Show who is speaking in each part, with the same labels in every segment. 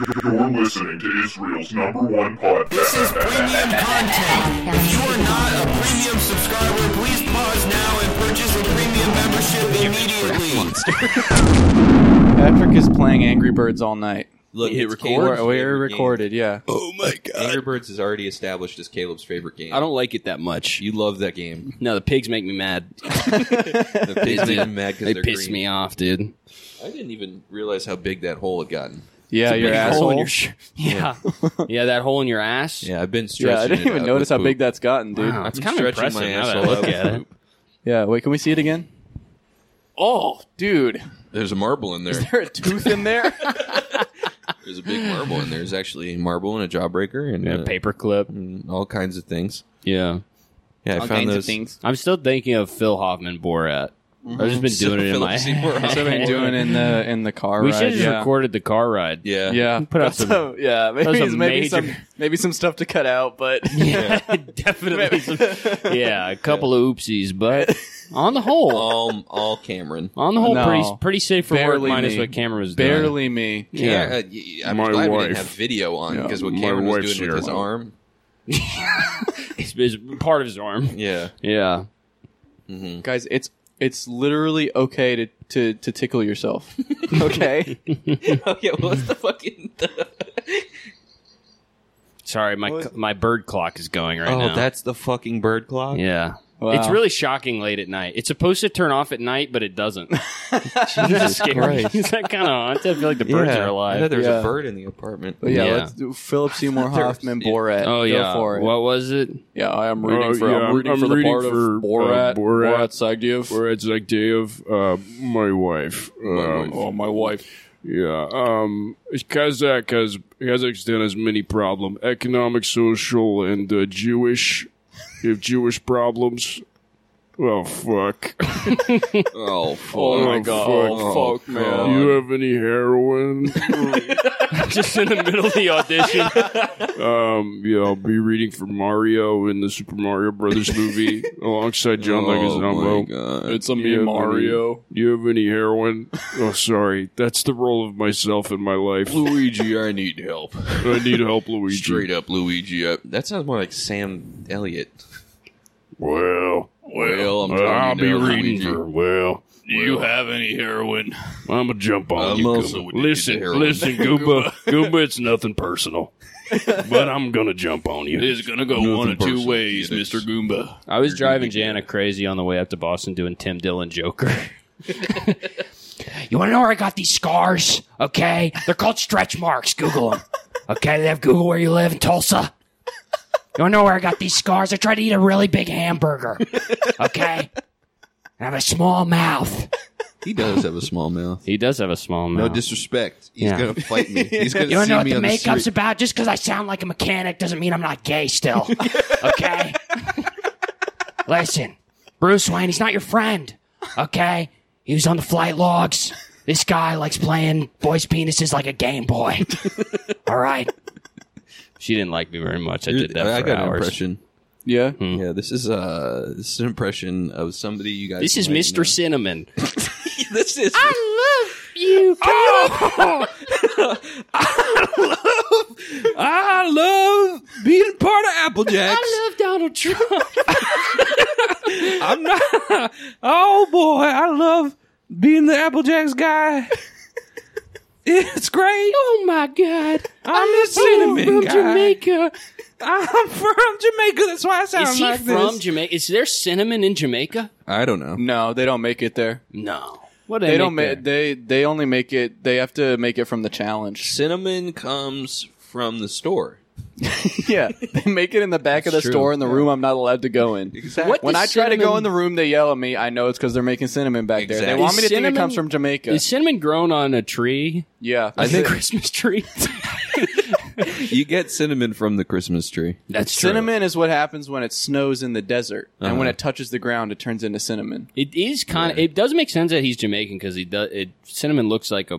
Speaker 1: You're listening to Israel's number one podcast.
Speaker 2: This is premium content. If you are not a premium subscriber, please pause now and purchase a premium membership immediately.
Speaker 3: Patrick is playing Angry Birds all night.
Speaker 4: Look,
Speaker 5: hit
Speaker 4: it's
Speaker 5: record.
Speaker 4: Caleb's
Speaker 3: We're,
Speaker 5: Or-
Speaker 4: favorite
Speaker 3: we're
Speaker 4: game.
Speaker 3: recorded, yeah.
Speaker 2: Oh my
Speaker 4: Angry Birds is already established as Caleb's favorite game.
Speaker 5: I don't like it that much.
Speaker 4: You love that game.
Speaker 5: No, the pigs make me mad.
Speaker 4: The pigs
Speaker 5: They-
Speaker 4: made him mad 'cause
Speaker 5: they
Speaker 4: they're
Speaker 5: pissed
Speaker 4: green.
Speaker 5: me off, dude.
Speaker 4: I didn't even realize how big that hole had gotten.
Speaker 3: Yeah, your
Speaker 5: Big hole in
Speaker 3: asshole.
Speaker 5: your sh- yeah, yeah, that hole in your ass.
Speaker 4: Yeah, I've been stretching.
Speaker 3: yeah, I didn't
Speaker 4: it
Speaker 3: even
Speaker 4: out
Speaker 3: notice
Speaker 4: with
Speaker 3: how big
Speaker 4: poop.
Speaker 3: that's gotten, dude.
Speaker 5: wow, that's
Speaker 4: I'm
Speaker 5: kind of
Speaker 4: stretching
Speaker 5: impressive.
Speaker 4: my
Speaker 5: Now that I
Speaker 4: asshole out
Speaker 5: look
Speaker 4: with
Speaker 5: at it,
Speaker 4: poop.
Speaker 3: Yeah, wait, can we see it again? Oh, dude.
Speaker 4: There's a marble in there.
Speaker 3: Is there a tooth in there?
Speaker 4: There's a big marble in there. There's actually a marble and a jawbreaker and
Speaker 5: yeah,
Speaker 4: uh,
Speaker 5: paperclip.
Speaker 4: and all kinds of things.
Speaker 5: Yeah,
Speaker 4: Yeah, I
Speaker 3: all
Speaker 4: found
Speaker 3: kinds
Speaker 4: those.
Speaker 3: of things.
Speaker 5: I'm still thinking of Phil Hoffman Borat. I've just been
Speaker 4: So
Speaker 5: doing it in
Speaker 4: Philip
Speaker 5: my
Speaker 4: Seymour
Speaker 5: head.
Speaker 4: Hoffman.
Speaker 3: What are we doing in the in the car
Speaker 5: We
Speaker 3: ride?
Speaker 5: should have just
Speaker 3: yeah.
Speaker 5: recorded the car ride.
Speaker 4: Yeah,
Speaker 3: Yeah,
Speaker 5: Put out
Speaker 3: That's
Speaker 5: some-
Speaker 3: a- yeah, maybe,
Speaker 5: was a
Speaker 3: maybe
Speaker 5: major-
Speaker 3: some maybe some stuff to cut out, but
Speaker 5: Yeah, definitely. some- yeah, a couple of oopsies, but on the whole,
Speaker 4: All, all Cameron.
Speaker 5: on the whole,
Speaker 3: No.
Speaker 5: pretty pretty safe for work.
Speaker 3: Barely
Speaker 5: Minus
Speaker 3: me.
Speaker 5: what camera was doing.
Speaker 3: barely me.
Speaker 5: Yeah.
Speaker 4: Yeah, uh, y- I'm
Speaker 6: My
Speaker 4: glad we didn't
Speaker 6: wife.
Speaker 4: have video on
Speaker 3: Yeah,
Speaker 4: because what
Speaker 6: my
Speaker 4: Cameron was
Speaker 6: wife's
Speaker 4: doing with
Speaker 6: here.
Speaker 4: his arm.
Speaker 5: It's, it's part of his arm.
Speaker 4: Yeah,
Speaker 5: Yeah.
Speaker 3: Guys, it's it's literally okay to to, to tickle yourself. okay?
Speaker 4: oh yeah, what's the fucking?
Speaker 5: Sorry, my my bird clock is going right
Speaker 4: oh,
Speaker 5: now.
Speaker 4: that's the fucking bird clock.
Speaker 5: yeah.
Speaker 3: Wow.
Speaker 5: It's really shocking late at night. It's supposed to turn off at night, but it doesn't. Jesus
Speaker 4: Christ.
Speaker 5: Is that kind of haunted? I feel like the birds are
Speaker 4: I thought
Speaker 5: alive.
Speaker 4: there was
Speaker 3: Yeah.
Speaker 4: a bird in the apartment.
Speaker 3: But yeah,
Speaker 5: Yeah.
Speaker 3: let's do Philip Seymour Hoffman Borat.
Speaker 5: Oh
Speaker 3: Go
Speaker 5: yeah.
Speaker 3: for it.
Speaker 5: What was it?
Speaker 3: yeah, I am rooting
Speaker 6: Oh,
Speaker 3: for
Speaker 6: yeah,
Speaker 3: I'm rooting
Speaker 6: I'm
Speaker 3: for the
Speaker 6: rooting
Speaker 3: part of
Speaker 6: for, uh,
Speaker 3: Borat.
Speaker 6: Borat.
Speaker 3: Borat Sagdiyev.
Speaker 6: Where it's like day of uh, my wife. Uh,
Speaker 3: Oh, my wife.
Speaker 6: Yeah. Um, Kazakh has Kazakhstan has many problems: economic, social, and uh, Jewish. You have Jewish problems. Oh fuck!
Speaker 4: Oh, fuck.
Speaker 3: Oh, my
Speaker 6: Oh,
Speaker 3: god.
Speaker 6: fuck.
Speaker 3: Oh, fuck, man.
Speaker 6: you have any heroin?
Speaker 5: Just in the middle of the audition.
Speaker 6: um, yeah, I'll be reading for Mario in the Super Mario Brothers movie alongside John
Speaker 4: Oh,
Speaker 6: Leguizamo.
Speaker 3: Oh, It's a me,
Speaker 6: Yeah,
Speaker 3: Mario.
Speaker 6: Do you have any heroin? oh, sorry. That's the role of myself in my life.
Speaker 4: Luigi, I need help.
Speaker 6: I need help, Luigi.
Speaker 4: Straight up, Luigi. Up. That sounds more like Sam Elliott.
Speaker 6: Well,
Speaker 4: Well, I'm telling
Speaker 6: I'll
Speaker 4: you
Speaker 6: be
Speaker 4: now,
Speaker 6: reading
Speaker 4: Luigi.
Speaker 6: for. Well,
Speaker 3: Do you have any heroin?
Speaker 6: I'm gonna jump on
Speaker 4: I'm
Speaker 6: you.
Speaker 4: also
Speaker 6: Goomba.
Speaker 4: addicted to
Speaker 6: Listen,
Speaker 4: heroin.
Speaker 6: listen, Goomba. Goomba, it's nothing personal, but I'm gonna jump on you.
Speaker 3: It's gonna go
Speaker 4: Nothing one of two personal, ways, Felix. Mr.
Speaker 3: Goomba.
Speaker 5: I was driving Jana crazy on the way up to Boston doing Tim Dillon Joker. you want to know where I got these scars? Okay, they're called stretch marks. Google them. Okay, they have Google where you live in Tulsa. You want to know where I got these scars? I tried to eat a really big hamburger. Okay, and I have a small mouth.
Speaker 4: He does have a small mouth.
Speaker 5: He does have a small mouth.
Speaker 4: No disrespect. He's
Speaker 5: Yeah.
Speaker 4: gonna fight me. He's gonna
Speaker 5: you want
Speaker 4: see
Speaker 5: to know what
Speaker 4: me
Speaker 5: the
Speaker 4: on the
Speaker 5: makeup's
Speaker 4: street.
Speaker 5: about? Just because I sound like a mechanic doesn't mean I'm not gay still. Okay? Listen, Bruce Wayne, he's not your friend. Okay? He was on the flight logs. This guy likes playing boys' penises like a Game Boy. All right? She didn't like me very much. I
Speaker 4: I got an impression.
Speaker 3: Yeah.
Speaker 5: Mm.
Speaker 4: Yeah, this is uh, this is an impression of somebody you guys.
Speaker 5: This is
Speaker 4: might
Speaker 5: Mr. Cinnamon.
Speaker 4: know. this is
Speaker 5: I love you. Oh!
Speaker 4: I love being part of Applejack.
Speaker 5: love Donald Trump.
Speaker 4: I'm not. Oh boy, I love being the Applejacks guy. It's great.
Speaker 5: Oh my God.
Speaker 4: I'm the cinnamon
Speaker 5: Jamaica.
Speaker 4: I'm from Jamaica. That's why I sound
Speaker 5: Is he from Jamaica? Is there cinnamon in Jamaica?
Speaker 4: I don't know.
Speaker 3: No, they don't make it there.
Speaker 5: No. What
Speaker 3: They, don't make they they only make it. They have to make it from the challenge.
Speaker 4: Cinnamon comes from the store.
Speaker 3: yeah, they make it in the back of the
Speaker 4: That's true.
Speaker 3: store in the room I'm not allowed to go in.
Speaker 4: Exactly.
Speaker 5: What
Speaker 3: When
Speaker 5: does
Speaker 3: I try to go
Speaker 5: cinnamon-
Speaker 3: in the room, they yell at me. I know it's because they're making cinnamon back there. They
Speaker 4: Exactly.
Speaker 3: want me to
Speaker 5: Is
Speaker 3: think it comes
Speaker 5: cinnamon-
Speaker 3: from Jamaica.
Speaker 5: Is cinnamon grown on a tree?
Speaker 3: yeah,
Speaker 4: I think
Speaker 5: Christmas tree.
Speaker 4: you get cinnamon from the Christmas tree.
Speaker 5: That's true.
Speaker 3: cinnamon is what happens when it snows in the desert, and when
Speaker 4: Uh-huh.
Speaker 3: it touches the ground, it turns into cinnamon.
Speaker 5: It is kind of. It does make sense that he's Jamaican because he does. It, cinnamon looks like a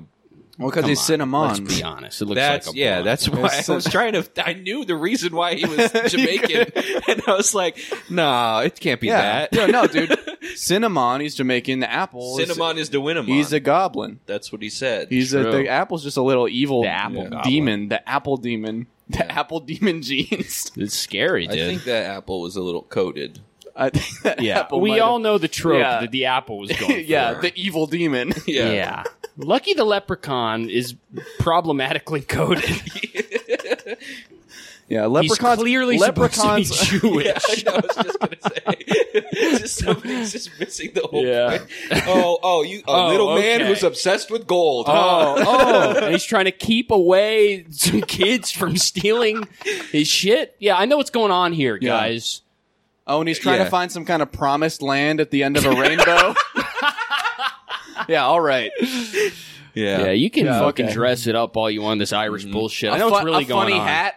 Speaker 3: Well, because
Speaker 5: Come
Speaker 3: he's
Speaker 5: on,
Speaker 3: cinnamon.
Speaker 5: Let's be honest. It looks
Speaker 4: That's
Speaker 5: like a
Speaker 4: yeah.
Speaker 5: blonde.
Speaker 4: That's why
Speaker 3: It's
Speaker 4: I
Speaker 3: a-
Speaker 4: was trying to. I knew the reason why he was Jamaican, and I was like, "Nah, it can't be
Speaker 3: yeah.
Speaker 4: that."
Speaker 3: no, no, dude. Cinnamon. He's Jamaican. The apple. is-
Speaker 4: Cinnamon is the Winnemon.
Speaker 3: He's a goblin.
Speaker 4: That's what he said.
Speaker 3: He's a,
Speaker 5: True.
Speaker 3: the apple's just a little evil
Speaker 5: The apple goblin.
Speaker 3: demon. The apple demon. The apple demon genes.
Speaker 5: it's scary,
Speaker 4: I
Speaker 5: dude.
Speaker 4: think that apple was a little coated.
Speaker 3: I think that
Speaker 5: yeah,
Speaker 3: apple
Speaker 5: we
Speaker 3: might
Speaker 5: all know the trope
Speaker 3: Yeah.
Speaker 5: that the apple was
Speaker 3: have-
Speaker 5: going.
Speaker 3: yeah,
Speaker 5: for.
Speaker 3: the evil demon.
Speaker 5: yeah. Lucky the leprechaun is problematically coded.
Speaker 3: yeah,
Speaker 5: He's
Speaker 3: leprechauns.
Speaker 5: clearly
Speaker 3: leprechauns.
Speaker 5: supposed to be Jewish.
Speaker 4: I know, I was just gonna say, It's just somebody's just missing the whole.
Speaker 5: Yeah.
Speaker 4: point. Oh, oh, you a
Speaker 5: Oh,
Speaker 4: little man
Speaker 5: okay.
Speaker 4: who's obsessed with gold. huh?
Speaker 5: Oh, oh! and he's trying to keep away some kids from stealing his shit. Yeah, I know what's going on here,
Speaker 3: Yeah.
Speaker 5: guys.
Speaker 3: oh, and he's trying
Speaker 4: Yeah.
Speaker 3: to find some kind of promised land at the end of a rainbow. yeah, all right.
Speaker 5: Yeah, you can
Speaker 3: Yeah,
Speaker 5: fucking
Speaker 3: okay.
Speaker 5: dress it up all you want. This Irish bullshit. I
Speaker 3: A
Speaker 5: know
Speaker 3: fu-
Speaker 5: what's really
Speaker 3: a
Speaker 5: going
Speaker 3: funny
Speaker 5: on.
Speaker 3: hat.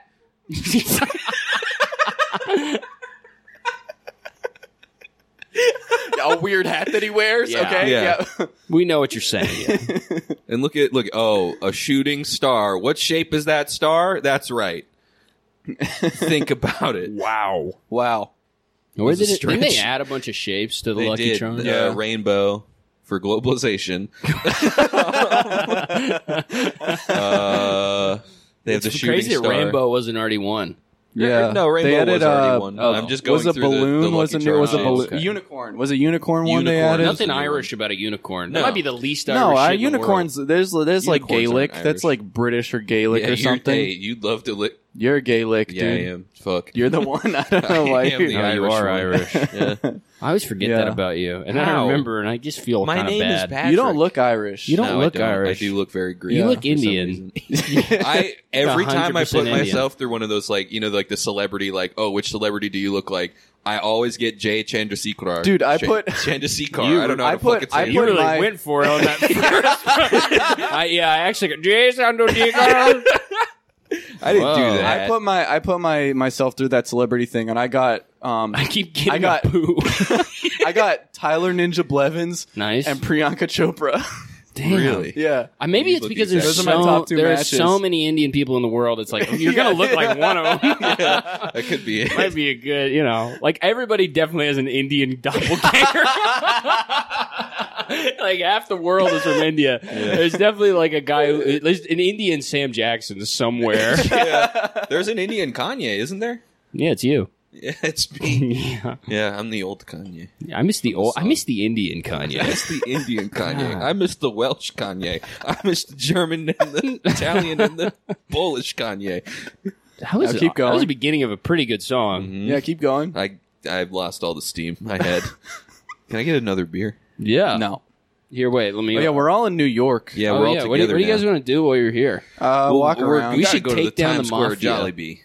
Speaker 3: A weird hat that he wears.
Speaker 5: Yeah.
Speaker 3: Okay,
Speaker 4: Yeah.
Speaker 3: yeah.
Speaker 5: we know what you're saying. yeah.
Speaker 4: And look at look. Oh, a shooting star. What shape is that star? That's right. Think about it.
Speaker 5: wow.
Speaker 3: Wow.
Speaker 5: Where
Speaker 4: was a
Speaker 5: did it, didn't they
Speaker 4: stretch.
Speaker 5: add a bunch of shapes to the
Speaker 4: They
Speaker 5: Lucky
Speaker 4: did
Speaker 5: Charms?
Speaker 4: uh,
Speaker 3: Yeah.
Speaker 4: rainbow for globalization. uh, they have the
Speaker 5: It's
Speaker 4: shooting
Speaker 5: crazy that
Speaker 4: star.
Speaker 5: Rainbow wasn't already one.
Speaker 3: Yeah.
Speaker 4: no, Rainbow
Speaker 3: They added,
Speaker 4: was already
Speaker 3: uh,
Speaker 4: one.
Speaker 5: oh,
Speaker 4: I'm just going
Speaker 3: was a
Speaker 4: through the- the
Speaker 3: balloon?
Speaker 4: Lucky
Speaker 3: was a new, was a
Speaker 4: Charms.
Speaker 5: Charms.
Speaker 3: balloon?
Speaker 5: Okay.
Speaker 3: Unicorn was a unicorn, one they
Speaker 4: Unicorn.
Speaker 3: added.
Speaker 4: Nothing
Speaker 5: Nothing
Speaker 4: new
Speaker 5: Irish
Speaker 4: one.
Speaker 5: about a unicorn.
Speaker 4: No.
Speaker 5: That might be the least Irish.
Speaker 3: No, uh,
Speaker 5: shit in the world.
Speaker 3: unicorns. There's there's like
Speaker 4: Unicorns aren't
Speaker 3: Gaelic.
Speaker 4: Irish.
Speaker 3: That's like British or Gaelic
Speaker 4: Yeah,
Speaker 3: or
Speaker 4: you're-
Speaker 3: something.
Speaker 4: hey, you'd love to lick.
Speaker 3: You're Gaelic,
Speaker 4: Yeah,
Speaker 3: dude.
Speaker 4: I am. Fuck.
Speaker 3: You're the one. I don't know why.
Speaker 4: I am
Speaker 3: you-
Speaker 4: the
Speaker 5: No, you
Speaker 4: Irish
Speaker 5: are
Speaker 4: one.
Speaker 5: Irish.
Speaker 4: Yeah.
Speaker 5: I always forget
Speaker 3: Yeah.
Speaker 5: that about you, and I
Speaker 4: How?
Speaker 5: remember, and I just feel
Speaker 4: My
Speaker 5: kind of
Speaker 4: name
Speaker 5: bad.
Speaker 4: is Patrick.
Speaker 3: you don't look Irish.
Speaker 5: You don't
Speaker 4: No, I
Speaker 5: look
Speaker 4: don't.
Speaker 5: Irish.
Speaker 4: I do look very green.
Speaker 5: You
Speaker 4: for
Speaker 5: look
Speaker 4: some
Speaker 5: Indian.
Speaker 4: reason. I every time I put
Speaker 5: 100% Indian.
Speaker 4: myself through one of those like you know like the celebrity like oh which celebrity do you look like I always get Jay Chandrasekhar.
Speaker 3: Dude, I put-
Speaker 4: Chandrasekhar.
Speaker 3: You-
Speaker 4: I don't know. How
Speaker 3: I
Speaker 4: to
Speaker 3: put-
Speaker 4: fucking say
Speaker 3: I
Speaker 4: his
Speaker 5: You
Speaker 3: put
Speaker 4: name.
Speaker 5: really
Speaker 3: my-
Speaker 5: went for it on that first. I, yeah, I actually got Jason Deacon.
Speaker 4: I didn't
Speaker 5: Whoa.
Speaker 4: do that.
Speaker 3: I put my I put my myself through that celebrity thing, and I got um
Speaker 5: I keep getting
Speaker 3: I got-
Speaker 5: a poo.
Speaker 3: I got Tyler Ninja Blevins
Speaker 5: nice.
Speaker 3: and Priyanka Chopra.
Speaker 5: Damn.
Speaker 4: really.
Speaker 3: yeah,
Speaker 5: Uh, maybe
Speaker 4: You
Speaker 5: it's
Speaker 4: look
Speaker 5: because
Speaker 4: the
Speaker 5: there's
Speaker 3: exact same. Those are my
Speaker 5: so
Speaker 3: top two
Speaker 5: there's
Speaker 3: matches.
Speaker 5: so many Indian people in the world. It's like you're gonna look like one of them.
Speaker 4: That could be it.
Speaker 5: Might be a good, you know, like everybody definitely has an Indian doppelganger. like half the world is from India. There's definitely like a guy, who, there's an Indian Sam Jackson somewhere.
Speaker 4: There's an Indian Kanye, isn't there?
Speaker 5: yeah, it's you.
Speaker 4: Yeah, it's me.
Speaker 5: Yeah,
Speaker 4: Yeah, I'm the old Kanye.
Speaker 5: I miss the old, I miss the Indian
Speaker 4: I
Speaker 5: Kanye.
Speaker 4: miss the Indian Kanye. I miss the Welsh Kanye. I miss the German and the Italian and the Polish Kanye.
Speaker 5: That was,
Speaker 3: Now keep
Speaker 5: that was
Speaker 3: going.
Speaker 5: the beginning of a pretty good song.
Speaker 3: yeah. Keep going.
Speaker 4: I I've lost all the steam I had. Can I get another beer?
Speaker 5: Yeah,
Speaker 3: No,
Speaker 5: Here, wait, let me.
Speaker 3: oh, yeah, we're all in New York.
Speaker 4: Yeah, we're
Speaker 5: Oh,
Speaker 4: all
Speaker 5: Uh, yeah,
Speaker 4: together.
Speaker 5: what, do you, what do you guys
Speaker 4: now.
Speaker 5: want to do while you're here?
Speaker 3: uh,
Speaker 4: Well,
Speaker 3: walk
Speaker 4: we're-
Speaker 3: around.
Speaker 4: We
Speaker 5: Gotta
Speaker 4: should
Speaker 5: go to
Speaker 4: take
Speaker 5: the
Speaker 4: down
Speaker 5: Times
Speaker 4: the Square
Speaker 5: Mafia.
Speaker 4: Jollibee.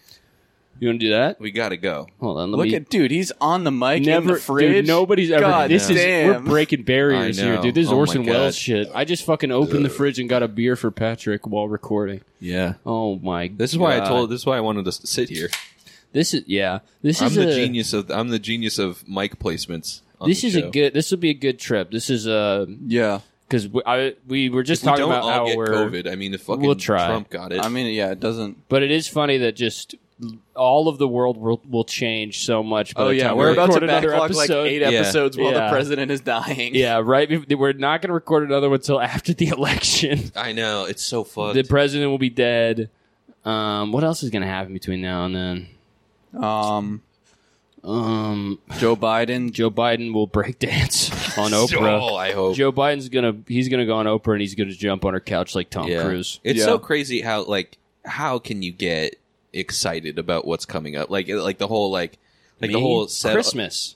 Speaker 5: You want to do that?
Speaker 4: We gotta go.
Speaker 5: Hold on, let
Speaker 3: Look
Speaker 5: me.
Speaker 3: at dude, he's on the mic. in
Speaker 5: Never,
Speaker 3: the fridge.
Speaker 5: dude. Nobody's ever.
Speaker 3: God
Speaker 5: this is
Speaker 3: damn.
Speaker 5: we're breaking barriers
Speaker 4: I know.
Speaker 5: here, dude. This is
Speaker 4: Oh my
Speaker 5: Orson
Speaker 4: God.
Speaker 5: Welles shit. I just fucking opened the fridge and got a beer for Patrick while recording.
Speaker 4: Yeah.
Speaker 5: Oh my!
Speaker 4: This is why
Speaker 5: God.
Speaker 4: I told. This is why I wanted us to sit here.
Speaker 5: This is yeah. This
Speaker 4: I'm
Speaker 5: is
Speaker 4: the
Speaker 5: a
Speaker 4: genius of. I'm the genius of mic placements. on
Speaker 5: This
Speaker 4: the
Speaker 5: is
Speaker 4: show.
Speaker 5: a good. This would be a good trip. This is a
Speaker 3: Yeah,
Speaker 5: because we, I- we were just
Speaker 4: We
Speaker 5: talking
Speaker 4: don't
Speaker 5: about
Speaker 4: all
Speaker 5: how
Speaker 4: get
Speaker 5: we're.
Speaker 4: COVID. I mean, if fucking
Speaker 5: We'll try.
Speaker 4: Trump got it.
Speaker 3: I mean, yeah, it doesn't.
Speaker 5: But it is funny that just all of the world will, will change so much. By
Speaker 3: Oh
Speaker 5: the
Speaker 3: yeah,
Speaker 5: time
Speaker 3: we're
Speaker 5: we
Speaker 3: about to
Speaker 5: record another
Speaker 3: backlog like
Speaker 5: episode.
Speaker 3: eight
Speaker 4: Yeah.
Speaker 3: episodes while
Speaker 5: Yeah.
Speaker 3: the president is dying.
Speaker 5: Yeah, right. bef- We're not going to record another one until after the election.
Speaker 4: I know it's so fucked.
Speaker 5: The president will be dead. Um, what else is going to happen between now and then?
Speaker 3: Um,
Speaker 5: Um,
Speaker 3: Joe Biden.
Speaker 5: Joe Biden will break dance on Oprah.
Speaker 4: Oh, I hope.
Speaker 5: Joe Biden's gonna he's gonna go on Oprah and he's gonna jump on her couch like Tom
Speaker 4: yeah.
Speaker 5: Cruise.
Speaker 4: It's
Speaker 3: Yeah.
Speaker 4: so crazy how like how can you get excited about what's coming up? Like like the whole like like the
Speaker 5: Me?
Speaker 4: whole set
Speaker 5: Christmas.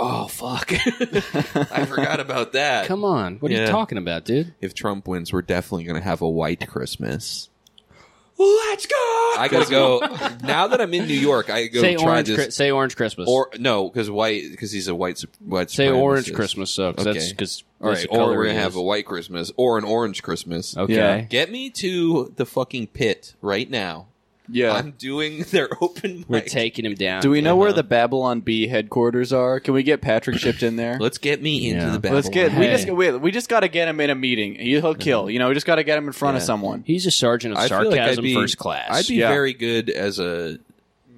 Speaker 4: Oh fuck! I forgot about that.
Speaker 5: Come on, what are you
Speaker 4: Yeah.
Speaker 5: talking about, dude?
Speaker 4: if Trump wins, we're definitely going to have a white Christmas. Let's go! I gotta go now that I'm in New York. I go
Speaker 5: say
Speaker 4: try
Speaker 5: orange.
Speaker 4: this
Speaker 5: Chri- say orange Christmas.
Speaker 4: or no because white because he's a white sup- white.
Speaker 5: say
Speaker 4: supremacist.
Speaker 5: orange Christmas. So 'cause that's
Speaker 4: Okay.
Speaker 5: because
Speaker 4: All right, or we're gonna have a white Christmas or an orange Christmas.
Speaker 5: okay.
Speaker 3: Yeah.
Speaker 4: Get me to the fucking pit right now.
Speaker 3: Yeah.
Speaker 4: I'm doing their open mic.
Speaker 5: We're taking him down.
Speaker 3: Do we know where the
Speaker 5: Uh-huh.
Speaker 3: Babylon B headquarters are? Can we get Patrick shipped in there?
Speaker 4: Let's get me into
Speaker 5: Yeah.
Speaker 4: the back.
Speaker 3: Let's get we
Speaker 5: Hey.
Speaker 3: just we, we just got to get him in a meeting. He'll kill. You know, we just got to get him in front of someone.
Speaker 5: He's a sergeant of
Speaker 4: I feel like I'd
Speaker 5: sarcasm,
Speaker 4: be-
Speaker 5: first class.
Speaker 4: I'd be
Speaker 3: Yeah.
Speaker 4: very good as a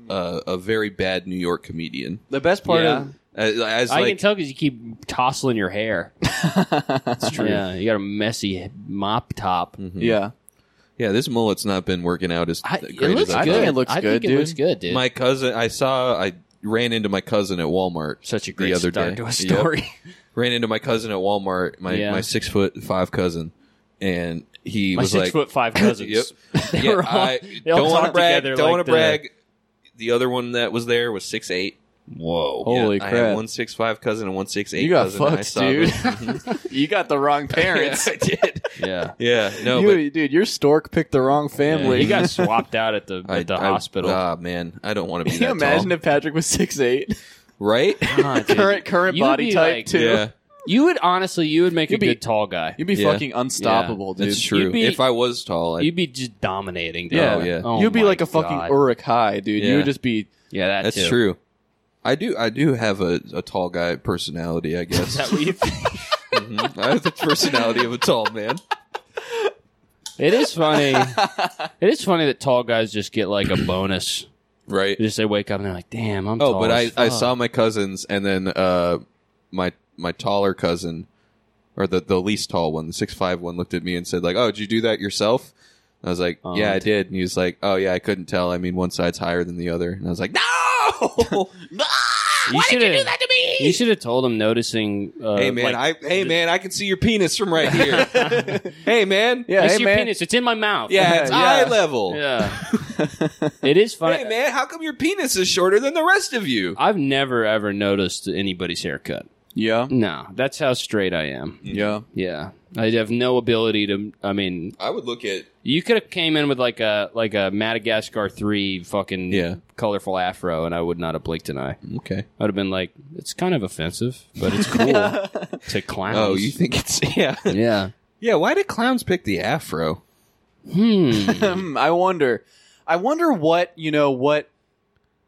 Speaker 4: uh, a very bad New York comedian.
Speaker 3: The best part
Speaker 5: Yeah.
Speaker 3: of
Speaker 4: As, as
Speaker 5: I
Speaker 4: like,
Speaker 5: can tell because you keep tossling your hair. That's true. Yeah, you got a messy mop top.
Speaker 3: yeah,
Speaker 4: yeah, this mullet's not been working out as
Speaker 5: I,
Speaker 4: great
Speaker 5: it looks
Speaker 4: as I
Speaker 5: good.
Speaker 3: think
Speaker 4: thought.
Speaker 3: it looks
Speaker 5: I
Speaker 3: good,
Speaker 5: think it looks
Speaker 3: dude.
Speaker 5: good, dude.
Speaker 4: My cousin, I saw, I ran into my cousin at Walmart.
Speaker 5: Such a great
Speaker 4: the other
Speaker 5: start
Speaker 4: day.
Speaker 5: to a
Speaker 4: Yep.
Speaker 5: story.
Speaker 4: Ran into my cousin at Walmart. My
Speaker 5: Yeah.
Speaker 4: my six foot five cousin, and he
Speaker 5: My
Speaker 4: was
Speaker 5: six
Speaker 4: like,
Speaker 5: foot five cousins.
Speaker 4: Yep.
Speaker 5: They
Speaker 4: Yeah,
Speaker 5: were all-
Speaker 4: I
Speaker 5: they all
Speaker 4: don't want to
Speaker 5: talk
Speaker 4: brag.
Speaker 5: together
Speaker 4: Don't
Speaker 5: like
Speaker 4: want
Speaker 5: the-
Speaker 4: to brag. The other one that was there was six eight.
Speaker 5: Whoa.
Speaker 3: Holy
Speaker 4: yeah, I
Speaker 3: crap.
Speaker 4: had one six five cousin and one six eight.
Speaker 3: You got
Speaker 4: cousin, and I
Speaker 3: fucked,
Speaker 4: saw
Speaker 3: dude.
Speaker 4: them.
Speaker 3: you got the wrong
Speaker 4: yeah,
Speaker 3: parents.
Speaker 4: I did.
Speaker 5: Yeah.
Speaker 4: Yeah, no, but
Speaker 3: you, dude, your stork picked the wrong
Speaker 5: yeah.
Speaker 3: family.
Speaker 5: You got swapped out at the
Speaker 4: I,
Speaker 5: at the
Speaker 4: I-
Speaker 5: hospital.
Speaker 4: Ah, man, I don't want to be
Speaker 3: Can
Speaker 4: that
Speaker 3: you imagine
Speaker 4: tall.
Speaker 3: if Patrick was six eight?
Speaker 4: right?
Speaker 5: Ah, dude.
Speaker 3: current current
Speaker 5: You'd
Speaker 3: body
Speaker 5: be
Speaker 3: type
Speaker 5: like-
Speaker 3: too.
Speaker 4: Yeah,
Speaker 5: You would honestly, you would make
Speaker 3: You'd
Speaker 5: a
Speaker 3: be-
Speaker 5: good tall guy.
Speaker 3: You'd be
Speaker 4: Yeah.
Speaker 3: fucking unstoppable, dude.
Speaker 4: that's true.
Speaker 5: You'd be-
Speaker 4: if I was tall, I'd,
Speaker 5: You'd be just dominating. Dude.
Speaker 3: Yeah,
Speaker 4: Oh, yeah.
Speaker 5: Oh
Speaker 3: you'd be
Speaker 5: my
Speaker 3: like a fucking
Speaker 5: God.
Speaker 3: Uruk High, dude. You
Speaker 4: Yeah.
Speaker 3: would just be.
Speaker 5: yeah, that
Speaker 4: that's
Speaker 5: too.
Speaker 4: true. I do. I do have a, a tall guy personality. I guess
Speaker 5: Is that what you think?
Speaker 4: Mhm. I have the personality of a tall man.
Speaker 5: it is funny. It is funny that tall guys just get like a bonus.
Speaker 4: Right.
Speaker 5: They Just they wake up and they're like, "Damn, I'm
Speaker 4: Oh,
Speaker 5: tall."
Speaker 4: but I,
Speaker 5: as
Speaker 4: I
Speaker 5: fuck."
Speaker 4: saw my cousins, and then uh, my my taller cousin, or the the least tall one, the six five one, looked at me and said like, "Oh, did you do that yourself?" I was like,
Speaker 5: Oh,
Speaker 4: "Yeah, I
Speaker 5: it-
Speaker 4: did." And he was like, "Oh, yeah, I couldn't tell. I mean, one side's higher than the other." And I was like, "No,
Speaker 5: You should have You should have told him noticing. Uh,
Speaker 4: hey man,
Speaker 5: like,
Speaker 4: I hey man, I can see your penis from right here. hey man,
Speaker 3: Yeah, hey,
Speaker 5: I see your
Speaker 3: man.
Speaker 5: penis. It's in my mouth.
Speaker 4: yeah, it's
Speaker 3: Yeah.
Speaker 4: eye level.
Speaker 5: yeah. it is funny.
Speaker 4: Hey man, how come your penis is shorter than the rest of you?"
Speaker 5: I've never ever noticed anybody's haircut.
Speaker 3: Yeah,
Speaker 5: No, that's how straight I am.
Speaker 4: Mm-hmm.
Speaker 3: yeah.
Speaker 5: Yeah, I have no ability to. I mean,
Speaker 4: I would look at
Speaker 5: you could have came in with like a like a Madagascar three fucking
Speaker 4: Yeah.
Speaker 5: colorful afro, and I would not have blinked an eye.
Speaker 4: okay.
Speaker 5: I'd have been like, it's kind of offensive, but it's cool to clowns.
Speaker 4: Oh, you think it's yeah.
Speaker 5: yeah.
Speaker 4: Yeah, why do clowns pick the afro?
Speaker 5: Hmm.
Speaker 3: Hmm, I wonder. I wonder what you know what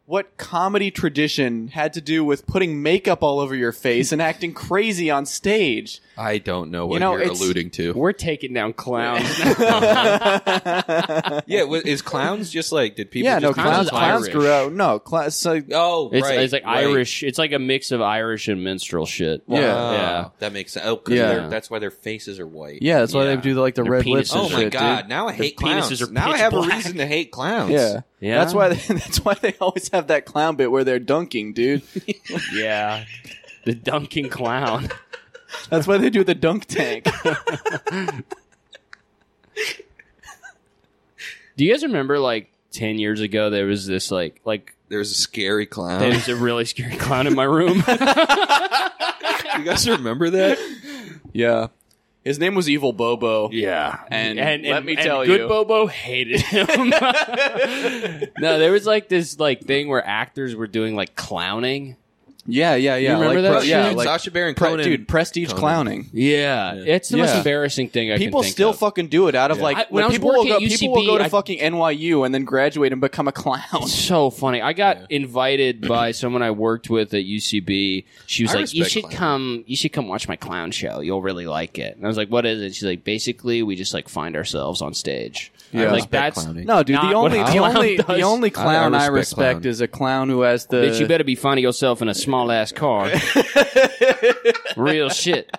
Speaker 3: what comedy tradition had to do with putting makeup all over your face and acting crazy on stage.
Speaker 4: I don't know what
Speaker 3: You know,
Speaker 4: you are
Speaker 3: it's-
Speaker 4: alluding to.
Speaker 5: We're taking down clowns.
Speaker 4: Yeah, wa- is clowns just like did people?
Speaker 3: yeah, no
Speaker 4: just
Speaker 5: clowns-
Speaker 3: clowns.
Speaker 5: clowns
Speaker 3: Clowns
Speaker 5: Irish.
Speaker 3: grew out. No clowns. So,
Speaker 4: Oh,
Speaker 5: It's,
Speaker 4: right,
Speaker 5: it's like
Speaker 4: right.
Speaker 5: Irish. It's like a mix of Irish and minstrel shit.
Speaker 3: Yeah.
Speaker 4: Wow,
Speaker 5: Yeah.
Speaker 4: that makes sense. Oh, 'cause
Speaker 3: Yeah.
Speaker 4: they're- that's why their faces are white.
Speaker 3: yeah, that's why
Speaker 5: Yeah.
Speaker 3: they do the, like the
Speaker 5: Their
Speaker 3: red lips. and
Speaker 5: penises
Speaker 4: Oh my
Speaker 3: shit, dude.
Speaker 4: god! Now I hate clowns.
Speaker 5: penises are
Speaker 4: now I
Speaker 5: pitch
Speaker 4: have
Speaker 5: black.
Speaker 4: a reason to hate clowns.
Speaker 3: Yeah.
Speaker 5: Yeah.
Speaker 3: That's why they, that's why they always have that clown bit where they're dunking, dude.
Speaker 5: Yeah. The dunking clown.
Speaker 3: That's why they do the dunk tank.
Speaker 5: Do you guys remember like 10 years ago there was this like like
Speaker 4: there's a scary clown.
Speaker 5: there was a really scary clown in my room.
Speaker 4: you guys remember that?
Speaker 3: yeah. His name was Evil Bobo.
Speaker 5: yeah.
Speaker 3: And let me
Speaker 5: and
Speaker 3: tell
Speaker 5: Good
Speaker 3: you.
Speaker 5: Bobo hated him. no, there was like this like thing where actors were doing like clowning.
Speaker 3: Yeah, yeah, yeah.
Speaker 5: remember
Speaker 3: like,
Speaker 5: that
Speaker 3: pro-
Speaker 5: shit?
Speaker 3: Yeah,
Speaker 4: Dude,
Speaker 3: like
Speaker 4: Sacha Baron
Speaker 3: pre-
Speaker 4: Cohen.
Speaker 3: dude, prestige
Speaker 4: Conan.
Speaker 3: clowning.
Speaker 5: Yeah. It's the most
Speaker 3: Yeah.
Speaker 5: embarrassing thing I
Speaker 3: People
Speaker 5: can think
Speaker 3: still
Speaker 5: of.
Speaker 3: fucking do it out of like
Speaker 5: I- when
Speaker 3: when
Speaker 5: I was
Speaker 3: people will
Speaker 5: working
Speaker 3: go
Speaker 5: at
Speaker 3: people will go to
Speaker 5: UCB, I-
Speaker 3: fucking NYU and then graduate and become a clown.
Speaker 5: so funny. I got invited by someone I worked with at UCB. She was
Speaker 4: I
Speaker 5: like, "You
Speaker 4: respect
Speaker 5: should
Speaker 4: clowns.
Speaker 5: come. You should come watch my clown show. You'll really like it." And I was like, "What is it?" She's like, "Basically, we just like find ourselves on stage."
Speaker 3: Yeah.
Speaker 5: like
Speaker 4: Respect
Speaker 5: that's.
Speaker 4: clowning.
Speaker 3: No, dude,
Speaker 5: Not
Speaker 3: the only
Speaker 5: what a
Speaker 3: the
Speaker 5: clown
Speaker 3: only
Speaker 5: does.
Speaker 3: the only
Speaker 4: I- I
Speaker 3: clown I,
Speaker 4: respect
Speaker 3: respect
Speaker 4: clown.
Speaker 3: is a clown who has the
Speaker 5: Bitch, you better be finding yourself in a small ass car. Real shit.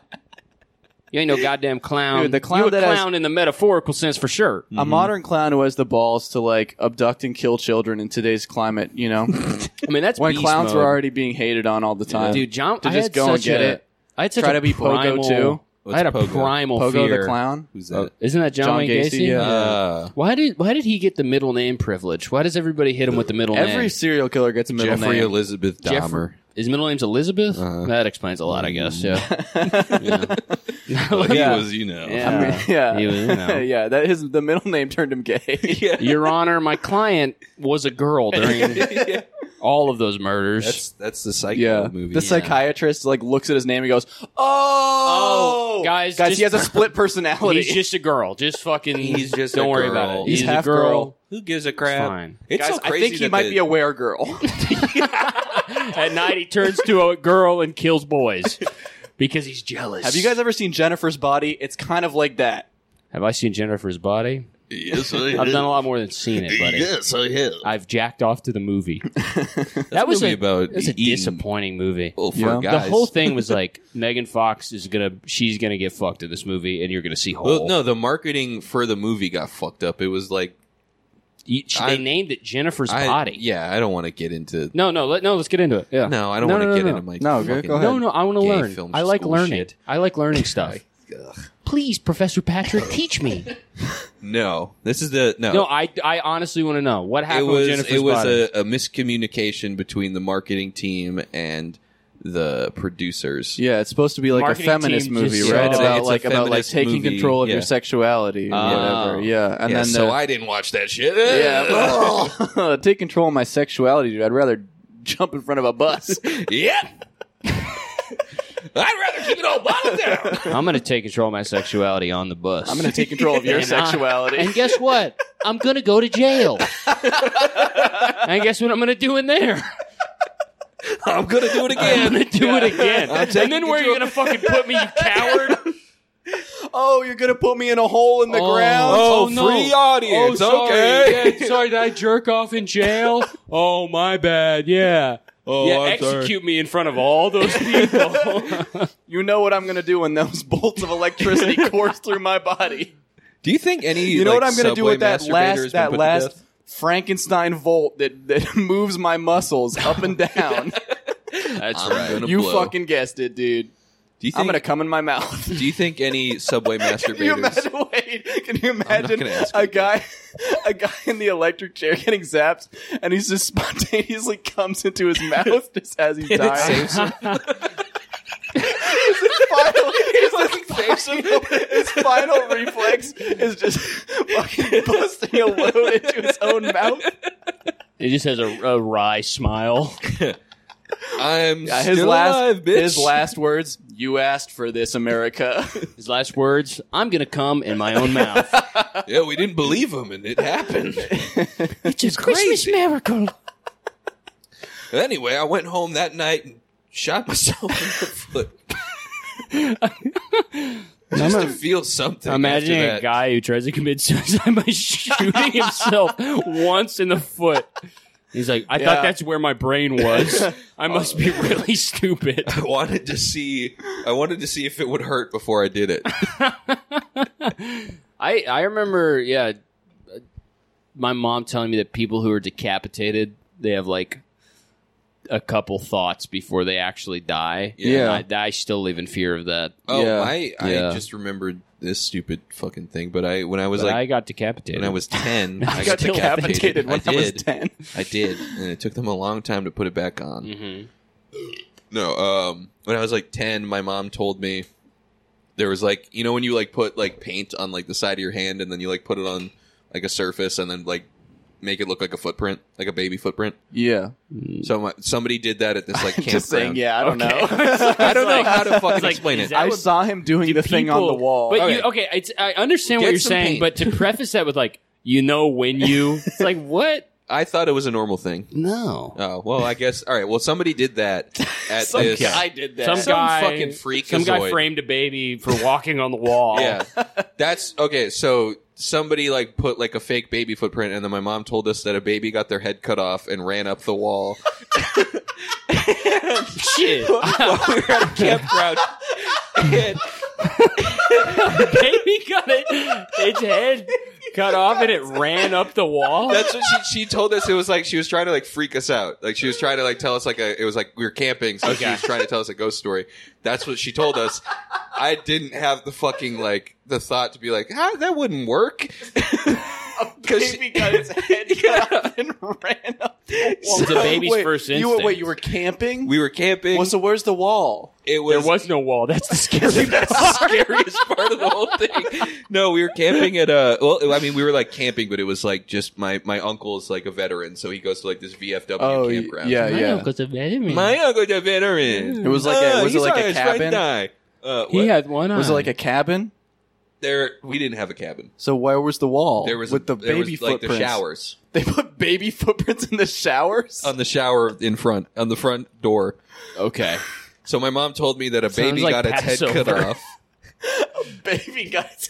Speaker 5: You ain't no goddamn clown.
Speaker 3: Dude, the clown
Speaker 5: you a
Speaker 3: that has-
Speaker 5: clown in the metaphorical sense for sure.
Speaker 3: a modern clown who has the balls to like abduct and kill children in today's climate, you know.
Speaker 5: I mean, that's
Speaker 3: when
Speaker 5: beast
Speaker 3: clowns
Speaker 5: mode.
Speaker 3: were already being hated on all the time.
Speaker 5: dude. John,
Speaker 3: to
Speaker 5: I
Speaker 3: just
Speaker 5: had
Speaker 3: go and
Speaker 5: such
Speaker 3: get
Speaker 5: a-
Speaker 3: it.
Speaker 5: I had such
Speaker 3: Try
Speaker 5: a
Speaker 3: to be Pogo,
Speaker 5: primal,
Speaker 3: too.
Speaker 5: I had a
Speaker 4: What's Pogo?
Speaker 5: primal
Speaker 3: Pogo
Speaker 5: fear.
Speaker 3: the clown.
Speaker 4: Who's
Speaker 5: Oh,
Speaker 4: that?
Speaker 5: isn't that John,
Speaker 3: John
Speaker 5: Wayne
Speaker 3: Gacy?
Speaker 5: Gacy?
Speaker 3: Yeah.
Speaker 4: Uh,
Speaker 5: Why did Why did he get the middle name privilege? Why does everybody hit him with the middle
Speaker 3: Every
Speaker 5: name?
Speaker 3: serial killer gets a middle
Speaker 4: Jeffrey
Speaker 3: name.
Speaker 4: Elizabeth
Speaker 5: Jeff-
Speaker 4: Dahmer.
Speaker 5: His middle name's Elizabeth.
Speaker 3: Uh-huh.
Speaker 5: That explains a lot, I guess. Yeah.
Speaker 4: He
Speaker 3: Yeah.
Speaker 4: was, you know.
Speaker 5: Yeah.
Speaker 3: yeah,
Speaker 5: He was, you know.
Speaker 3: yeah. That his the middle name turned him gay.
Speaker 5: Your Honor, my client was a girl during all of those murders.
Speaker 4: That's that's the psycho
Speaker 3: Yeah.
Speaker 4: movie.
Speaker 3: The psychiatrist like looks at his name and goes, "Oh,
Speaker 5: Oh, guys,
Speaker 3: guys,
Speaker 5: just-
Speaker 3: he has a split personality."
Speaker 5: He's just a girl. Just fucking.
Speaker 4: He's just
Speaker 5: Don't
Speaker 4: a
Speaker 5: worry
Speaker 4: girl.
Speaker 5: about it.
Speaker 3: He's
Speaker 5: a
Speaker 3: half girl.
Speaker 4: Who gives a crap?
Speaker 5: Fine.
Speaker 4: It's
Speaker 3: guys,
Speaker 4: so
Speaker 3: I
Speaker 4: crazy
Speaker 3: think he
Speaker 4: that
Speaker 3: might
Speaker 4: the-
Speaker 3: be a were girl.
Speaker 5: At night, he turns to a girl and kills boys because he's jealous.
Speaker 3: Have you guys ever seen Jennifer's Body? It's kind of like that.
Speaker 5: Have I seen Jennifer's body?
Speaker 4: Yes, I
Speaker 5: I've done a lot more than seen it, buddy.
Speaker 4: I have.
Speaker 5: I've jacked off to the movie. that was
Speaker 4: movie
Speaker 5: a,
Speaker 4: about
Speaker 5: that was a
Speaker 4: eating.
Speaker 5: disappointing movie.
Speaker 4: Well, Oh, for
Speaker 3: Yeah. The
Speaker 5: The
Speaker 4: guys.
Speaker 5: whole thing was like Megan Fox is gonna she's gonna get fucked in this movie, and you're gonna see
Speaker 4: Well,
Speaker 5: whole.
Speaker 4: no, the marketing for the movie got fucked up. It was like
Speaker 5: You- she-
Speaker 4: I-
Speaker 5: they named it Jennifer's
Speaker 4: I,
Speaker 5: body.
Speaker 4: Yeah, I don't want to get into.
Speaker 5: No, no, let, no. Let's get into it. Yeah.
Speaker 4: No, I don't
Speaker 5: No,
Speaker 4: want to
Speaker 5: no, no,
Speaker 4: get
Speaker 5: no.
Speaker 4: into my.
Speaker 3: No, go-
Speaker 4: fucking-
Speaker 3: go ahead.
Speaker 5: No, no, I want to
Speaker 4: Gay
Speaker 5: learn.
Speaker 4: films
Speaker 5: I like
Speaker 4: school
Speaker 5: learning.
Speaker 4: shit.
Speaker 5: I like learning stuff. Please, Professor Patrick, teach me.
Speaker 4: No, this is the no.
Speaker 5: No, I, I honestly want to know what
Speaker 4: it
Speaker 5: happened with
Speaker 4: was
Speaker 5: Jennifer's
Speaker 4: it was
Speaker 5: body.
Speaker 4: a, a miscommunication between the marketing team and the producers.
Speaker 3: Yeah, it's supposed to be like
Speaker 5: Marketing
Speaker 3: a feminist
Speaker 5: team
Speaker 3: movie,
Speaker 5: just-
Speaker 3: right?
Speaker 5: It's a-
Speaker 3: about
Speaker 4: it's a
Speaker 3: like about like
Speaker 4: feminist
Speaker 3: taking
Speaker 4: movie,
Speaker 3: control of
Speaker 4: yeah.
Speaker 3: your sexuality or
Speaker 4: Ah.
Speaker 3: whatever. Yeah, and
Speaker 4: Yeah,
Speaker 3: then
Speaker 4: so
Speaker 3: the,
Speaker 4: I didn't watch that shit.
Speaker 3: yeah, take control of my sexuality, dude. I'd rather jump in front of a bus.
Speaker 4: yeah. I'd rather keep it all bottled down.
Speaker 5: I'm going to take control of my sexuality on the bus.
Speaker 3: I'm gonna take control of your
Speaker 5: And I-
Speaker 3: sexuality.
Speaker 5: And guess what? I'm going to go to jail. and guess what I'm going to do in there?
Speaker 4: I'm gonna do it
Speaker 5: I'm
Speaker 4: again.
Speaker 5: going to do it again.
Speaker 4: I'm
Speaker 5: And
Speaker 4: taking
Speaker 5: then where are you going to fucking put me, you coward?
Speaker 3: oh, you're gonna put me in a hole in the
Speaker 5: Oh.
Speaker 3: ground. Oh,
Speaker 5: Oh,
Speaker 4: oh,
Speaker 5: no.
Speaker 4: free audience.
Speaker 5: sorry.
Speaker 4: okay.
Speaker 5: Yeah, sorry, did I jerk off in jail? Oh, my bad. Yeah.
Speaker 4: Oh,
Speaker 5: yeah,
Speaker 4: I'm sorry.
Speaker 5: execute me in front of all those people.
Speaker 3: You know what I'm gonna do when those bolts of electricity course through my body.
Speaker 4: Do you think any?
Speaker 3: You know
Speaker 4: like,
Speaker 3: what I'm gonna do with
Speaker 4: subway
Speaker 3: that
Speaker 4: masturbator
Speaker 3: last
Speaker 4: has been
Speaker 3: that
Speaker 4: put to
Speaker 3: last
Speaker 4: death?
Speaker 3: Frankenstein volt that that moves my muscles up and down.
Speaker 5: That's
Speaker 4: I'm gonna
Speaker 3: you
Speaker 4: blow.
Speaker 3: fucking guessed it, dude.
Speaker 4: Do you think?
Speaker 3: I'm gonna come in my mouth.
Speaker 4: do you think any subway
Speaker 3: Can you
Speaker 4: masturbators?
Speaker 3: imagine? Wait, can you imagine
Speaker 4: gonna ask
Speaker 3: a guy, a guy in the electric chair getting zapped, and he's just spontaneously comes into his mouth just as he's
Speaker 4: It
Speaker 3: dying.
Speaker 4: saves him.
Speaker 3: His final, his final reflex is just fucking busting a load into his own mouth.
Speaker 5: It just has a, a wry smile.
Speaker 4: I'm
Speaker 3: Uh, his
Speaker 4: still
Speaker 3: last,
Speaker 4: alive, bitch.
Speaker 3: his last words. You asked for this, America.
Speaker 5: His last words, I'm going to come in my own mouth.
Speaker 4: Yeah, we didn't believe him, and it happened.
Speaker 5: It's a Christmas miracle.
Speaker 4: anyway, I went home that night and shot myself in the foot just to feel something.
Speaker 5: Imagine
Speaker 4: after
Speaker 5: a
Speaker 4: that.
Speaker 5: guy who tries to commit suicide by shooting himself once in the foot. He's like, I
Speaker 3: Yeah.
Speaker 5: thought that's where my brain was. I must be really stupid.
Speaker 4: I wanted to see. I wanted to see if it would hurt before I did it.
Speaker 5: I I remember, yeah, uh, my mom telling me that people who are decapitated they have like a couple thoughts before they actually die.
Speaker 4: Yeah.
Speaker 5: And I, I still live in fear of that.
Speaker 4: Oh,
Speaker 3: Yeah.
Speaker 4: I I
Speaker 5: Yeah.
Speaker 4: just remembered this stupid fucking thing. But I when I was
Speaker 5: But
Speaker 4: like
Speaker 5: I got decapitated.
Speaker 4: when I was ten, I,
Speaker 5: I
Speaker 4: got
Speaker 5: got
Speaker 4: decapitated.
Speaker 3: when I,
Speaker 4: I
Speaker 3: was
Speaker 4: did.
Speaker 3: ten.
Speaker 4: I did, and it took them a long time to put it back on.
Speaker 5: Mhm.
Speaker 3: Mm-hmm.
Speaker 4: No, um, when I was like ten, my mom told me there was like you know when you like put like paint on like the side of your hand and then you like put it on like a surface and then like make it look like a footprint, like a baby footprint.
Speaker 3: Yeah,
Speaker 4: So my, somebody did that at this like campground.
Speaker 3: Mm. just saying. Yeah, I don't know.
Speaker 4: I don't know how to fucking
Speaker 5: like,
Speaker 4: explain it.
Speaker 5: is that
Speaker 3: I
Speaker 5: would-
Speaker 3: saw him doing the thing on the
Speaker 5: People-
Speaker 3: wall.
Speaker 5: But
Speaker 4: Okay.
Speaker 5: you okay, it's, I understand
Speaker 4: Get
Speaker 5: what you're
Speaker 4: some
Speaker 5: saying,
Speaker 4: paint.
Speaker 5: but to preface that with like, you know when you it's like what?
Speaker 4: I thought it was a normal thing.
Speaker 5: No.
Speaker 4: Oh well, I guess. All right. Well, somebody did that at
Speaker 3: Some
Speaker 4: this.
Speaker 3: guy did that.
Speaker 5: Some,
Speaker 4: Some
Speaker 5: guy
Speaker 4: fucking freakazoid.
Speaker 5: Some guy framed a baby for walking on the wall.
Speaker 4: Yeah, that's okay. So somebody like put like a fake baby footprint, and then my mom told us that a baby got their head cut off and ran up the wall.
Speaker 5: Shit.
Speaker 4: we were at a campground. And
Speaker 5: baby got it, its head cut off and it ran up the wall.
Speaker 4: that's what she she told us. It was like she was trying to like freak us out. Like she was trying to like tell us like a. It was like we were camping, so she
Speaker 5: Okay.
Speaker 4: was trying to tell us a ghost story. That's what she told us. I didn't have the fucking like the thought to be like, how that wouldn't work.
Speaker 3: a baby got his head cut off and ran up.
Speaker 5: It's a baby's
Speaker 3: wait,
Speaker 5: first
Speaker 3: You were, wait,
Speaker 5: instinct.
Speaker 3: you were camping?
Speaker 4: We were camping.
Speaker 3: well, so where's the wall?
Speaker 4: it
Speaker 5: There
Speaker 4: was,
Speaker 5: was no wall. That's the scary part.
Speaker 4: scariest part of the whole thing. No, we were camping at a. Well, I mean, we were like camping, but it was like just my my uncle is like a veteran, so he goes to like this VFW
Speaker 3: Oh, y-
Speaker 4: campground.
Speaker 3: yeah, yeah.
Speaker 5: a veteran.
Speaker 4: my uncle's a veteran.
Speaker 3: It was like a-
Speaker 4: Ah,
Speaker 3: was it
Speaker 4: he
Speaker 3: like
Speaker 4: saw
Speaker 3: a
Speaker 4: his friend
Speaker 3: cabin?
Speaker 4: die. Uh,
Speaker 5: he
Speaker 4: what?
Speaker 5: had one eye.
Speaker 3: Was it like a cabin?
Speaker 4: there. We didn't have a cabin.
Speaker 3: So where was the wall?
Speaker 4: There was
Speaker 3: with the
Speaker 4: a, there
Speaker 3: baby
Speaker 4: was, like the
Speaker 3: footprints.
Speaker 4: showers
Speaker 3: They put baby footprints in the showers.
Speaker 4: on the shower in front on the front door.
Speaker 3: okay,
Speaker 4: So my mom told me that a
Speaker 5: Sounds
Speaker 4: baby
Speaker 5: like
Speaker 4: got its head cut
Speaker 5: Passover.
Speaker 4: off.
Speaker 3: baby guys.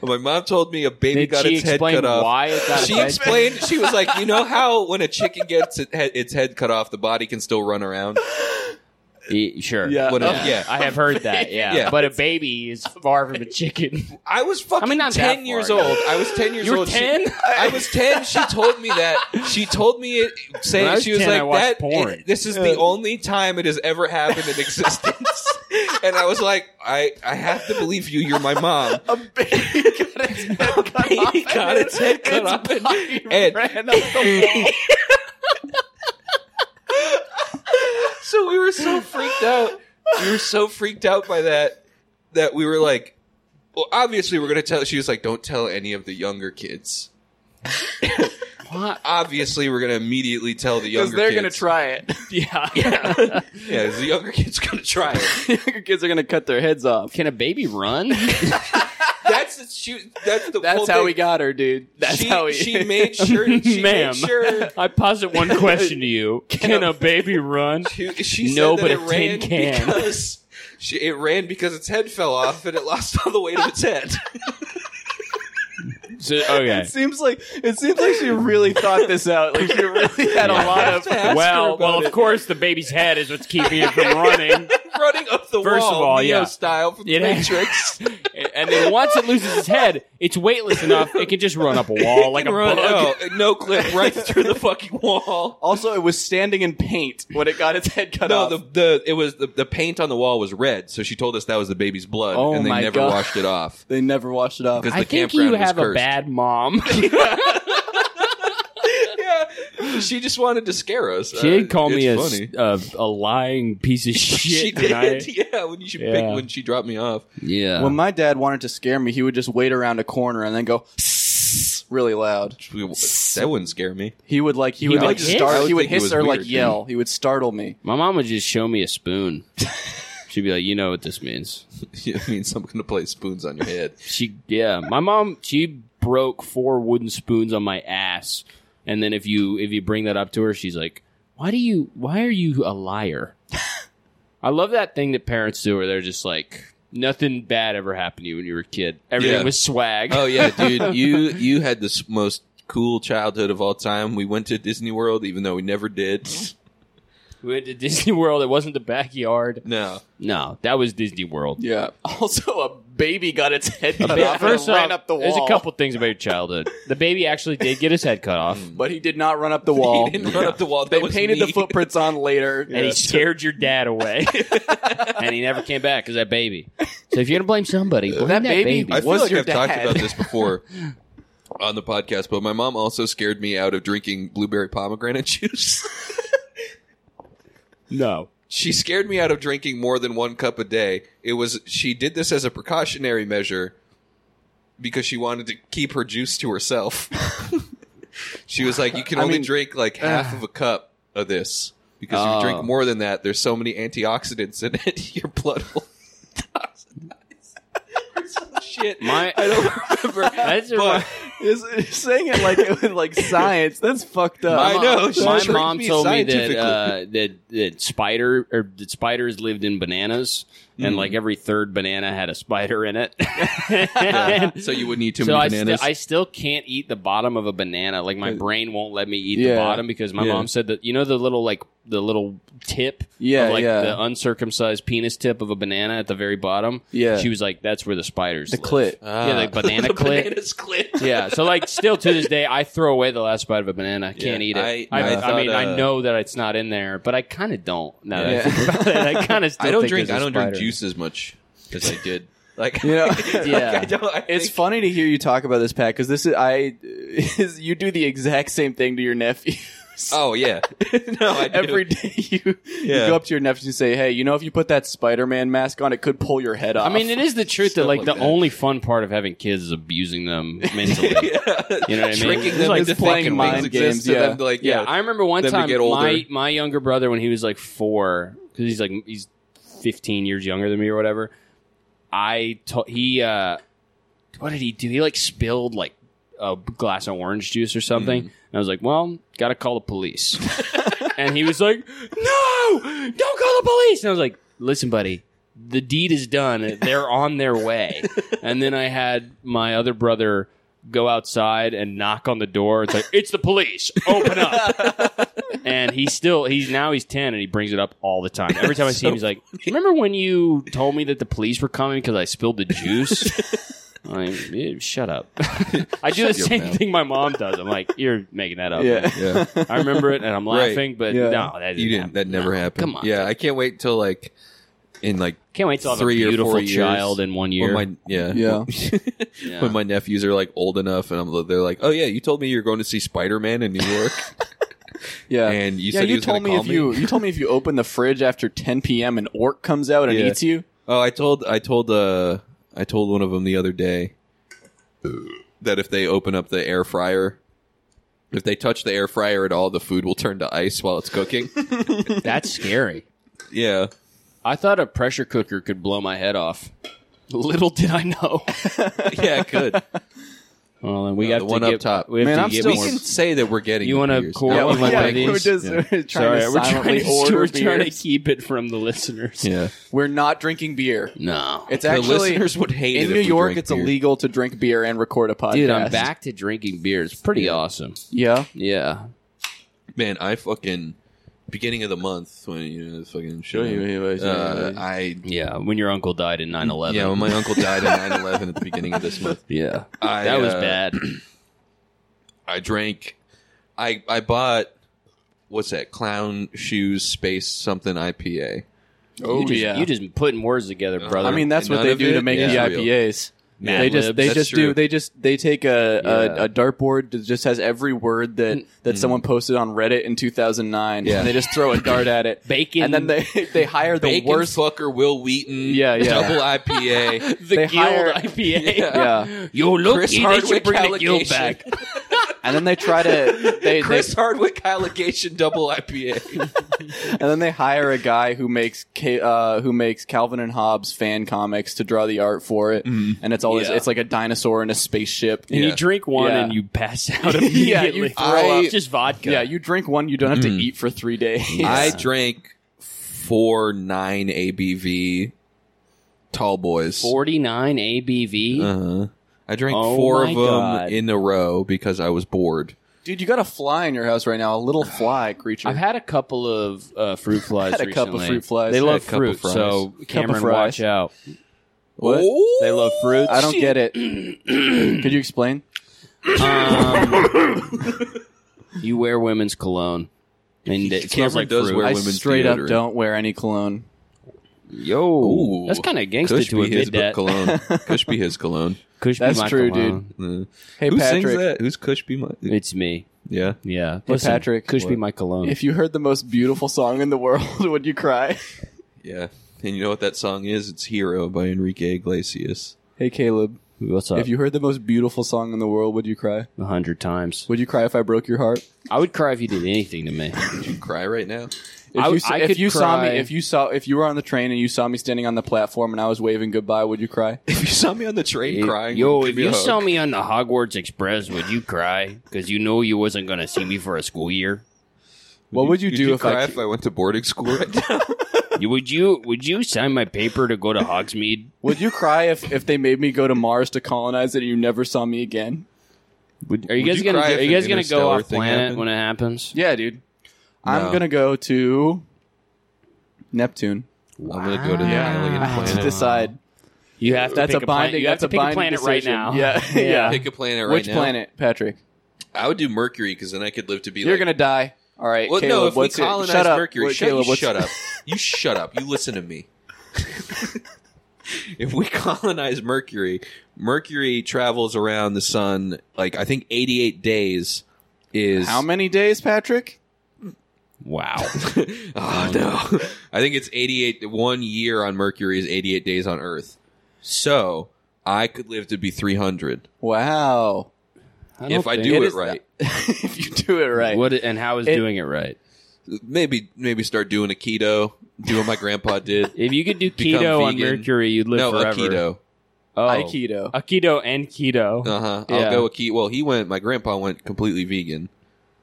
Speaker 4: My mom told me a baby
Speaker 5: Did
Speaker 4: got
Speaker 5: she
Speaker 4: its head
Speaker 5: explain
Speaker 4: cut off.
Speaker 5: why it got
Speaker 4: she
Speaker 5: its head-
Speaker 4: explained she was like you know how when a chicken gets it, he- its head cut off the body can still run around
Speaker 5: E- sure.
Speaker 3: Yeah.
Speaker 4: What a-
Speaker 5: Yeah.
Speaker 4: yeah.
Speaker 5: I have heard that. Yeah.
Speaker 4: Yeah.
Speaker 5: But a baby is far from a chicken.
Speaker 4: i was fucking
Speaker 5: I mean, not that
Speaker 4: 10
Speaker 5: far,
Speaker 4: years
Speaker 5: yeah.
Speaker 4: old i was 10 years
Speaker 5: You were
Speaker 4: old She-
Speaker 5: 10?
Speaker 4: i was 10 she told me that she told me it
Speaker 5: When I
Speaker 4: saying
Speaker 5: was
Speaker 4: she was
Speaker 5: 10, I
Speaker 4: like
Speaker 5: watched
Speaker 4: that
Speaker 5: porn.
Speaker 4: it- this is the only time it has ever happened in existence and i was like i i have to believe you you're my mom
Speaker 3: A baby got its head cut off.
Speaker 4: Baby got
Speaker 3: and
Speaker 4: its head cut
Speaker 3: its
Speaker 4: off and-
Speaker 3: body
Speaker 4: and-
Speaker 3: ran up the wall.
Speaker 4: so we were so freaked out. We were so freaked out by that that we were like, well, obviously we're gonna tell. She was like, don't tell any of the younger kids.
Speaker 5: What?
Speaker 4: Obviously, we're gonna immediately tell the younger
Speaker 3: Because they're
Speaker 4: kids.
Speaker 3: gonna try it.
Speaker 5: Yeah.
Speaker 4: Yeah, yeah, 'cause the younger kids gonna try it.
Speaker 3: Younger kids are gonna cut their heads off.
Speaker 5: Can a baby run?
Speaker 4: That's the she, That's the.
Speaker 3: That's
Speaker 4: whole
Speaker 3: how
Speaker 4: thing.
Speaker 3: we got her, dude. That's
Speaker 4: she,
Speaker 3: how we.
Speaker 4: she made sure. She
Speaker 5: Ma'am.
Speaker 4: made sure.
Speaker 5: I posit one question to you. Can,
Speaker 4: a-
Speaker 5: a baby run?
Speaker 4: She, she
Speaker 5: No,
Speaker 4: said
Speaker 5: but
Speaker 4: that
Speaker 5: a
Speaker 4: it ran
Speaker 5: tin can.
Speaker 4: because she, it ran because its head fell off and it lost all the weight of its head.
Speaker 5: So- okay.
Speaker 3: It seems like it seems like she really thought this out. Like she really had a lot of.
Speaker 4: ask her
Speaker 5: Well, well,
Speaker 4: about
Speaker 5: of course, the baby's head is what's keeping it from running.
Speaker 4: Running up the
Speaker 5: First
Speaker 4: wall,
Speaker 5: of all,
Speaker 4: Neo
Speaker 5: yeah.
Speaker 4: style from the
Speaker 5: It-
Speaker 4: Matrix.
Speaker 5: and then once it loses its head, it's weightless enough; it can just run up a wall like a
Speaker 4: run
Speaker 5: bug.
Speaker 4: out, no clip right through the fucking wall.
Speaker 3: Also, it was standing in paint when it got its head cut
Speaker 4: No,
Speaker 3: off.
Speaker 4: the, the it was the, the paint on the wall was red, so she told us that was the baby's blood,
Speaker 3: Oh
Speaker 4: and they
Speaker 3: my
Speaker 4: never
Speaker 3: God.
Speaker 4: washed it off
Speaker 3: they never washed it off.
Speaker 4: because
Speaker 5: I
Speaker 4: the
Speaker 5: think
Speaker 4: campground
Speaker 5: you
Speaker 4: was
Speaker 5: have a
Speaker 4: cursed.
Speaker 5: bad mom. she
Speaker 4: yeah, she just wanted to scare us. She
Speaker 5: did call me a,
Speaker 4: funny.
Speaker 5: a a lying piece of shit.
Speaker 4: she did,
Speaker 5: tonight.
Speaker 4: yeah. When you should pick
Speaker 5: Yeah.
Speaker 4: when she dropped me off,
Speaker 5: Yeah.
Speaker 3: When my dad wanted to scare me, he would just wait around a corner and then go really loud.
Speaker 4: that wouldn't scare me.
Speaker 3: He would like he,
Speaker 5: He
Speaker 3: would
Speaker 5: would
Speaker 3: like
Speaker 5: hiss?
Speaker 4: I
Speaker 3: start.
Speaker 4: would
Speaker 3: He would
Speaker 4: think it
Speaker 3: hiss
Speaker 4: was
Speaker 3: or like
Speaker 4: weird.
Speaker 3: yell. He would startle me.
Speaker 5: my mom would just show me a spoon. She'd be like, "You know what this means."
Speaker 4: I mean, someone gonna play spoons on your head.
Speaker 5: She, yeah, my mom, she broke four wooden spoons on my ass, and then if you if you bring that up to her, she's like, "Why do you? Why are you a liar?" I love that thing that parents do, where they're just like, "Nothing bad ever happened to you when you were a kid. Everything
Speaker 4: Yeah.
Speaker 5: was swag."
Speaker 4: Oh yeah, dude, you you had this most cool childhood of all time. We went to Disney World, even though we never did.
Speaker 5: We went to Disney World. It wasn't the backyard.
Speaker 4: No,
Speaker 5: No, that was Disney World.
Speaker 3: Yeah. Also, a baby got its head cut
Speaker 5: But
Speaker 3: off and ran up the wall.
Speaker 5: there's a couple things about your childhood. The baby actually did get his head cut off, and
Speaker 3: but he did not run up the wall.
Speaker 4: He didn't run up the wall. That
Speaker 3: They
Speaker 4: was
Speaker 3: painted
Speaker 4: me.
Speaker 3: the footprints on later.
Speaker 5: he scared your dad away, and he never came back because that baby. So if you're gonna blame somebody, blame that,
Speaker 3: That baby-
Speaker 5: baby.
Speaker 4: I feel
Speaker 3: was
Speaker 4: like
Speaker 3: your
Speaker 4: I've talked
Speaker 3: dad.
Speaker 4: about this before on the podcast, but my mom also scared me out of drinking blueberry pomegranate juice.
Speaker 5: No.
Speaker 4: she scared me out of drinking more than one cup a day. It was she did this as a precautionary measure because she wanted to keep her juice to herself. she was like, "You can
Speaker 3: I
Speaker 4: only
Speaker 3: mean, uh,
Speaker 4: drink like half of a cup of this because if you
Speaker 5: Oh.
Speaker 4: drink more than that, there's so many antioxidants in it, your blood will." detoxify." Some Shit,
Speaker 5: My-
Speaker 4: I don't remember.
Speaker 5: That's
Speaker 4: but-
Speaker 3: Is, is saying it like it was like science. That's fucked up.
Speaker 4: I know. she
Speaker 5: My
Speaker 4: tricked
Speaker 5: mom
Speaker 4: me
Speaker 5: told me that
Speaker 4: scientifically.
Speaker 5: uh, that that spider or that spiders lived in bananas, and
Speaker 4: Mm.
Speaker 5: like every third banana had a spider in it. And
Speaker 4: so you wouldn't eat too
Speaker 5: so
Speaker 4: many
Speaker 5: I, sti-
Speaker 4: bananas. Uh,
Speaker 5: I still can't eat the bottom of a banana. Like my brain won't let me eat the
Speaker 3: Yeah.
Speaker 5: bottom because my
Speaker 4: Yeah.
Speaker 5: mom said that you know the little like the little tip, of,
Speaker 3: Yeah,
Speaker 5: like
Speaker 3: yeah.
Speaker 5: the uncircumcised penis tip of a banana at the very bottom.
Speaker 3: Yeah.
Speaker 5: she was like, that's where the spiders,
Speaker 3: The
Speaker 5: live."
Speaker 3: clit.
Speaker 4: Ah.
Speaker 5: yeah, the banana clit.
Speaker 4: Bananas clit.
Speaker 5: Yeah, so like, still to this day, I throw away the last bite of a banana. I can't
Speaker 4: Yeah,
Speaker 5: eat it.
Speaker 4: I-
Speaker 5: I, I,
Speaker 4: I
Speaker 5: mean,
Speaker 4: thought,
Speaker 5: I
Speaker 4: uh,
Speaker 5: know that it's not in there, but I kind of don't. Now that
Speaker 4: Yeah.
Speaker 5: I think about it, I kind of still.
Speaker 4: I don't
Speaker 5: think
Speaker 4: drink.
Speaker 5: there's
Speaker 4: I
Speaker 5: a
Speaker 4: don't drink
Speaker 5: spider.
Speaker 4: juice as much as I did. Like,
Speaker 3: You know?
Speaker 5: Yeah.
Speaker 4: I don't. I
Speaker 3: It's
Speaker 4: think-
Speaker 3: funny to hear you talk about this, Pat, because this is I. Is, you do the exact same thing to your nephew. dollars.
Speaker 4: Oh yeah, no, I do.
Speaker 3: Every day you, you
Speaker 4: Yeah.
Speaker 3: go up to your nephew and say, "Hey, you know, if you put that Spider-Man mask on, it could pull your head
Speaker 5: I
Speaker 3: off."
Speaker 5: mean, it is the truth that
Speaker 4: Stuff
Speaker 5: like,
Speaker 4: like
Speaker 5: the
Speaker 4: that.
Speaker 5: only fun part of having kids is abusing them mentally. You know what I mean?
Speaker 4: tricking
Speaker 5: It's
Speaker 4: them
Speaker 5: like
Speaker 4: into
Speaker 3: playing
Speaker 4: thinking
Speaker 3: mind
Speaker 4: things
Speaker 3: games,
Speaker 4: exist, and
Speaker 3: yeah.
Speaker 4: then, like
Speaker 5: yeah,
Speaker 4: yeah,
Speaker 5: I remember one
Speaker 4: Them to
Speaker 5: time
Speaker 4: get older.
Speaker 5: my my younger brother when he was like four because he's like he's fifteen years younger than me or whatever. I to- he uh, what did he do? He like spilled like a glass of orange juice or something.
Speaker 4: Mm-hmm.
Speaker 5: And I was like, well, gotta call the police. and he was like, no, don't call the police. And I was like, listen, buddy. The deed is done. They're on their way. and then I had my other brother go outside and knock on the door. It's like, it's the police. Open up. and he still he's now he's 10 and he brings it up all the time. Every time I see him he's like, "Remember when you told me that the police were coming cuz I spilled the juice?" I'm like, "Eh, shut up. I do
Speaker 4: your
Speaker 5: the same
Speaker 4: mouth.
Speaker 5: thing my mom does. I'm like, you're making that up.
Speaker 3: yeah.
Speaker 4: yeah.
Speaker 5: I remember it and I'm
Speaker 4: Right.
Speaker 5: laughing, but
Speaker 3: Yeah.
Speaker 5: no, that didn't
Speaker 4: you didn't.
Speaker 5: happen.
Speaker 4: That never
Speaker 5: No,
Speaker 4: happened.
Speaker 5: Come on.
Speaker 4: Yeah, I can't wait till like in like
Speaker 5: Can't wait till I have
Speaker 4: three
Speaker 5: a
Speaker 4: or
Speaker 5: beautiful
Speaker 4: four years
Speaker 5: child in one year.
Speaker 4: when my yeah
Speaker 3: Yeah.
Speaker 5: Yeah.
Speaker 4: when my nephews are like old enough and I'm, they're like, oh yeah, you told me you're going to see Spider Man in New York,
Speaker 3: Yeah.
Speaker 4: and you
Speaker 3: yeah,
Speaker 4: said
Speaker 3: you
Speaker 4: he was
Speaker 3: told
Speaker 4: going to
Speaker 3: me
Speaker 4: call
Speaker 3: if you you told me if you open the fridge after 10 p.m. an orc comes out and
Speaker 4: Yeah.
Speaker 3: eats you.
Speaker 4: Oh, I told I told uh I told one of them the other day that if they open up the air fryer, if they touch the air fryer at all, the food will turn to ice while it's cooking.
Speaker 5: That's scary.
Speaker 4: yeah,
Speaker 5: I thought a pressure cooker could blow my head off. Little did I know.
Speaker 4: yeah, it could.
Speaker 5: Well, then we
Speaker 4: Yeah,
Speaker 5: have
Speaker 4: the
Speaker 5: to
Speaker 4: Uh, one
Speaker 5: get,
Speaker 4: up top.
Speaker 5: We have
Speaker 3: Man,
Speaker 5: to
Speaker 3: I'm
Speaker 5: get
Speaker 3: still-
Speaker 4: We
Speaker 5: more.
Speaker 4: can say that we're getting.
Speaker 5: You
Speaker 4: want
Speaker 5: wanna call
Speaker 3: Yeah,
Speaker 5: Well, one of
Speaker 3: yeah,
Speaker 5: these-
Speaker 3: we're just trying
Speaker 5: Sorry,
Speaker 3: to
Speaker 5: we're trying
Speaker 3: silently
Speaker 5: to,
Speaker 3: order
Speaker 5: we're trying to
Speaker 3: beers.
Speaker 5: keep it from the listeners.
Speaker 4: Yeah,
Speaker 3: We're not drinking beer.
Speaker 5: No,
Speaker 3: It's
Speaker 4: the
Speaker 3: actually
Speaker 4: listeners would hate it
Speaker 3: in
Speaker 4: if
Speaker 3: New
Speaker 4: we
Speaker 3: York.
Speaker 4: drank
Speaker 3: It's
Speaker 4: beer.
Speaker 3: illegal to drink beer and record a podcast.
Speaker 5: dude, I'm back to drinking beer. It's pretty awesome.
Speaker 3: Yeah,
Speaker 5: Yeah,
Speaker 4: Man, I fucking beginning of the month when you know fucking show
Speaker 3: Yeah, yeah, yeah,
Speaker 4: you.
Speaker 3: yeah,
Speaker 4: Uh,
Speaker 3: yeah.
Speaker 4: I
Speaker 5: yeah. When your uncle died in 9-11.
Speaker 4: yeah, when my uncle died in 9-11 at the beginning of this month.
Speaker 5: yeah,
Speaker 4: I,
Speaker 5: that was
Speaker 4: uh,
Speaker 5: bad.
Speaker 4: I drank. I I bought what's that? Clown shoes space something IPA.
Speaker 3: Oh,
Speaker 5: you just,
Speaker 3: yeah.
Speaker 5: You just putting words together,
Speaker 4: Uh,
Speaker 5: brother.
Speaker 3: I mean that's what
Speaker 4: None
Speaker 3: they
Speaker 4: of
Speaker 3: do to
Speaker 4: it
Speaker 3: make
Speaker 4: is
Speaker 3: the
Speaker 4: real.
Speaker 3: IPAs.
Speaker 5: Mad
Speaker 3: they just
Speaker 5: Libs.
Speaker 3: they
Speaker 4: That's
Speaker 3: just do
Speaker 4: true.
Speaker 3: they just they take a
Speaker 5: Yeah.
Speaker 3: a, a dartboard that just has every word
Speaker 5: Mm.
Speaker 3: that that someone posted on Reddit in 2009,
Speaker 4: Mm. Yeah.
Speaker 3: and they just throw a dart at it.
Speaker 5: Bacon-
Speaker 3: and then they they hire the
Speaker 4: Bacon
Speaker 3: worst.
Speaker 4: fucker Will Wheaton.
Speaker 3: Yeah, yeah.
Speaker 4: Double IPA.
Speaker 5: the
Speaker 3: they
Speaker 5: Guild
Speaker 3: hire-
Speaker 5: IPA.
Speaker 3: yeah,
Speaker 5: Yo, look,
Speaker 4: Chris
Speaker 5: they should
Speaker 4: Hardwick
Speaker 5: bring the Guild
Speaker 4: allegation.
Speaker 5: back.
Speaker 3: and then they try to they, they
Speaker 4: Chris Hardwick allegation double IPA.
Speaker 3: and then they hire a guy who makes Ca- uh, who makes Calvin and Hobbes fan comics to draw the art for it,
Speaker 4: Mm-hmm.
Speaker 3: and it's always
Speaker 5: Yeah.
Speaker 3: it's like a dinosaur and a spaceship.
Speaker 5: And
Speaker 4: Yeah.
Speaker 5: you drink one
Speaker 3: Yeah.
Speaker 5: and you pass out immediately.
Speaker 3: Yeah, you throw
Speaker 4: up.
Speaker 5: It's just vodka.
Speaker 3: Yeah, you drink one, you don't have to eat for three days.
Speaker 4: I drank four nine ABV tall boys.
Speaker 5: 49 ABV.
Speaker 4: Uh-huh. I drank
Speaker 5: Oh
Speaker 4: four
Speaker 5: my
Speaker 4: of them
Speaker 5: God.
Speaker 4: in a row because I was bored.
Speaker 3: Dude, you got a fly in your house right now, a little fly creature.
Speaker 5: I've had a couple of uh, fruit flies.
Speaker 3: Had a couple
Speaker 5: recently.
Speaker 3: fruit flies.
Speaker 5: They
Speaker 3: Had
Speaker 5: love
Speaker 4: a couple
Speaker 5: fruit,
Speaker 4: fries.
Speaker 5: so Cameron,
Speaker 3: fries.
Speaker 5: watch out.
Speaker 3: What?
Speaker 4: Oh!
Speaker 5: They love fruits.
Speaker 3: I don't get it. Could you explain?
Speaker 5: Um, You wear women's cologne, and
Speaker 4: Cameron
Speaker 5: it smells like
Speaker 4: does
Speaker 5: fruit.
Speaker 4: wear
Speaker 3: I
Speaker 4: women's
Speaker 3: straight up
Speaker 4: deodorant.
Speaker 3: don't wear any cologne.
Speaker 5: Yo,
Speaker 4: Ooh.
Speaker 5: that's kind of gangster
Speaker 4: Kush
Speaker 5: to
Speaker 4: be his
Speaker 5: admit that.
Speaker 4: cologne. Kush be his cologne.
Speaker 5: Kush be
Speaker 3: That's
Speaker 5: my
Speaker 3: true,
Speaker 5: cologne.
Speaker 4: Uh,
Speaker 3: Hey
Speaker 4: Who
Speaker 3: Patrick,
Speaker 4: sings that? Who's Kush be my?
Speaker 5: It's me.
Speaker 4: Yeah.
Speaker 5: Yeah,
Speaker 3: Hey, Patrick.
Speaker 5: Kush be
Speaker 4: What?
Speaker 5: my cologne.
Speaker 3: if you heard the most beautiful song in the world, would you cry?
Speaker 4: Yeah. And you know what that song is? It's Hero by Enrique Iglesias.
Speaker 3: Hey Caleb,
Speaker 5: What's up?
Speaker 3: if you heard the most beautiful song in the world, would you cry?
Speaker 5: a hundred times,
Speaker 3: Would you cry if I broke your heart?
Speaker 5: I would cry if you did anything to me.
Speaker 4: You cry right now?
Speaker 3: If
Speaker 5: I-
Speaker 3: you, s-
Speaker 5: I
Speaker 3: if
Speaker 5: could
Speaker 3: you saw me,
Speaker 5: cry.
Speaker 3: if you saw, if you were on the train and you saw me standing on the platform and I was waving goodbye, would you cry?
Speaker 4: If you saw me on the train crying,
Speaker 5: Yo,
Speaker 4: give
Speaker 5: if
Speaker 4: me a
Speaker 5: you
Speaker 4: hug.
Speaker 5: saw me on the Hogwarts Express, would you cry? Because you know you wasn't gonna see me for a school year.
Speaker 3: What would you
Speaker 4: Would
Speaker 3: do
Speaker 4: you
Speaker 3: if
Speaker 4: cry
Speaker 3: I?
Speaker 4: if I went to boarding school right now?
Speaker 5: You, would you? Would you sign my paper to go to Hogsmeade?
Speaker 3: Would you cry if if they made me go to Mars to colonize it and you never saw me again?
Speaker 5: Are you
Speaker 4: Would
Speaker 5: guys
Speaker 4: you
Speaker 5: gonna
Speaker 4: cry
Speaker 5: are
Speaker 4: if
Speaker 5: you
Speaker 4: an
Speaker 5: guys gonna go
Speaker 4: interstellar
Speaker 5: off
Speaker 4: thing
Speaker 5: planet
Speaker 4: happened?
Speaker 5: when it happens?
Speaker 3: Yeah, dude. I'm
Speaker 4: No.
Speaker 3: gonna go to Neptune
Speaker 4: I'm gonna go to the alien
Speaker 3: to
Speaker 4: planet.
Speaker 3: decide.
Speaker 5: You have to
Speaker 3: That's
Speaker 5: pick
Speaker 3: a binding.
Speaker 5: plan- you
Speaker 3: that's
Speaker 5: have to pick
Speaker 3: binding
Speaker 5: a planet
Speaker 3: decision.
Speaker 5: right now.
Speaker 3: Yeah, yeah.
Speaker 4: Pick a planet right
Speaker 3: Which
Speaker 4: now.
Speaker 3: planet, Patrick?
Speaker 4: I would do Mercury because then I could live to be
Speaker 3: You're
Speaker 4: like.
Speaker 3: gonna die. All right,
Speaker 4: well,
Speaker 3: Caleb.
Speaker 4: no, if we
Speaker 3: what's your-
Speaker 4: colonize
Speaker 3: shut up,
Speaker 4: Mercury,
Speaker 3: What-
Speaker 4: shut,
Speaker 3: Caleb,
Speaker 4: you
Speaker 3: what's-
Speaker 4: shut up. You shut up. You listen to me. if we colonize Mercury, Mercury travels around the sun like I think 88 days is
Speaker 3: How many days, Patrick?
Speaker 5: Wow.
Speaker 4: Oh no! I think it's eighty-eight. One year on Mercury is eighty-eight days on Earth. So I could live to be three hundred
Speaker 3: Wow.
Speaker 4: if I
Speaker 5: think-
Speaker 4: do
Speaker 3: It
Speaker 4: it,
Speaker 3: is
Speaker 4: right.
Speaker 3: if you do it right.
Speaker 5: What and how is
Speaker 3: It-
Speaker 5: doing it right?
Speaker 4: Maybe maybe start doing a keto. Do what my grandpa did.
Speaker 5: If you could do
Speaker 4: Become
Speaker 5: keto on
Speaker 4: vegan.
Speaker 5: Mercury, you'd live
Speaker 4: no,
Speaker 5: forever.
Speaker 4: a keto.
Speaker 5: Oh.
Speaker 3: Aikido.
Speaker 5: A keto and keto.
Speaker 4: Uh huh.
Speaker 5: Yeah.
Speaker 4: I'll go a keto. Well, he went. My grandpa went completely vegan.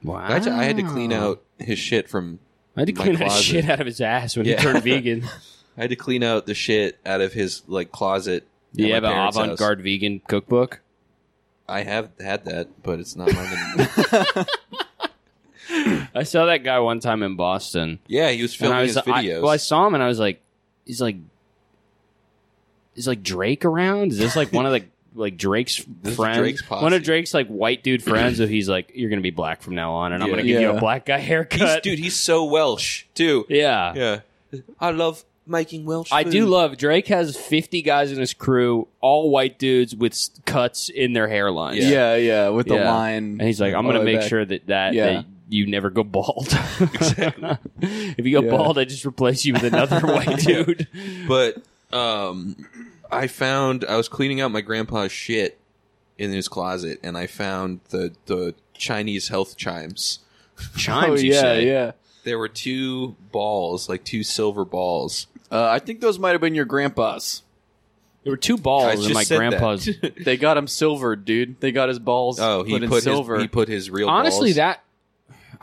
Speaker 5: Wow.
Speaker 4: I, had to- I had to clean out his shit from.
Speaker 5: I had to
Speaker 4: my
Speaker 5: clean out
Speaker 4: closet.
Speaker 5: shit out of his ass when he
Speaker 4: Yeah.
Speaker 5: turned vegan.
Speaker 4: I had to clean out the shit out of his like closet.
Speaker 5: Do you
Speaker 4: at
Speaker 5: have
Speaker 4: my
Speaker 5: an
Speaker 4: parents' house.
Speaker 5: avant-garde vegan cookbook?
Speaker 4: I have had that, but it's not mine anymore.
Speaker 5: I saw that guy one time in Boston.
Speaker 4: yeah, he was
Speaker 5: And
Speaker 4: filming
Speaker 5: I was,
Speaker 4: his videos.
Speaker 5: I, well, I saw him and I was like, he's like, is like Drake around? Is this like one of the like Drake's
Speaker 4: This is
Speaker 5: friends?
Speaker 4: Drake's posse.
Speaker 5: one of Drake's like white dude friends. If he's like, you're gonna be black from now on, and I'm
Speaker 4: Yeah.
Speaker 5: gonna give you
Speaker 3: Yeah.
Speaker 5: a black guy
Speaker 4: He's,
Speaker 5: haircut,
Speaker 4: dude, he's so Welsh too.
Speaker 5: Yeah.
Speaker 4: Yeah, I love making Welsh.
Speaker 5: I do
Speaker 4: food.
Speaker 5: love Drake has 50 guys in his crew, all white dudes with s- cuts in their hairlines.
Speaker 3: Yeah,
Speaker 4: Yeah.
Speaker 3: yeah, with the
Speaker 5: Yeah.
Speaker 3: line.
Speaker 5: And he's like, I'm going
Speaker 3: all
Speaker 5: to
Speaker 3: the way
Speaker 5: make
Speaker 3: back.
Speaker 5: sure that that,
Speaker 3: Oh, Yeah.
Speaker 5: that you never go bald. exactly. if you go
Speaker 3: Yeah.
Speaker 5: bald, I just replace you with another white dude.
Speaker 4: But um, I found I was cleaning out my grandpa's shit in his closet, and I found the the Chinese health chimes.
Speaker 3: Oh
Speaker 5: Chimes, you
Speaker 3: yeah,
Speaker 5: say.
Speaker 3: yeah.
Speaker 4: There were two balls, like two silver balls.
Speaker 3: Uh, I think those might have been your grandpa's.
Speaker 5: There were two
Speaker 4: I
Speaker 5: balls in
Speaker 4: just
Speaker 5: my
Speaker 4: said that.
Speaker 5: grandpa's.
Speaker 3: They got him silvered, dude. They got his balls.
Speaker 4: Oh, he
Speaker 3: put
Speaker 4: put,
Speaker 3: in
Speaker 4: his
Speaker 3: silver.
Speaker 4: he put his real.
Speaker 5: Honestly,
Speaker 4: balls.
Speaker 5: that.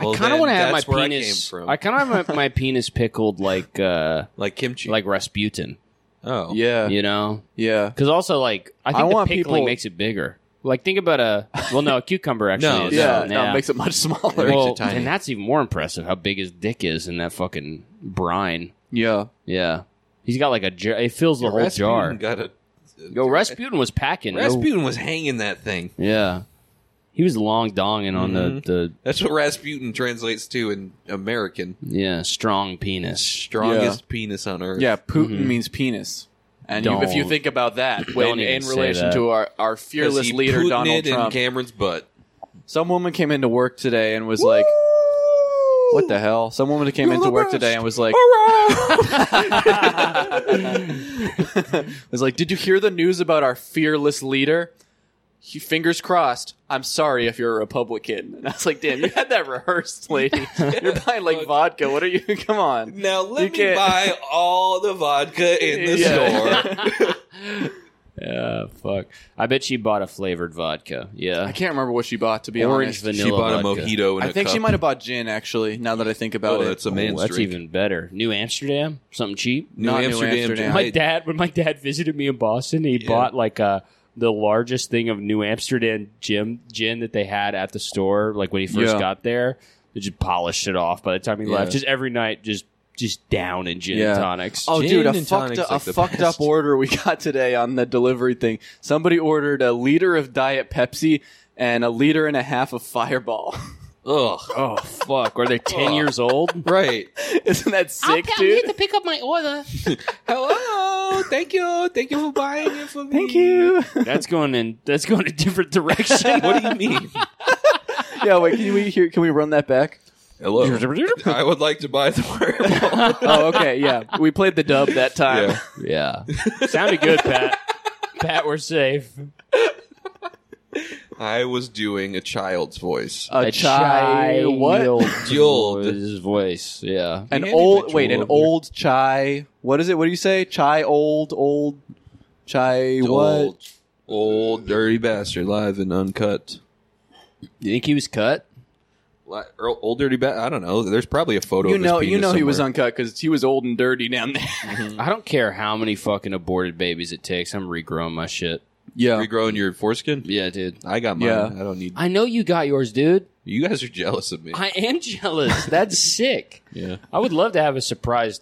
Speaker 4: Well,
Speaker 5: I kind of
Speaker 4: then
Speaker 5: want to have my
Speaker 4: that's where I
Speaker 5: penis.
Speaker 4: came from.
Speaker 5: I kind of have my, my penis pickled like uh,
Speaker 4: like kimchi,
Speaker 5: like Rasputin,
Speaker 4: oh
Speaker 3: yeah, yeah,
Speaker 5: you know? Because also, like, I
Speaker 3: I
Speaker 5: think the
Speaker 3: want
Speaker 5: pickling
Speaker 3: people-
Speaker 5: makes it bigger. Like, think about a well, no, a cucumber actually.
Speaker 4: No,
Speaker 5: is,
Speaker 3: yeah.
Speaker 5: uh,
Speaker 3: No, it makes it much smaller.
Speaker 4: makes it
Speaker 5: well,
Speaker 4: tiny.
Speaker 5: and that's even more impressive. How big his dick is in that fucking brine.
Speaker 3: yeah,
Speaker 5: Yeah, he's got like a. Jar, it fills the whole
Speaker 4: Rasputin
Speaker 5: jar.
Speaker 4: Got a
Speaker 5: Yo, Rasputin was packing. yo.
Speaker 4: Rasputin was hanging that thing.
Speaker 5: Yeah, he was long donging on the the
Speaker 4: That's what Rasputin translates to in American.
Speaker 5: yeah strong penis.
Speaker 4: Strongest penis on earth.
Speaker 3: yeah. Putin means penis, and you, if you
Speaker 5: Mm-hmm. Don't-
Speaker 3: think about that, when,
Speaker 5: Don't even
Speaker 3: in
Speaker 5: say
Speaker 3: relation
Speaker 5: that.
Speaker 3: to our our
Speaker 4: 'Cause
Speaker 3: fearless
Speaker 4: he
Speaker 3: leader
Speaker 4: Putin'd
Speaker 3: Donald
Speaker 4: it in
Speaker 3: Trump,
Speaker 4: Cameron's butt.
Speaker 3: some woman came into work today and was like, "What the hell?" Some woman came into work today and was like, was like, "Did you hear the news about our fearless leader?" He, fingers crossed. I'm sorry if you're a Republican. And I was like, "Damn, you had that rehearsed, lady. You're buying like vodka. What are you? Come on."
Speaker 4: Now let
Speaker 3: You
Speaker 4: me
Speaker 3: can't-
Speaker 4: buy all the vodka in the
Speaker 3: Yeah.
Speaker 4: store.
Speaker 5: Yeah, fuck. I bet she bought a flavored vodka. Yeah,
Speaker 3: I can't remember what she bought. To be
Speaker 5: orange
Speaker 3: honest,
Speaker 5: vanilla.
Speaker 4: she bought
Speaker 5: vodka.
Speaker 4: a mojito. In
Speaker 3: I
Speaker 4: a
Speaker 3: think she
Speaker 4: cup.
Speaker 3: might have bought gin. Actually, now that I think about
Speaker 4: Oh,
Speaker 3: it,
Speaker 4: that's a
Speaker 5: Oh,
Speaker 4: man's
Speaker 5: that's
Speaker 4: drink.
Speaker 5: even better. New Amsterdam, something cheap.
Speaker 4: New
Speaker 3: Not New
Speaker 4: Amsterdam.
Speaker 3: Amsterdam.
Speaker 4: gin.
Speaker 5: my dad when my dad visited me in Boston, he bought like a the largest thing of New Amsterdam gin gin that they had at the store. Like when he first
Speaker 3: Yeah.
Speaker 5: got there, they just polished it off. By the time he
Speaker 4: Yeah.
Speaker 5: left, just every night, just just down in gin
Speaker 3: Yeah.
Speaker 5: and tonics.
Speaker 3: Oh,
Speaker 4: Gin
Speaker 3: dude, a
Speaker 4: and
Speaker 3: fucked
Speaker 4: tonic's
Speaker 3: up,
Speaker 4: like
Speaker 3: a
Speaker 4: the
Speaker 3: fucked up
Speaker 4: best.
Speaker 3: order we got today on the delivery thing. Somebody ordered a liter of Diet Pepsi and a liter and a half of Fireball.
Speaker 4: Ugh.
Speaker 5: oh fuck! Are they ten years old?
Speaker 4: Right.
Speaker 3: Isn't that sick, dude?
Speaker 5: pick up my order.
Speaker 4: Hello. Thank you. Thank you for buying it for me.
Speaker 3: Thank you.
Speaker 5: That's going in. That's going a different direction. what do you mean?
Speaker 3: yeah, wait. Can we hear? Can we run that back?
Speaker 4: Hello. I would like to buy the fireball.
Speaker 3: Oh, okay. Yeah, we played the dub that time.
Speaker 4: Yeah.
Speaker 5: Yeah, sounded good, Pat. Pat, we're safe.
Speaker 4: I was doing a child's voice.
Speaker 3: A, chai, what?
Speaker 4: Jilled.
Speaker 5: His voice, yeah.
Speaker 3: An
Speaker 4: Yeah,
Speaker 3: old
Speaker 4: individual
Speaker 3: wait, an
Speaker 4: over.
Speaker 3: old chai. What is it? What do you say? Chai old old chai what?
Speaker 4: Old, old dirty bastard, live and uncut.
Speaker 5: You think he was cut?
Speaker 4: Li- or Old dirty bastard. I don't know. There's probably a photo.
Speaker 3: You
Speaker 4: of his
Speaker 3: know, you
Speaker 4: penis
Speaker 3: know he was
Speaker 4: somewhere.
Speaker 3: uncut because he was old and dirty down there.
Speaker 5: I don't care how many fucking aborted babies it takes. I'm regrowing my shit.
Speaker 3: yeah,
Speaker 4: regrowing your foreskin.
Speaker 5: Yeah, dude.
Speaker 4: I got mine.
Speaker 3: Yeah.
Speaker 4: I don't need.
Speaker 5: I know you got yours, dude.
Speaker 4: You guys are jealous of me.
Speaker 5: I am jealous. That's sick.
Speaker 4: yeah.
Speaker 5: I would love to have a surprise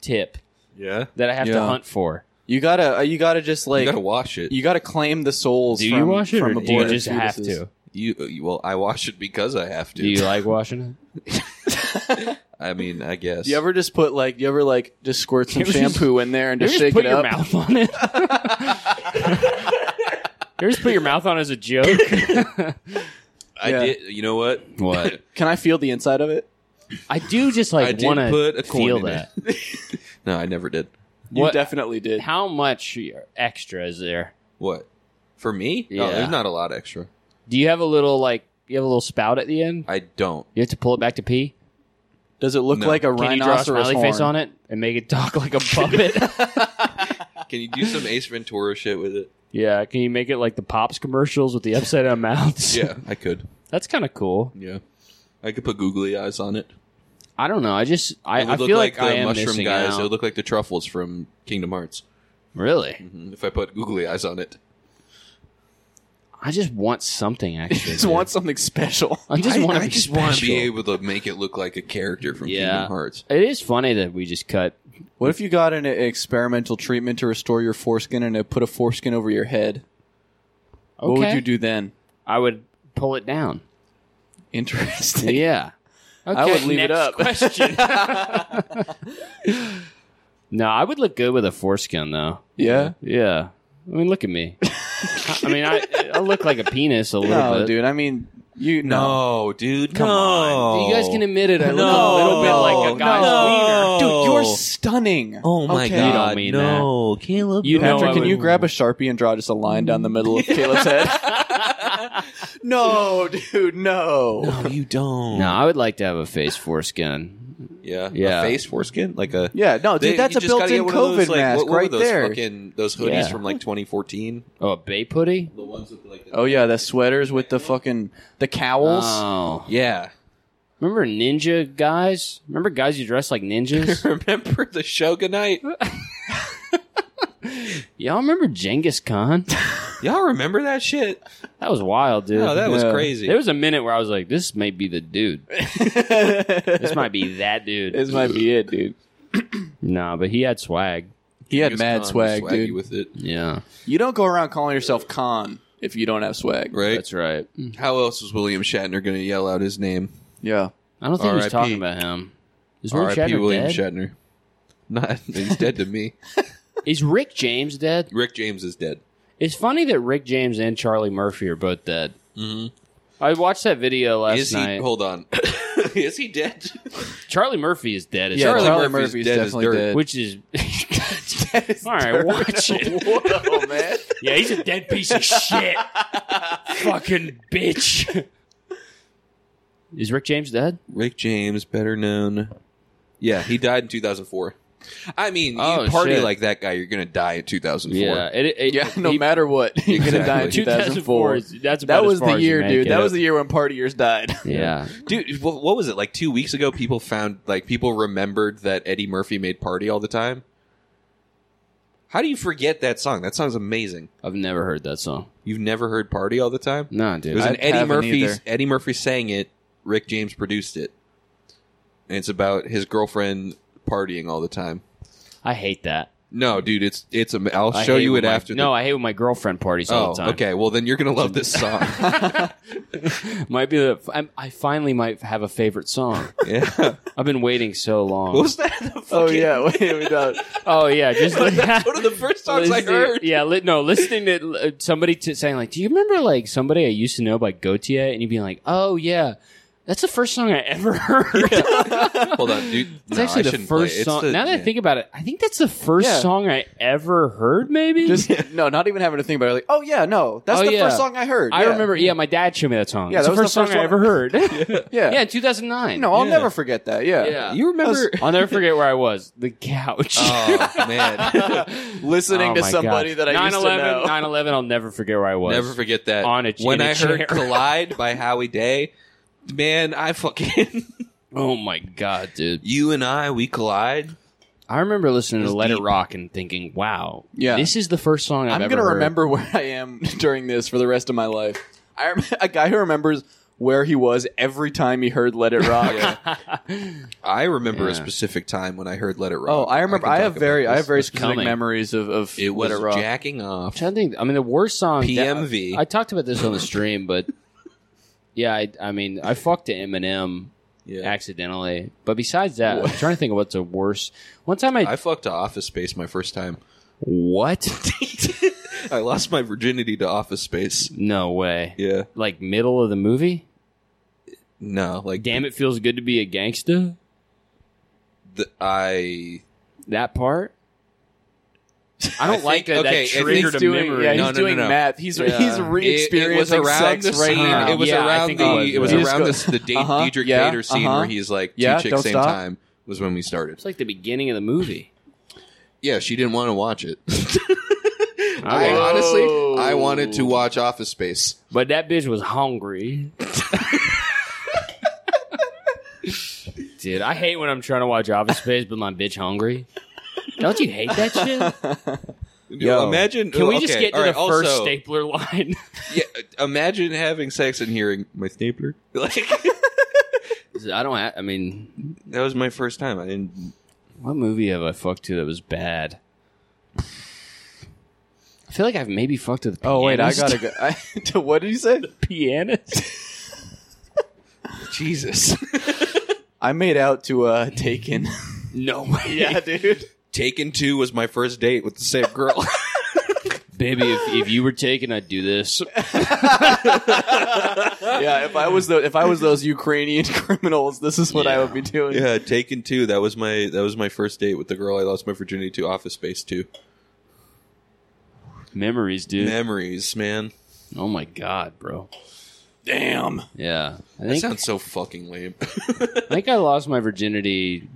Speaker 5: tip
Speaker 4: Yeah.
Speaker 5: that I have to
Speaker 3: Yeah.
Speaker 5: hunt for.
Speaker 3: you gotta uh, you gotta just like
Speaker 4: you gotta wash it.
Speaker 3: you gotta claim the souls.
Speaker 5: Do
Speaker 3: from,
Speaker 5: you wash it,
Speaker 3: from
Speaker 5: or do you
Speaker 3: aborted
Speaker 5: just have
Speaker 3: fetuses.
Speaker 5: to?
Speaker 4: You, you- well, I wash it because I have to.
Speaker 5: Do you like washing
Speaker 4: I mean, I guess.
Speaker 3: Do you ever just put like? Do you ever like just squirt some
Speaker 5: Just-
Speaker 3: shampoo in there and
Speaker 5: it? You
Speaker 3: just shake
Speaker 5: just put
Speaker 3: it
Speaker 5: your
Speaker 3: up?
Speaker 5: mouth on it. You just put your mouth on it as a joke.
Speaker 4: I
Speaker 3: Yeah.
Speaker 4: did. You know what?
Speaker 5: What?
Speaker 3: Can I feel the inside of it?
Speaker 5: I do just
Speaker 4: I
Speaker 5: like
Speaker 4: did
Speaker 5: want
Speaker 4: put
Speaker 5: to
Speaker 4: a coin
Speaker 5: feel
Speaker 4: in
Speaker 5: that.
Speaker 4: No, I never did.
Speaker 3: You
Speaker 5: What-
Speaker 3: definitely did.
Speaker 5: How much extra is there?
Speaker 4: What? For me? No,
Speaker 5: Yeah.
Speaker 4: Oh, there's not a lot extra.
Speaker 5: Do you have a little like you have a little spout at the end?
Speaker 4: I don't.
Speaker 5: You have to pull it back to pee.
Speaker 3: Does it look
Speaker 4: No.
Speaker 3: like a
Speaker 5: Can you draw a
Speaker 3: rhinoceros
Speaker 5: smiley
Speaker 3: horn?
Speaker 5: face on it and make it talk like a puppet?
Speaker 4: Can you do some Ace Ventura shit with it?
Speaker 5: yeah, can you make it like the pops commercials with the upside down mouths?
Speaker 4: Yeah, I could.
Speaker 5: that's kind of cool.
Speaker 4: Yeah, I could put googly eyes on it.
Speaker 5: I don't know. I just I,
Speaker 4: It would
Speaker 5: I
Speaker 4: look
Speaker 5: feel like,
Speaker 4: the
Speaker 5: I am
Speaker 4: mushroom
Speaker 5: missing
Speaker 4: guys. It
Speaker 5: out.
Speaker 4: would look like the truffles from Kingdom Hearts.
Speaker 5: really,
Speaker 4: Mhm, If I put googly eyes on it,
Speaker 5: I just want something actually.
Speaker 3: You just
Speaker 5: dude.
Speaker 3: want something special.
Speaker 5: I just want to
Speaker 4: I
Speaker 5: be
Speaker 4: just want to
Speaker 5: special.
Speaker 4: be able to make it look like a character from
Speaker 5: yeah,
Speaker 4: Kingdom Hearts.
Speaker 5: it is funny that we just cut.
Speaker 3: What if you got an experimental treatment to restore your foreskin and it put a foreskin over your head? What would
Speaker 5: Okay.
Speaker 3: you do then?
Speaker 5: I would pull it down.
Speaker 3: Interesting.
Speaker 5: Yeah.
Speaker 3: I would leave it
Speaker 5: next
Speaker 3: up.
Speaker 5: Question. no, I would look good with a foreskin though.
Speaker 3: Yeah.
Speaker 5: Yeah. I mean, look at me. I mean, I, I look like a penis a little
Speaker 3: No,
Speaker 5: bit.
Speaker 3: dude. I mean, you no.
Speaker 4: No, dude, come on.
Speaker 5: You guys can admit it. I look
Speaker 4: No,
Speaker 5: a little bit like a guy's
Speaker 4: no.
Speaker 5: wiener.
Speaker 3: Dude, you're stunning.
Speaker 4: Oh my
Speaker 3: Okay.
Speaker 4: god,
Speaker 5: You don't mean
Speaker 4: no, Caleb.
Speaker 5: You know
Speaker 3: Patrick,
Speaker 5: I
Speaker 3: can
Speaker 5: would-
Speaker 3: you grab a sharpie and draw just a line down the middle of Caleb's head? no, dude, no.
Speaker 4: no, you don't.
Speaker 5: No, I would like to have a face foreskin.
Speaker 4: Yeah, a
Speaker 5: Yeah.
Speaker 4: face foreskin, like a
Speaker 3: Yeah, no, dude,
Speaker 4: They-
Speaker 3: that's
Speaker 4: you
Speaker 3: a
Speaker 4: just gotta
Speaker 3: built-in
Speaker 4: get one of
Speaker 3: COVID
Speaker 4: those, like,
Speaker 3: mask
Speaker 4: what, what were
Speaker 3: right
Speaker 4: those
Speaker 3: there.
Speaker 4: Fucking, those hoodies
Speaker 5: Yeah.
Speaker 4: from like 2014.
Speaker 5: Oh, a bay putty?
Speaker 4: The ones with like. The,
Speaker 3: Oh yeah, the sweaters with the fucking the cowls.
Speaker 5: Oh.
Speaker 4: yeah.
Speaker 5: Remember ninja guys? Remember guys who dress like ninjas?
Speaker 4: Remember the Shogunite?
Speaker 5: Y'all remember Genghis Khan?
Speaker 4: Y'all remember that shit?
Speaker 5: That was wild, dude.
Speaker 4: No, that was
Speaker 3: Yeah.
Speaker 4: crazy.
Speaker 5: There was a minute where I was like, this may be the dude. this might be that dude.
Speaker 3: this might be it, dude.
Speaker 5: Nah, but he had swag.
Speaker 3: He had mad
Speaker 4: Khan was
Speaker 3: swag,
Speaker 4: swaggy
Speaker 3: dude.
Speaker 4: With it,
Speaker 5: Yeah.
Speaker 3: You don't go around calling yourself Khan if you don't have swag.
Speaker 4: right?
Speaker 5: That's right.
Speaker 4: How else was William Shatner going to yell out his name?
Speaker 3: Yeah.
Speaker 5: I don't think he was
Speaker 4: RIP.
Speaker 5: talking about him. Is Rick
Speaker 4: R.I.P.
Speaker 5: Shatner
Speaker 4: William
Speaker 5: dead?
Speaker 4: Shatner. Not he's dead to me.
Speaker 5: Is Rick James dead?
Speaker 4: Rick James is dead.
Speaker 5: It's funny that Rick James and Charlie Murphy are both dead. Mm-hmm. I watched that video last
Speaker 4: is
Speaker 5: night.
Speaker 4: he? Hold on. is he dead?
Speaker 5: Charlie Murphy is dead. as
Speaker 3: Yeah,
Speaker 5: Charlie,
Speaker 4: Charlie
Speaker 3: Charlie
Speaker 4: Murphy's
Speaker 3: Murphy's
Speaker 4: dead as
Speaker 3: definitely
Speaker 4: dirt.
Speaker 3: dead.
Speaker 5: which is all right. Watch it.
Speaker 3: Whoa, man.
Speaker 5: Yeah, he's a dead piece of shit. Fucking bitch. Is Rick James dead?
Speaker 4: Rick James, better known. Yeah, he died in 2004. I mean,
Speaker 5: Oh,
Speaker 4: you party
Speaker 5: shit.
Speaker 4: like that guy, you're going to die in 2004.
Speaker 5: It, it-
Speaker 3: Yeah, no
Speaker 5: he-
Speaker 3: matter what, you're gonna die in
Speaker 5: 2004
Speaker 3: 2004.
Speaker 5: is- that's about
Speaker 3: that
Speaker 5: as
Speaker 3: was
Speaker 5: far
Speaker 3: the
Speaker 5: as you
Speaker 3: year,
Speaker 5: make
Speaker 3: dude.
Speaker 5: it
Speaker 3: That
Speaker 5: up.
Speaker 3: was the year when partiers died.
Speaker 5: Yeah.
Speaker 4: Dude, what, what was it? Like two weeks ago, people found, like, people remembered that Eddie Murphy made Party all the time. How do you forget that song? That song's amazing.
Speaker 5: I've never heard that song.
Speaker 4: You've never heard Party all the time?
Speaker 5: No, dude.
Speaker 4: It was
Speaker 5: I-
Speaker 4: an Eddie
Speaker 3: haven't
Speaker 4: Murphy's.
Speaker 3: either.
Speaker 4: Eddie Murphy sang it. Rick James produced it. And it's about his girlfriend partying all the time.
Speaker 5: I hate that.
Speaker 4: No, dude, it's it's. am- I'll
Speaker 5: I
Speaker 4: show
Speaker 5: hate
Speaker 4: you
Speaker 5: when
Speaker 4: it
Speaker 5: my-
Speaker 4: after.
Speaker 5: No, I hate when my girlfriend parties
Speaker 4: the,
Speaker 5: all
Speaker 4: oh,
Speaker 5: the time.
Speaker 4: okay. Well, then you're gonna love this song.
Speaker 5: Might be the I'm, I finally might have a favorite song.
Speaker 4: yeah.
Speaker 5: I've been waiting so long.
Speaker 4: What was that? The
Speaker 3: oh
Speaker 4: fucking-
Speaker 3: yeah, wait, we don't.
Speaker 5: oh yeah, just like
Speaker 4: One of the first songs I
Speaker 5: listening-
Speaker 4: heard.
Speaker 5: Yeah, li- no, listening to uh, somebody t- saying like, "Do you remember like somebody I used to know by Gautier?" And you'd be like, "Oh yeah, that's the first song I ever heard."
Speaker 4: Hold on, dude.
Speaker 5: It's
Speaker 4: No, I
Speaker 5: actually the
Speaker 4: shouldn't play it.
Speaker 5: first
Speaker 4: It's
Speaker 5: song.
Speaker 4: the-
Speaker 5: now that I
Speaker 4: yeah.
Speaker 5: think about it, I think that's the first
Speaker 3: Yeah.
Speaker 5: song I ever heard. Maybe
Speaker 3: Just no, not even having to think about it. Like, oh yeah, no, that's
Speaker 5: Oh,
Speaker 3: the
Speaker 5: yeah.
Speaker 3: first song I heard.
Speaker 5: I
Speaker 3: Yeah.
Speaker 5: remember. Yeah, my dad showed me that song.
Speaker 3: Yeah,
Speaker 5: it's
Speaker 3: that
Speaker 5: the
Speaker 3: was
Speaker 5: first
Speaker 3: the
Speaker 5: song
Speaker 3: first
Speaker 5: I
Speaker 3: one-
Speaker 5: ever heard. yeah,
Speaker 3: Yeah,
Speaker 5: in 2009.
Speaker 3: no, I'll
Speaker 4: Yeah.
Speaker 3: never forget that. Yeah,
Speaker 5: Yeah.
Speaker 4: you remember.
Speaker 5: I'll never forget where I was. The couch.
Speaker 4: oh man,
Speaker 3: listening
Speaker 5: Oh,
Speaker 3: to
Speaker 5: my
Speaker 3: somebody
Speaker 5: God.
Speaker 3: that I used to
Speaker 5: 9/11,
Speaker 3: know.
Speaker 5: 9/11, I'll never forget where I was.
Speaker 4: never forget that.
Speaker 5: On a-
Speaker 4: when
Speaker 5: in a
Speaker 4: I
Speaker 5: chair.
Speaker 4: heard "Collide" by Howie Day, man, I fucking
Speaker 5: Oh my god, dude!
Speaker 4: you and I we collide.
Speaker 5: I remember listening to
Speaker 4: was
Speaker 5: Let It
Speaker 4: deep.
Speaker 5: Rock and thinking, "Wow,
Speaker 3: Yeah.
Speaker 5: this is the first song I've
Speaker 3: I'm
Speaker 5: ever
Speaker 3: gonna
Speaker 5: heard."
Speaker 3: remember where I am during this for the rest of my life. I rem- a guy who remembers where he was every time he heard "Let It Rock."
Speaker 4: I remember
Speaker 5: Yeah.
Speaker 4: a specific time when I heard "Let It Rock."
Speaker 3: Oh, I remember.
Speaker 4: can
Speaker 3: I,
Speaker 4: talk
Speaker 3: have
Speaker 4: about
Speaker 3: very, I
Speaker 4: this.
Speaker 3: have very
Speaker 5: It's
Speaker 3: specific
Speaker 5: coming.
Speaker 3: memories of of
Speaker 4: It was
Speaker 3: "Let It Rock."
Speaker 4: jacking off.
Speaker 5: I'm trying to think. I mean, the worst song.
Speaker 4: PMV.
Speaker 5: I, I talked about this on the stream, but yeah, I, I mean, I fucked to Eminem
Speaker 4: Yeah.
Speaker 5: accidentally. But besides that, I'm trying to think of what's the worst. One time I,
Speaker 4: I fucked to Office Space my first time.
Speaker 5: what?
Speaker 4: I lost my virginity to Office Space.
Speaker 5: no way.
Speaker 4: Yeah.
Speaker 5: Like middle of the movie.
Speaker 4: No, like
Speaker 5: Damn, it feels good to be a gangsta.
Speaker 4: th- I
Speaker 5: That part. I don't
Speaker 4: I
Speaker 5: like
Speaker 4: think-
Speaker 5: that.
Speaker 4: okay,
Speaker 5: Okay,
Speaker 4: if he's
Speaker 5: that triggered
Speaker 3: He's
Speaker 5: a
Speaker 3: doing,
Speaker 5: memory.
Speaker 3: yeah, he's
Speaker 4: No, no, no,
Speaker 3: doing
Speaker 4: no.
Speaker 3: math. He's he's
Speaker 4: It- it was
Speaker 3: re-experiencing
Speaker 4: around
Speaker 3: sex
Speaker 4: the
Speaker 3: right
Speaker 4: scene.
Speaker 3: now.
Speaker 4: It was
Speaker 5: Yeah, I
Speaker 4: around
Speaker 5: think
Speaker 4: the
Speaker 5: it
Speaker 4: it
Speaker 5: was
Speaker 4: was,
Speaker 3: that.
Speaker 4: around
Speaker 3: You
Speaker 4: this,
Speaker 3: just
Speaker 4: the date,
Speaker 3: uh-huh,
Speaker 4: Diedrich
Speaker 3: yeah,
Speaker 4: Bader scene
Speaker 3: uh-huh.
Speaker 4: where he's like two
Speaker 3: Yeah,
Speaker 4: chicks
Speaker 3: don't
Speaker 4: same
Speaker 3: stop.
Speaker 4: time was when we started.
Speaker 5: It's like the beginning of the movie.
Speaker 4: Yeah, she didn't want to watch it. I
Speaker 5: I-
Speaker 4: honestly, I wanted to watch Office Space.
Speaker 5: but that bitch was hungry. Dude, I hate when I'm trying to watch Office Space, but my bitch hungry. Don't you hate that shit?
Speaker 4: Yo, imagine.
Speaker 5: Can we just
Speaker 4: okay,
Speaker 5: get to
Speaker 4: all right,
Speaker 5: the first
Speaker 4: also,
Speaker 5: stapler line?
Speaker 4: Yeah, imagine having sex and hearing my stapler. Like
Speaker 5: I don't. Ha- I mean,
Speaker 4: that was my first time. I didn't.
Speaker 5: what movie have I fucked to that was bad? I feel like I've maybe fucked to the.
Speaker 3: Oh wait, I
Speaker 5: Pianist.
Speaker 3: gotta go. I, to, what did you say?
Speaker 5: pianist.
Speaker 4: Jesus.
Speaker 3: I made out to uh Taken.
Speaker 5: No way,
Speaker 3: dude.
Speaker 4: Taken two was my first date with the same girl.
Speaker 5: baby. If, if you were taken, I'd do this.
Speaker 3: Yeah, if I was the if I was those Ukrainian criminals, this is what I would be doing.
Speaker 4: yeah, Taken two. That was my that was my first date with the girl I lost my virginity to. Office Space two.
Speaker 5: Memories, dude.
Speaker 4: Memories, man.
Speaker 5: oh my god, bro.
Speaker 3: Damn.
Speaker 5: Yeah, I
Speaker 4: That
Speaker 5: think
Speaker 4: sounds so fucking lame.
Speaker 5: I think I lost my virginity.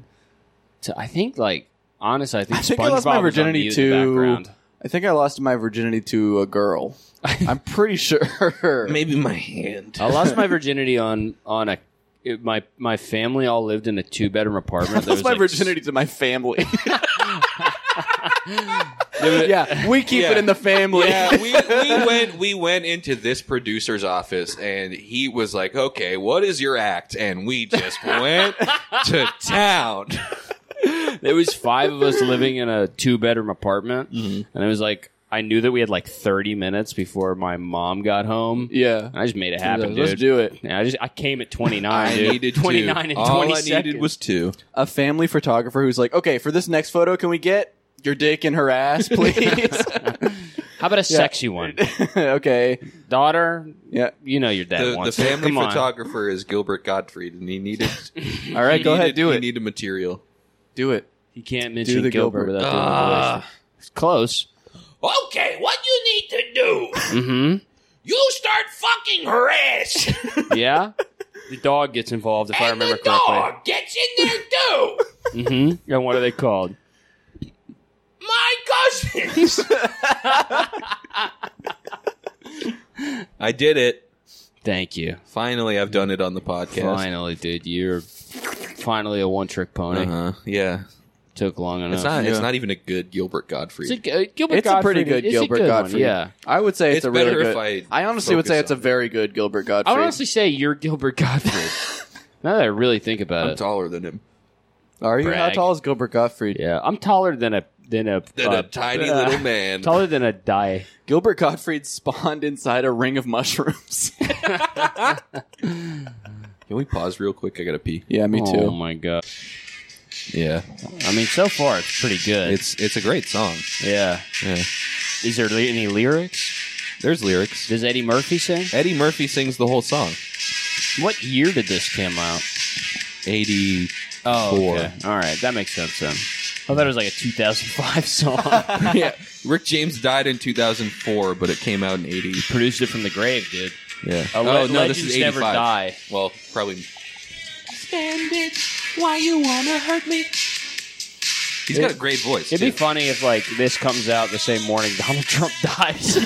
Speaker 5: To I think like honestly, I think
Speaker 3: I think I lost
Speaker 5: SpongeBob was
Speaker 3: my
Speaker 5: on
Speaker 3: virginity
Speaker 5: mute in the
Speaker 3: to.
Speaker 5: background.
Speaker 3: I think I lost my virginity to a girl. I'm pretty sure.
Speaker 4: Maybe my hand.
Speaker 5: I lost my virginity on on a. it- my my family all lived in a two bedroom apartment.
Speaker 3: I
Speaker 5: There was,
Speaker 3: lost my
Speaker 5: like,
Speaker 3: virginity to my family. yeah, we keep it in the family.
Speaker 4: Yeah, we, we went we went into this producer's office and he was like, "Okay, what is your act?" And we just went to town.
Speaker 5: There was five of us living in a two bedroom apartment,
Speaker 3: Mm-hmm.
Speaker 5: and it was like I knew that we had like thirty minutes before my mom got home.
Speaker 3: yeah.
Speaker 5: And I just made it happen,
Speaker 3: Let's
Speaker 5: dude.
Speaker 3: do it.
Speaker 5: Yeah, I just I came at twenty nine.
Speaker 4: I
Speaker 5: dude.
Speaker 4: needed
Speaker 5: twenty
Speaker 4: two.
Speaker 5: nine and
Speaker 4: All
Speaker 5: twenty
Speaker 4: I
Speaker 5: seconds.
Speaker 4: needed was two.
Speaker 3: a family photographer who's like, okay, for this next photo, can we get your dick in her ass, please?
Speaker 5: How about a sexy one,
Speaker 3: okay.
Speaker 5: daughter?
Speaker 3: Yeah.
Speaker 5: You know your dad
Speaker 4: The, the
Speaker 5: wants it.
Speaker 4: family
Speaker 5: Come on.
Speaker 4: photographer is Gilbert Gottfried, and he needed.
Speaker 3: All right, go ahead. Do
Speaker 4: he
Speaker 3: it.
Speaker 4: needed material.
Speaker 3: do it.
Speaker 5: He can't mention
Speaker 3: the
Speaker 5: Gilbert,
Speaker 3: Gilbert.
Speaker 5: without doing
Speaker 4: Ah.
Speaker 5: the voice. It's close.
Speaker 2: Okay, what you need to do?
Speaker 5: Mm-hmm.
Speaker 2: You start fucking her ass.
Speaker 5: Yeah. The dog gets involved if I
Speaker 2: and
Speaker 5: remember
Speaker 2: the
Speaker 5: correctly.
Speaker 2: dog gets in there too.
Speaker 5: Mm-hmm. And what are they called?
Speaker 2: My cousins.
Speaker 4: I did it.
Speaker 5: Thank you.
Speaker 4: Finally, I've done it on the podcast.
Speaker 5: Finally, dude. You're finally a one trick pony.
Speaker 4: Uh-huh. Yeah,
Speaker 5: Took long enough.
Speaker 4: it's not. It's
Speaker 3: Yeah.
Speaker 4: not even a good Gilbert Gottfried.
Speaker 5: It's a, g- uh, Gilbert
Speaker 3: It's a pretty
Speaker 5: Gottfried-
Speaker 3: good
Speaker 5: it's
Speaker 3: Gilbert
Speaker 5: good one,
Speaker 3: Godfrey.
Speaker 5: Yeah.
Speaker 3: I would say it's,
Speaker 4: It's
Speaker 3: a really
Speaker 4: better
Speaker 3: good.
Speaker 4: if I
Speaker 3: I honestly would
Speaker 4: focus
Speaker 3: say it's a
Speaker 4: on
Speaker 3: very good Gilbert
Speaker 5: I
Speaker 3: Godfrey.
Speaker 5: would honestly say you're Gilbert Gottfried. now that I really think about
Speaker 4: I'm
Speaker 5: it.
Speaker 4: taller than him.
Speaker 3: Are you? How
Speaker 5: brag.
Speaker 3: tall is Gilbert Gottfried?
Speaker 5: yeah. I'm taller than a than a,
Speaker 4: Than
Speaker 5: uh,
Speaker 4: a tiny little man.
Speaker 5: taller than a die.
Speaker 3: Gilbert Gottfried spawned inside a ring of mushrooms.
Speaker 4: Can we pause real quick? I gotta pee.
Speaker 3: yeah, me
Speaker 5: Oh
Speaker 3: too.
Speaker 5: my god.
Speaker 4: Yeah,
Speaker 5: I mean, so far it's pretty good.
Speaker 4: it's it's a great song.
Speaker 5: yeah.
Speaker 4: Yeah.
Speaker 5: Is there li- any lyrics?
Speaker 4: There's lyrics.
Speaker 5: Does Eddie Murphy sing?
Speaker 4: Eddie Murphy sings the whole song.
Speaker 5: Oh, What year did this come out?
Speaker 4: 80.
Speaker 5: Oh,
Speaker 4: okay.
Speaker 5: All right, that makes sense then. I thought it was like a 2005 song.
Speaker 4: yeah. Rick James died in 2004, but it came out in 80.
Speaker 5: Produced it from the grave, dude.
Speaker 4: Yeah.
Speaker 5: Oh,
Speaker 4: oh, no,
Speaker 5: legends
Speaker 4: this is 85.
Speaker 5: never die.
Speaker 4: Well, probably.
Speaker 2: Stand it. Why you wanna hurt me?
Speaker 4: He's got a great voice.
Speaker 5: It'd be
Speaker 4: too.
Speaker 5: funny if like this comes out the same morning Donald Trump dies.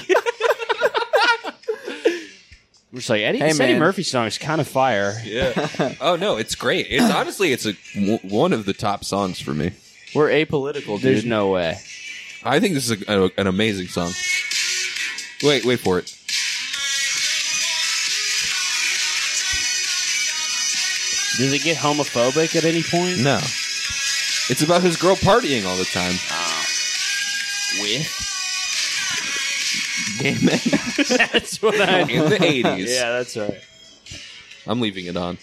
Speaker 5: We're just like Eddie.
Speaker 3: Hey,
Speaker 5: this Eddie
Speaker 3: man.
Speaker 5: Murphy song is kind of fire.
Speaker 4: Yeah. Oh no, it's great. It's honestly, it's a w- one of the top songs for me.
Speaker 3: We're apolitical,
Speaker 5: There's
Speaker 3: dude.
Speaker 5: no way.
Speaker 4: I think this is a, a- an amazing song. Wait, wait for it.
Speaker 5: Does it get homophobic at any point?
Speaker 4: No, it's about his girl partying all the time.
Speaker 5: With?
Speaker 4: Gay men
Speaker 5: That's what I.
Speaker 4: in the eighties.
Speaker 5: yeah, that's right.
Speaker 4: I'm leaving it on.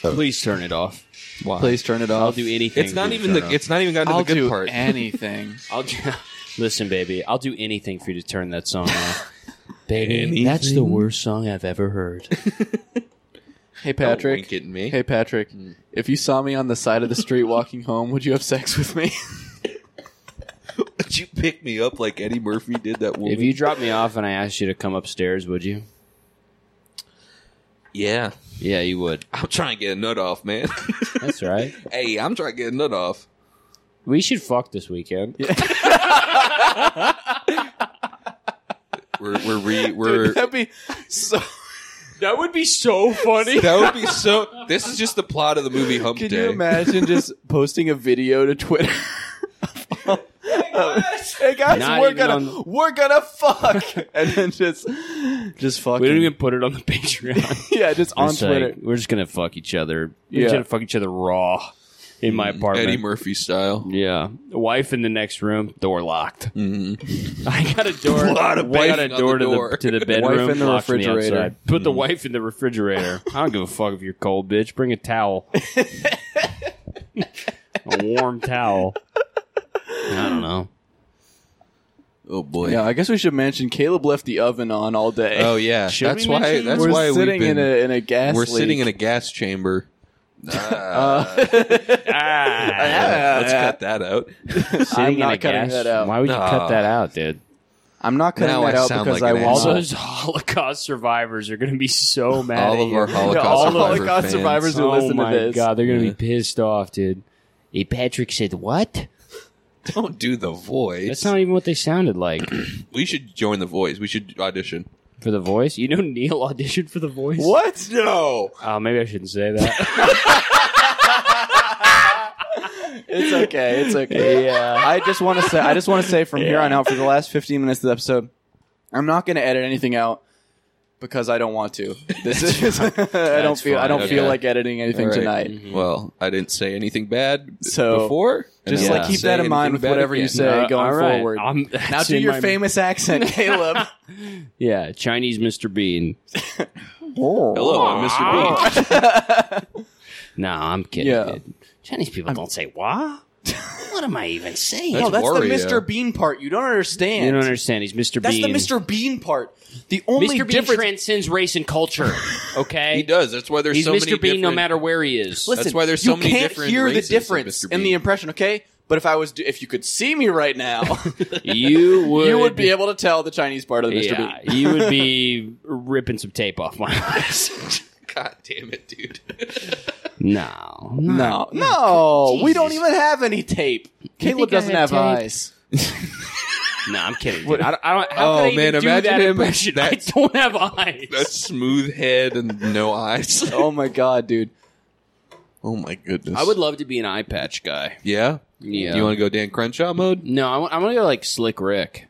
Speaker 5: Please turn it off.
Speaker 4: Why?
Speaker 3: Please turn it off.
Speaker 5: I'll do anything.
Speaker 4: It's not
Speaker 5: for you to
Speaker 4: even
Speaker 5: turn
Speaker 4: the.
Speaker 5: off.
Speaker 4: It's not even gotten to
Speaker 3: I'll
Speaker 4: the good
Speaker 3: do
Speaker 4: part.
Speaker 3: anything.
Speaker 5: I'll do, listen, baby. I'll do anything for you to turn that song off. baby, that's the worst song I've ever heard.
Speaker 3: Hey
Speaker 4: Don't
Speaker 3: Patrick.
Speaker 4: wink at me.
Speaker 3: Hey Patrick. If you saw me on the side of the street walking home, would you have sex with me?
Speaker 4: Would you pick me up like Eddie Murphy did that woman?
Speaker 5: If you dropped me off and I asked you to come upstairs, would you?
Speaker 4: yeah,
Speaker 5: Yeah, you would.
Speaker 4: I'm trying to get a nut off, man.
Speaker 5: That's right.
Speaker 4: hey, I'm trying to get a nut off.
Speaker 5: We should fuck this weekend.
Speaker 4: We're we're re, we're
Speaker 3: That'd be so.
Speaker 5: That would be so funny.
Speaker 4: that would be so. This is just the plot of the movie Hump
Speaker 3: Can
Speaker 4: Day.
Speaker 3: you imagine just posting a video to Twitter? hey guys,
Speaker 5: Not
Speaker 3: we're
Speaker 5: even
Speaker 3: gonna
Speaker 5: on-
Speaker 3: we're gonna fuck, and then just just fucking
Speaker 5: We didn't even put it on the Patreon.
Speaker 3: yeah, just on
Speaker 5: It's like,
Speaker 3: Twitter.
Speaker 5: we're just gonna fuck each other. We're
Speaker 3: Yeah.
Speaker 5: just gonna fuck each other raw in my apartment.
Speaker 4: Mm-hmm. Eddie Murphy style.
Speaker 5: Yeah, wife in the next room, door locked. I got a door.
Speaker 4: A lot of
Speaker 5: I got a
Speaker 4: banging on
Speaker 5: door,
Speaker 4: the door.
Speaker 5: to the to the bedroom.
Speaker 3: Wife in the
Speaker 5: locked from
Speaker 3: refrigerator.
Speaker 5: outside. Put the wife in the refrigerator. I don't give a fuck if you're cold, bitch. Bring a towel, a warm towel. I don't know.
Speaker 4: Oh boy.
Speaker 3: Yeah, I guess we should mention Caleb left the oven on all day.
Speaker 4: Oh yeah.
Speaker 5: Should
Speaker 4: that's
Speaker 5: we
Speaker 4: why.
Speaker 5: mention-
Speaker 4: That's
Speaker 3: we're
Speaker 4: why
Speaker 3: sitting
Speaker 4: we've been.
Speaker 3: in a in a gas.
Speaker 4: we're
Speaker 3: leak.
Speaker 4: sitting in a gas chamber. Let's cut that out.
Speaker 5: Sitting
Speaker 3: I'm
Speaker 5: in
Speaker 3: not
Speaker 5: a
Speaker 3: cutting
Speaker 5: gas-
Speaker 3: that out.
Speaker 5: Why would you
Speaker 4: No.
Speaker 5: cut that out, dude?
Speaker 3: I'm not cutting
Speaker 4: Now
Speaker 3: that
Speaker 4: I
Speaker 3: out
Speaker 4: sound
Speaker 3: because
Speaker 4: like
Speaker 3: I
Speaker 4: an
Speaker 3: will.
Speaker 5: All
Speaker 4: asshole.
Speaker 5: those Holocaust survivors are going to be so mad.
Speaker 4: All
Speaker 5: at
Speaker 4: of
Speaker 5: you.
Speaker 4: our
Speaker 3: Yeah,
Speaker 4: Holocaust,
Speaker 3: all the
Speaker 4: survivor
Speaker 3: Holocaust
Speaker 4: fans.
Speaker 3: survivors who
Speaker 5: oh
Speaker 3: listen
Speaker 5: my
Speaker 3: to this.
Speaker 5: god, they're going to
Speaker 4: Yeah.
Speaker 5: be pissed off, dude. Hey, Patrick said what?
Speaker 4: Don't do the voice.
Speaker 5: That's not even what they sounded like
Speaker 4: we should join the voice. We should audition.
Speaker 5: for the voice. You know, Neil auditioned for the voice.
Speaker 3: What?
Speaker 4: No.
Speaker 5: Oh, maybe I shouldn't say that.
Speaker 3: It's okay. It's okay.
Speaker 5: yeah.
Speaker 3: I just want to say. I just want to say from here on out for the last 15 minutes of the episode, I'm not going to edit anything out because I don't want to. This is. I don't feel. I
Speaker 5: fine.
Speaker 3: don't feel
Speaker 4: Okay.
Speaker 3: like editing anything
Speaker 4: All right. Mm-hmm.
Speaker 3: tonight.
Speaker 4: Well, I didn't say anything bad
Speaker 3: So,
Speaker 4: before. and
Speaker 3: Just
Speaker 4: I
Speaker 3: like
Speaker 4: won't
Speaker 3: keep
Speaker 4: say
Speaker 3: that in mind
Speaker 4: anything
Speaker 3: with
Speaker 4: bad
Speaker 3: whatever you
Speaker 4: again.
Speaker 3: say
Speaker 5: Uh,
Speaker 3: going
Speaker 5: all right.
Speaker 3: forward.
Speaker 5: I'm-
Speaker 3: now
Speaker 5: that's
Speaker 3: do
Speaker 5: in
Speaker 3: your
Speaker 5: my-
Speaker 3: famous accent, Caleb.
Speaker 5: Yeah, Chinese Mr. Bean.
Speaker 3: Oh,
Speaker 4: Hello, I'm Mr. Bean.
Speaker 5: No, I'm kidding.
Speaker 3: Yeah.
Speaker 5: dude. Chinese people don't say what. what am I even saying?
Speaker 4: That's
Speaker 3: no, that's
Speaker 4: Wario.
Speaker 3: the Mr. Bean part. You don't understand.
Speaker 5: you don't understand. He's Mr.
Speaker 3: That's
Speaker 5: Bean.
Speaker 3: the Mr. Bean part. The only
Speaker 5: Mr. Bean
Speaker 3: difference.
Speaker 5: transcends race and culture. Okay,
Speaker 4: He does. That's why there's
Speaker 5: He's
Speaker 4: so many.
Speaker 5: Mr. Bean, no
Speaker 4: different-
Speaker 5: matter where he is.
Speaker 3: Listen,
Speaker 4: why there's so
Speaker 3: you
Speaker 4: many
Speaker 3: can't
Speaker 4: different
Speaker 3: hear the
Speaker 4: races of
Speaker 3: difference
Speaker 4: Mr.
Speaker 3: in the
Speaker 4: Bean.
Speaker 3: impression, okay? But if I was, do- if you could see me right now,
Speaker 5: you would
Speaker 3: you would be able to tell the Chinese part of the Mr.
Speaker 5: Yeah,
Speaker 3: Bean.
Speaker 5: you would be ripping some tape off my eyes.
Speaker 4: God damn it, dude.
Speaker 5: no,
Speaker 3: No, no, we don't even have any tape. Caleb
Speaker 5: think I
Speaker 3: doesn't
Speaker 5: had
Speaker 3: have
Speaker 5: tape?
Speaker 3: eyes.
Speaker 5: no, I'm kidding. dude. I don't. I don't how
Speaker 4: Oh,
Speaker 5: could I even
Speaker 4: man,
Speaker 5: do
Speaker 4: imagine
Speaker 5: that
Speaker 4: him-
Speaker 5: impression. I
Speaker 4: that's-
Speaker 5: don't have eyes.
Speaker 4: That smooth head and no eyes.
Speaker 3: Oh my god, dude!
Speaker 4: Oh my goodness.
Speaker 5: I would love to be an eye patch guy.
Speaker 4: Yeah.
Speaker 5: Yeah.
Speaker 4: You want to go Dan Crenshaw mode?
Speaker 5: No, I want, I want to go like Slick Rick.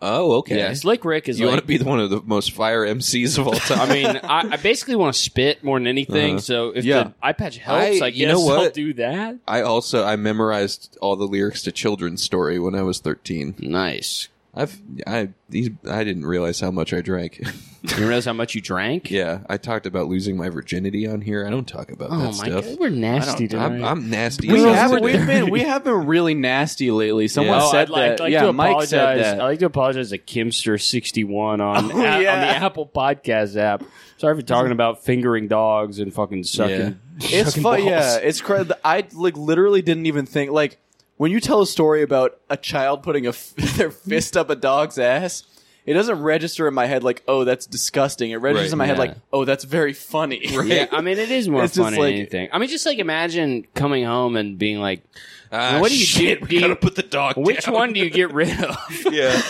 Speaker 4: Oh, okay.
Speaker 5: Yeah, Slick Rick is
Speaker 4: You want
Speaker 5: like.
Speaker 4: to be the- one of the most fire MCs of all time.
Speaker 5: I mean, I, I basically want to spit more than anything.
Speaker 4: Uh-huh.
Speaker 5: So if
Speaker 3: Yeah.
Speaker 5: the eye patch helps, I,
Speaker 4: I-
Speaker 5: guess
Speaker 4: you know
Speaker 5: I'll
Speaker 4: what?
Speaker 5: do that.
Speaker 4: I also I memorized all the lyrics to Children's Story when I was 13.
Speaker 5: Nice.
Speaker 4: I've I these I didn't realize how much I drank.
Speaker 5: You realize how much you drank?
Speaker 4: yeah, I talked about losing my virginity on here. I don't talk about
Speaker 5: Oh
Speaker 4: that
Speaker 5: my
Speaker 4: stuff.
Speaker 5: god, we're nasty tonight.
Speaker 4: I'm, I'm nasty.
Speaker 3: We
Speaker 4: as hell
Speaker 3: have,
Speaker 4: today.
Speaker 3: we've been we have been really nasty lately. Someone
Speaker 4: Yeah.
Speaker 5: Oh,
Speaker 3: said
Speaker 5: I'd like,
Speaker 3: that.
Speaker 5: I'd like
Speaker 3: yeah,
Speaker 5: to
Speaker 3: Mike
Speaker 5: apologize.
Speaker 3: said that. Oh,
Speaker 5: I'd like to apologize to Kimster61 on, a-
Speaker 3: yeah.
Speaker 5: on the Apple Podcast app. Sorry for talking about fingering dogs and fucking sucking.
Speaker 3: It's
Speaker 5: sucking
Speaker 3: fun,
Speaker 5: balls.
Speaker 3: yeah. It's crazy. I like literally didn't even think like when you tell a story about a child putting a f- their fist up a dog's ass. It doesn't register in my head like, oh, that's disgusting. It registers
Speaker 4: Right,
Speaker 3: in my head
Speaker 5: yeah.
Speaker 3: like, oh, that's very funny.
Speaker 5: Yeah, I mean, it is more
Speaker 3: It's just
Speaker 5: fun
Speaker 3: like-
Speaker 5: than anything. I mean, just like imagine coming home and being like,
Speaker 4: Ah,
Speaker 5: What do you
Speaker 4: shit,
Speaker 5: do-
Speaker 4: We
Speaker 5: do you-
Speaker 4: gotta put the dog.
Speaker 5: which
Speaker 4: down.
Speaker 5: one do you get rid of?
Speaker 4: Yeah,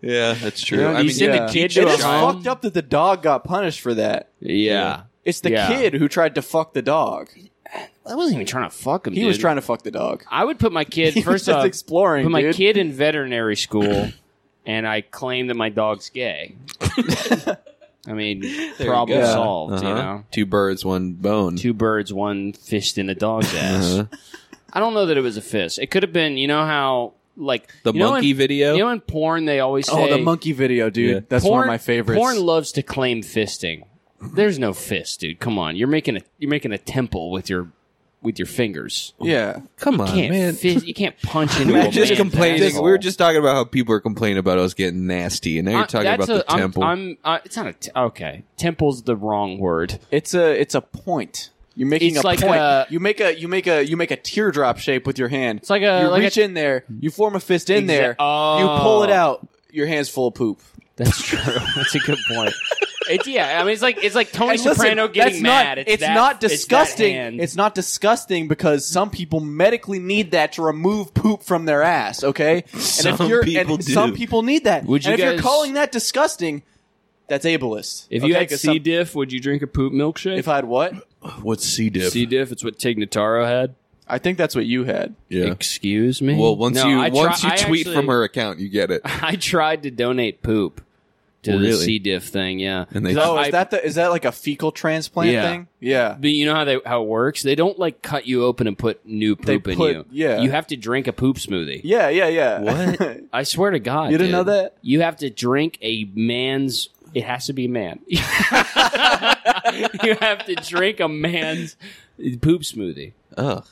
Speaker 4: yeah, that's true.
Speaker 3: Yeah,
Speaker 4: I
Speaker 3: you
Speaker 4: mean,
Speaker 3: said
Speaker 4: you
Speaker 3: the
Speaker 4: can
Speaker 5: kid
Speaker 4: teach
Speaker 5: to
Speaker 3: It
Speaker 4: a
Speaker 5: a
Speaker 3: is
Speaker 4: child.
Speaker 5: home.
Speaker 3: fucked up that the dog got punished for that.
Speaker 5: yeah.
Speaker 3: It's the
Speaker 5: Yeah.
Speaker 3: kid who tried to fuck the dog.
Speaker 5: I wasn't even trying to fuck him.
Speaker 3: He was trying to fuck the dog.
Speaker 5: I would put my kid
Speaker 3: He was
Speaker 5: first
Speaker 3: just
Speaker 5: off.
Speaker 3: exploring,
Speaker 5: put my
Speaker 3: dude.
Speaker 5: kid in veterinary school, and I claim that my dog's gay. I mean, problem
Speaker 4: go.
Speaker 5: solved. You
Speaker 4: Uh-huh.
Speaker 5: know,
Speaker 4: Two birds, one bone.
Speaker 5: two birds, one fist in a dog's
Speaker 4: Uh-huh.
Speaker 5: ass. I don't know that it was a fist. It could have been. You know how like
Speaker 4: The
Speaker 5: you know
Speaker 4: monkey
Speaker 5: in-
Speaker 4: video?
Speaker 5: You know, in porn they always
Speaker 3: Oh,
Speaker 5: say
Speaker 3: the monkey video, dude.
Speaker 4: Yeah.
Speaker 3: That's
Speaker 5: porn,
Speaker 3: one of my favorites.
Speaker 5: Porn loves to claim fisting. There's no fist, dude. Come on, you're making a you're making a temple with your with your fingers.
Speaker 3: Yeah.
Speaker 4: Come on,
Speaker 5: Can't
Speaker 4: man.
Speaker 5: fi- you can't punch into a
Speaker 4: We're just
Speaker 5: man's
Speaker 4: complaining.
Speaker 5: asshole.
Speaker 4: We were just talking about how people are complaining about us getting nasty, and now
Speaker 3: Uh,
Speaker 4: you're
Speaker 5: I-
Speaker 4: talking
Speaker 5: that's
Speaker 4: about the
Speaker 5: a- I'm-
Speaker 4: temple.
Speaker 5: I'm, uh, it's not a t- okay. Temple's the wrong word.
Speaker 3: It's a it's a point. You're making
Speaker 5: It's
Speaker 3: a
Speaker 5: like
Speaker 3: point.
Speaker 5: a-
Speaker 3: you make a you make a you make a teardrop shape with your hand. It's
Speaker 5: like a-
Speaker 3: you
Speaker 5: like
Speaker 3: reach
Speaker 5: a-
Speaker 3: in there, you form a fist in
Speaker 5: Exa-
Speaker 3: there,
Speaker 5: Oh.
Speaker 3: you pull it out, your hand's full of poop.
Speaker 5: That's true. that's a good point. It's yeah. I mean, it's like it's like Tony
Speaker 3: And listen,
Speaker 5: Soprano
Speaker 3: that's
Speaker 5: getting mad.
Speaker 3: Not,
Speaker 5: it's that-
Speaker 3: not
Speaker 5: that
Speaker 3: disgusting. It's,
Speaker 5: hand.
Speaker 3: not disgusting because some people medically need that to remove poop from their ass. Okay, and
Speaker 4: Some people
Speaker 3: and
Speaker 4: do.
Speaker 3: some people need that.
Speaker 5: Would you
Speaker 3: and if
Speaker 5: guys-
Speaker 3: you're calling that disgusting, that's ableist.
Speaker 5: if you
Speaker 3: okay?
Speaker 5: had
Speaker 3: 'Cause
Speaker 5: C
Speaker 3: some-
Speaker 5: diff, would you drink a poop milkshake?
Speaker 3: if I had what,
Speaker 4: What's C diff?
Speaker 5: C diff, it's what Tig Notaro had.
Speaker 3: I think that's what you had.
Speaker 4: yeah.
Speaker 5: Excuse me.
Speaker 4: Well, once
Speaker 5: No,
Speaker 4: you
Speaker 5: I try-
Speaker 4: once you
Speaker 5: I
Speaker 4: tweet
Speaker 5: actually-
Speaker 4: from her account, you get it.
Speaker 5: I tried to donate poop to
Speaker 4: Oh,
Speaker 5: the
Speaker 4: really?
Speaker 5: C diff thing. Yeah,
Speaker 4: And they-
Speaker 5: 'Cause
Speaker 3: Oh,
Speaker 5: I-
Speaker 3: is that the is that like a fecal transplant
Speaker 5: Yeah.
Speaker 3: thing? Yeah.
Speaker 5: But you know how they how it works. They don't like cut you open and put new
Speaker 3: They
Speaker 5: poop
Speaker 3: put-
Speaker 5: in you.
Speaker 3: yeah.
Speaker 5: you have to drink a poop smoothie.
Speaker 3: Yeah, yeah, yeah.
Speaker 4: What?
Speaker 5: I swear to God,
Speaker 3: You didn't know
Speaker 5: dude.
Speaker 3: that?
Speaker 5: You have to drink a man's. It has to be a man. you have to drink a man's poop smoothie.
Speaker 4: Ugh.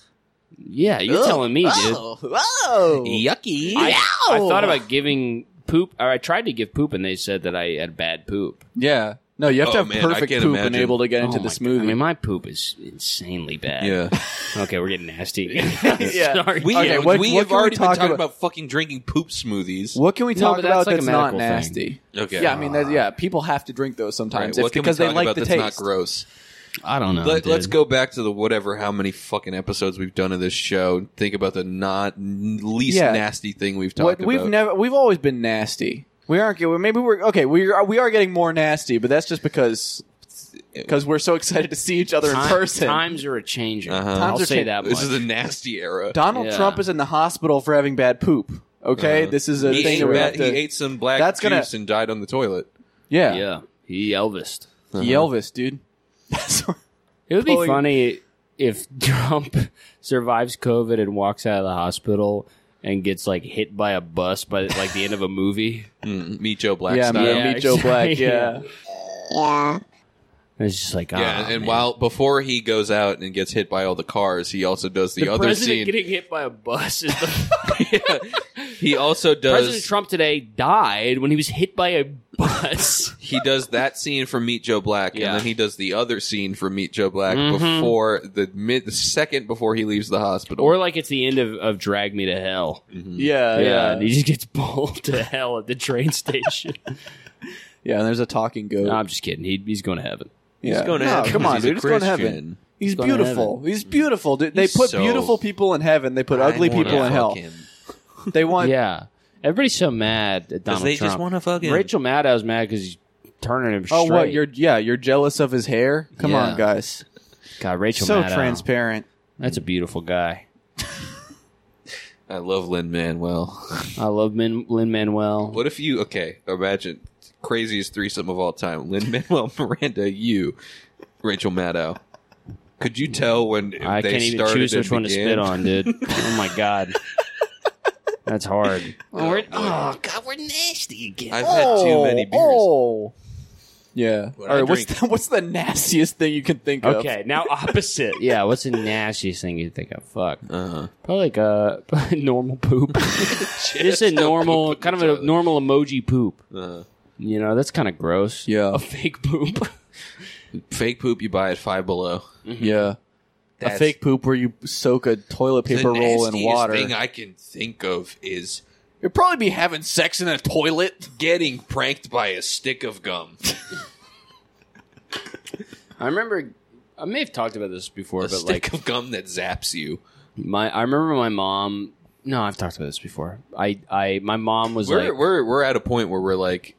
Speaker 5: Yeah, you're telling me, dude.
Speaker 3: oh,
Speaker 4: E- Yucky.
Speaker 5: I, I thought about giving poop, or I tried to give poop, and they said that I had bad poop.
Speaker 3: yeah. No, you have
Speaker 4: Oh,
Speaker 3: to have
Speaker 4: man, I
Speaker 3: perfect
Speaker 4: can't
Speaker 3: poop
Speaker 4: imagine.
Speaker 3: and able to get
Speaker 5: Oh
Speaker 3: into the
Speaker 5: my
Speaker 3: smoothie.
Speaker 5: God. I mean, my poop is insanely bad.
Speaker 4: yeah.
Speaker 5: Okay, we're getting nasty.
Speaker 3: Yeah.
Speaker 5: Sorry.
Speaker 4: We,
Speaker 3: Okay,
Speaker 4: we
Speaker 3: what- what
Speaker 4: have
Speaker 3: can we
Speaker 4: already been
Speaker 3: talk
Speaker 4: talking about?
Speaker 3: about?
Speaker 4: fucking drinking poop smoothies.
Speaker 3: what can we
Speaker 5: No,
Speaker 3: talk
Speaker 5: but that's
Speaker 3: about
Speaker 5: like a
Speaker 3: that's, not
Speaker 5: medical thing.
Speaker 3: nasty?
Speaker 4: Okay.
Speaker 3: Yeah, I mean, that, yeah, people have to drink those sometimes
Speaker 4: Right,
Speaker 3: if-
Speaker 4: what can we
Speaker 3: because they
Speaker 4: talk
Speaker 3: like
Speaker 4: about
Speaker 3: the
Speaker 4: that's
Speaker 3: taste.
Speaker 4: not gross.
Speaker 5: I don't know.
Speaker 4: Let,
Speaker 5: dude.
Speaker 4: let's go back to the whatever how many fucking episodes we've done of this show. and Think about the not n- least
Speaker 3: Yeah.
Speaker 4: nasty thing we've
Speaker 3: What
Speaker 4: talked
Speaker 3: we've
Speaker 4: about.
Speaker 3: never, we've always been nasty. We aren't. well, Maybe we're okay. We are. We are getting more nasty, but that's just because because we're so excited to see each other in
Speaker 5: Time-
Speaker 3: person.
Speaker 5: Times are a changer.
Speaker 4: Uh-huh.
Speaker 5: I'll
Speaker 3: Times are
Speaker 5: say
Speaker 3: cha-
Speaker 5: that much.
Speaker 4: this is a nasty era.
Speaker 3: Donald
Speaker 5: Yeah.
Speaker 3: Trump is in the hospital for having bad poop. Okay, this is a
Speaker 4: Uh-huh. he,
Speaker 3: thing
Speaker 4: ate
Speaker 3: that we
Speaker 4: ba-
Speaker 3: have to.
Speaker 4: he ate some black
Speaker 3: That's gonna-
Speaker 4: juice and died on the toilet.
Speaker 3: yeah,
Speaker 5: yeah, he Elvis.
Speaker 3: He
Speaker 4: Uh-huh.
Speaker 3: Elvis, dude. That's what-
Speaker 5: It would be
Speaker 3: Pulling-
Speaker 5: funny if Trump survives COVID and walks out of the hospital and gets like hit by a bus by like the end of a movie.
Speaker 4: Mm, meet Joe Black
Speaker 3: yeah,
Speaker 4: style.
Speaker 3: man,
Speaker 5: Yeah,
Speaker 3: meet Joe Black.
Speaker 5: exactly.
Speaker 3: Yeah,
Speaker 5: And it's just like, ah,
Speaker 4: Yeah, and
Speaker 5: man.
Speaker 4: while before he goes out and gets hit by all the cars, he also does the,
Speaker 5: the
Speaker 4: other
Speaker 5: president
Speaker 4: scene.
Speaker 5: getting hit by a bus is the
Speaker 4: he also
Speaker 5: President
Speaker 4: does
Speaker 5: Trump today died when he was hit by a bus.
Speaker 4: he does that scene from Meet Joe Black,
Speaker 5: Yeah.
Speaker 4: and then he does the other scene from Meet Joe Black
Speaker 5: Mhm.
Speaker 4: before the mid the second before he leaves the hospital.
Speaker 5: Or like it's the end of, of Drag Me to Hell.
Speaker 3: yeah,
Speaker 5: Mm. Yeah, and
Speaker 3: yeah,
Speaker 5: he just gets pulled to hell at the train station.
Speaker 3: yeah. And there's a talking goat.
Speaker 5: no, I'm just kidding. He, he's going to heaven.
Speaker 3: yeah.
Speaker 4: he's going to
Speaker 3: No,
Speaker 4: heaven
Speaker 3: Come
Speaker 4: 'cause
Speaker 3: on,
Speaker 4: he's a
Speaker 3: dude. He's going to
Speaker 4: Christian.
Speaker 3: heaven. He's
Speaker 5: going to
Speaker 3: beautiful. He's beautiful. dude. They
Speaker 4: He's
Speaker 3: put
Speaker 4: so-
Speaker 3: beautiful people in heaven. They put ugly people in hell. They want.
Speaker 5: Yeah, everybody's so mad at Donald
Speaker 4: they
Speaker 5: Trump.
Speaker 4: just wanna fucking-
Speaker 5: Rachel Maddow's mad because he's turning him straight.
Speaker 3: Oh, what? You're yeah. You're jealous of his hair. Come
Speaker 5: Yeah.
Speaker 3: on, guys.
Speaker 5: God, Rachel
Speaker 3: So
Speaker 5: Maddow.
Speaker 3: transparent.
Speaker 5: That's a beautiful guy.
Speaker 4: I love Lin Manuel.
Speaker 5: I love Min- Lin Manuel.
Speaker 4: what if you okay? Imagine craziest threesome of all time: Lin Manuel Miranda, you, Rachel Maddow. Could you tell when
Speaker 5: I
Speaker 4: they
Speaker 5: can't even
Speaker 4: started
Speaker 5: choose
Speaker 4: and
Speaker 5: which one to
Speaker 4: began?
Speaker 5: spit on, dude. oh my god, that's hard.
Speaker 4: Oh, we're- oh,
Speaker 5: god, we're nasty again.
Speaker 4: I've had too many beers.
Speaker 3: Oh. Yeah.
Speaker 4: What
Speaker 3: All
Speaker 4: I
Speaker 3: right. What's
Speaker 4: drink.
Speaker 3: the, what's the nastiest thing you can think of?
Speaker 5: Okay, now opposite. yeah, what's the nastiest thing you think of? Fuck,
Speaker 4: Uh-huh.
Speaker 5: probably like a normal poop. just a normal, kind of a normal emoji poop.
Speaker 4: Uh,
Speaker 5: You know, that's kind of gross.
Speaker 3: Yeah.
Speaker 5: a fake poop.
Speaker 4: fake poop you buy at Five Below.
Speaker 3: Yeah.
Speaker 4: Mm-hmm. That's
Speaker 3: a fake poop where you soak a toilet paper
Speaker 4: the
Speaker 3: roll in
Speaker 4: nastiest
Speaker 3: water.
Speaker 4: thing I can think of is
Speaker 3: You'd probably be having sex in a toilet.
Speaker 4: getting pranked by a stick of gum.
Speaker 5: I remember I may have talked about this before,
Speaker 4: a
Speaker 5: but
Speaker 4: stick
Speaker 5: like
Speaker 4: of gum that zaps you.
Speaker 5: my I remember my mom. No, I've talked about this before. I I my mom was
Speaker 4: We're,
Speaker 5: like,
Speaker 4: we're we're at a point where we're like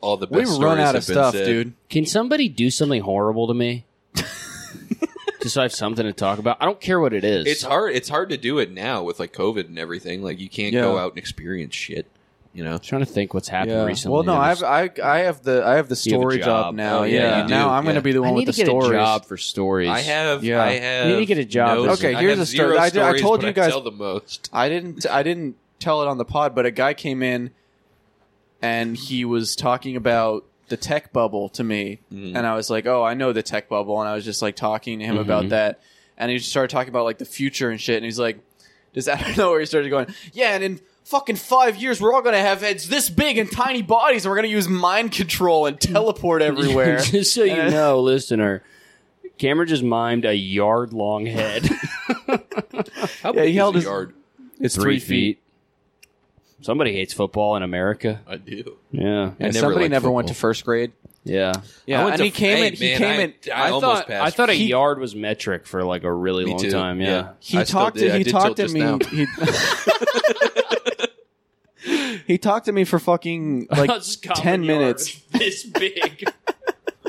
Speaker 4: all the best
Speaker 3: We've run
Speaker 4: stories
Speaker 3: out
Speaker 4: have
Speaker 3: of
Speaker 4: been
Speaker 3: stuff,
Speaker 4: said.
Speaker 3: dude.
Speaker 5: "Can somebody do something horrible to me?" Just so I have something to talk about. I don't care what it is.
Speaker 4: It's hard. It's hard to do it now with like COVID and everything. Like you can't
Speaker 3: Yeah.
Speaker 4: go out and experience shit. You know.
Speaker 5: I'm trying to think what's happened recently.
Speaker 3: Well, no,
Speaker 5: I
Speaker 3: I've, I I have the I have the
Speaker 5: You have a
Speaker 3: story
Speaker 5: job.
Speaker 3: job now.
Speaker 4: Oh, yeah,
Speaker 3: yeah,
Speaker 4: you do.
Speaker 3: now I'm
Speaker 4: Yeah.
Speaker 3: going to be the
Speaker 5: I
Speaker 3: one
Speaker 5: need
Speaker 3: with
Speaker 5: to
Speaker 3: the
Speaker 5: get
Speaker 3: stories.
Speaker 5: a job for stories.
Speaker 4: I have.
Speaker 3: Yeah.
Speaker 4: I have.
Speaker 5: You need to get a job
Speaker 4: no-
Speaker 5: as a-
Speaker 4: I
Speaker 3: Okay, here's
Speaker 4: have
Speaker 3: a
Speaker 4: zero
Speaker 3: story. I did- I
Speaker 4: stories,
Speaker 3: told
Speaker 4: but
Speaker 3: you guys-
Speaker 4: tell the most.
Speaker 3: I didn't I didn't tell it on the pod, but a guy came in and he was talking about the
Speaker 4: Mm-hmm. Mm-hmm.
Speaker 3: tech bubble to me, and I was like, "Oh, I know the tech bubble," and I was just like talking to him about that. and he started talking about like the future and shit. And he's like, just out of nowhere, he started going, yeah, and in fucking five years, we're all gonna have heads this big and tiny bodies, and we're gonna use mind control and teleport everywhere.
Speaker 5: just so you
Speaker 3: And-
Speaker 5: know, listener, Cameron just mimed a yard long head.
Speaker 4: How
Speaker 3: Yeah,
Speaker 4: big
Speaker 3: he held
Speaker 4: is
Speaker 3: his-
Speaker 4: a yard?
Speaker 3: It's
Speaker 5: Somebody hates football in America.
Speaker 4: I do.
Speaker 5: Yeah.
Speaker 4: I
Speaker 3: And
Speaker 4: never
Speaker 3: somebody
Speaker 4: liked
Speaker 3: never went to
Speaker 4: football.
Speaker 3: first grade.
Speaker 5: Yeah.
Speaker 4: I
Speaker 3: Yeah,
Speaker 4: went
Speaker 3: and
Speaker 4: to-
Speaker 3: he came
Speaker 4: hey,
Speaker 3: in. He
Speaker 4: man,
Speaker 3: came
Speaker 4: I-
Speaker 3: in.
Speaker 4: I almost
Speaker 5: thought,
Speaker 4: passed.
Speaker 5: I thought a
Speaker 3: He-
Speaker 5: yard was metric for like a really
Speaker 4: Me
Speaker 5: long
Speaker 4: too.
Speaker 5: time. Yeah.
Speaker 3: He
Speaker 4: I still
Speaker 3: talked
Speaker 4: did.
Speaker 3: to
Speaker 4: I
Speaker 3: he
Speaker 4: did
Speaker 3: talked
Speaker 4: till
Speaker 3: to
Speaker 4: just
Speaker 3: me.
Speaker 4: now.
Speaker 3: He, he talked to me for fucking like
Speaker 5: It's common
Speaker 3: ten
Speaker 5: yard.
Speaker 3: minutes.
Speaker 5: This big.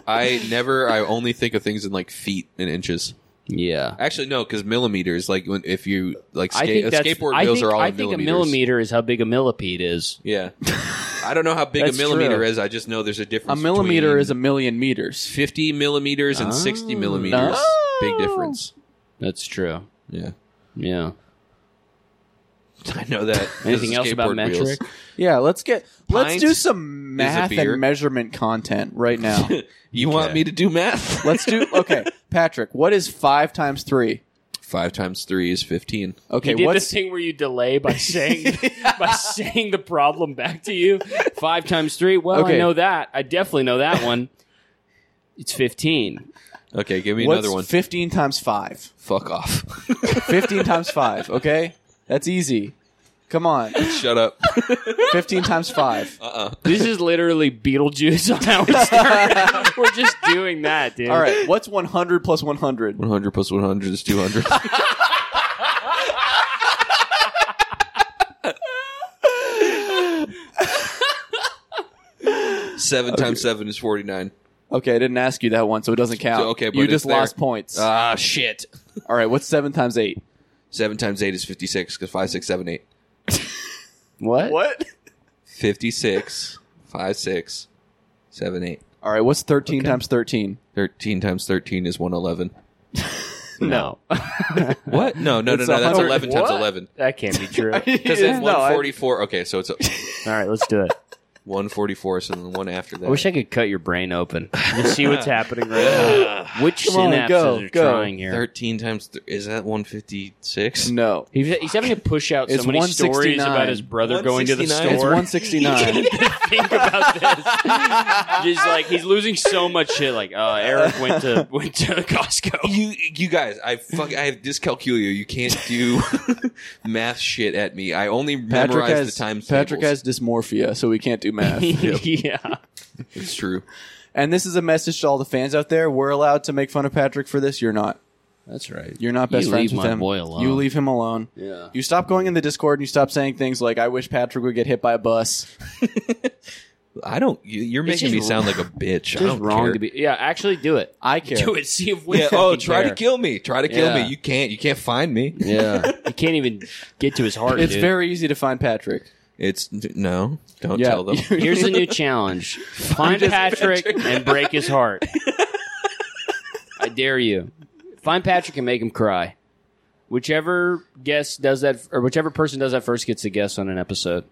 Speaker 4: I never. I only think of things in like feet and inches.
Speaker 5: yeah.
Speaker 4: Actually, no, because millimeters. Like when if you like
Speaker 5: I
Speaker 4: skate,
Speaker 5: think
Speaker 4: uh,
Speaker 5: that's,
Speaker 4: skateboard
Speaker 5: I
Speaker 4: wheels
Speaker 5: think,
Speaker 4: are all
Speaker 5: I
Speaker 4: in
Speaker 5: think a
Speaker 4: millimeters.
Speaker 5: millimeter is how big a millipede is.
Speaker 4: Yeah, I don't know how big a
Speaker 5: That's
Speaker 4: millimeter
Speaker 5: true.
Speaker 4: is. I just know there's a
Speaker 3: A
Speaker 4: difference.
Speaker 3: millimeter
Speaker 4: between
Speaker 3: is a million meters.
Speaker 4: fifty millimeters and sixty
Speaker 5: Oh.
Speaker 4: millimeters.
Speaker 3: Oh.
Speaker 4: Big difference.
Speaker 5: That's true.
Speaker 4: Yeah,
Speaker 5: Yeah.
Speaker 4: I know that. 'cause
Speaker 5: Anything
Speaker 4: of
Speaker 5: else about
Speaker 4: skateboard wheels.
Speaker 5: metric?
Speaker 3: Yeah, let's get let's
Speaker 4: Pint
Speaker 3: do some math
Speaker 4: beer.
Speaker 3: and measurement content right now.
Speaker 4: You want me to do math?
Speaker 3: let's do okay, Patrick. What is five times three?
Speaker 4: Five times three is fifteen.
Speaker 5: You
Speaker 3: Okay,
Speaker 5: did
Speaker 3: what's
Speaker 5: this thing where you delay by saying by saying the problem back to you. Five times three. Well, I
Speaker 3: Okay.
Speaker 5: know that. I definitely know that one. It's fifteen.
Speaker 4: Okay, give me
Speaker 3: what's
Speaker 4: another one.
Speaker 3: fifteen times five?
Speaker 4: Fuck off.
Speaker 3: Fifteen times five. Okay, that's easy. Come on,
Speaker 4: Shut up.
Speaker 3: fifteen times five.
Speaker 5: This is literally Beetlejuice on how we start. We're just doing that, dude.
Speaker 3: All right, what's one hundred plus one hundred?
Speaker 4: One hundred plus one hundred is two hundred. Seven times seven is forty nine.
Speaker 3: Okay, I didn't ask you that one, so it doesn't count.
Speaker 4: So, okay, but
Speaker 3: you
Speaker 4: it's
Speaker 3: just
Speaker 4: there.
Speaker 3: lost points.
Speaker 4: Ah, shit.
Speaker 3: All right, what's seven times eight?
Speaker 4: Seven times eight is fifty six. Because five, six, seven, eight.
Speaker 5: What?
Speaker 3: What?
Speaker 4: Fifty six. Five, six, seven, eight.
Speaker 3: All right, what's thirteen times thirteen?
Speaker 4: Thirteen times thirteen is one eleven.
Speaker 5: No,
Speaker 4: What? No, no, no,
Speaker 3: It's
Speaker 4: no. That's
Speaker 3: 100.
Speaker 4: eleven times
Speaker 3: What?
Speaker 4: eleven.
Speaker 5: that can't be true. All
Speaker 4: Because
Speaker 3: Yeah,
Speaker 4: it's
Speaker 3: no,
Speaker 4: one
Speaker 3: I-
Speaker 4: forty four. Okay, so it's
Speaker 5: right, let's do it.
Speaker 4: one forty four. So then the one after that.
Speaker 5: I wish I could cut your brain open and see what's happening right now. Which
Speaker 3: Come on,
Speaker 5: synapses
Speaker 3: go,
Speaker 5: are
Speaker 3: go.
Speaker 5: trying here?
Speaker 4: 13 times th- is that 156
Speaker 3: No,
Speaker 5: He's, he's having to push out so
Speaker 3: It's
Speaker 5: many stories
Speaker 3: 169.
Speaker 5: about his brother going to the
Speaker 4: 169.
Speaker 5: store.
Speaker 3: it's one sixty nine.
Speaker 5: think about this. Just like he's losing so much shit. Like uh, Eric went to went to Costco.
Speaker 4: you you guys i fuck i have dyscalculia you can't do math shit at me i only
Speaker 3: Patrick
Speaker 4: memorize
Speaker 3: has
Speaker 4: the times
Speaker 3: Patrick
Speaker 4: tables.
Speaker 3: has dysmorphia, so we can't do math.
Speaker 5: yeah,
Speaker 4: it's true
Speaker 3: and this is a message to all the fans out there: we're allowed to make fun of Patrick for this. You're not.
Speaker 5: that's right.
Speaker 3: You're not best
Speaker 5: You
Speaker 3: friends
Speaker 5: leave
Speaker 3: with
Speaker 5: my
Speaker 3: him.
Speaker 5: boy alone.
Speaker 3: You leave him alone.
Speaker 5: Yeah.
Speaker 3: You stop going in the Discord and you stop saying things like, "I wish Patrick would get hit by a bus."
Speaker 4: i don't you, you're
Speaker 5: It's
Speaker 4: making me
Speaker 5: just
Speaker 4: sound like a bitch i
Speaker 5: It's
Speaker 4: don't
Speaker 5: wrong
Speaker 4: care.
Speaker 5: to be. Yeah, actually, do it.
Speaker 3: I care.
Speaker 5: Do it. See if we.
Speaker 4: yeah oh
Speaker 5: fucking
Speaker 4: try
Speaker 5: care.
Speaker 4: to kill me try to kill
Speaker 5: Yeah.
Speaker 4: me you can't you can't find me
Speaker 5: Yeah, you can't even get to his heart.
Speaker 3: It's
Speaker 5: dude.
Speaker 3: very easy to find Patrick.
Speaker 4: it's no don't
Speaker 3: Yeah.
Speaker 4: tell them
Speaker 5: Here's a new challenge: find
Speaker 4: his
Speaker 5: Patrick
Speaker 4: Patrick.
Speaker 5: and break his heart. I dare you. Find Patrick and make him cry. Whichever guest does that, or whichever person does that first, gets a guess on an episode.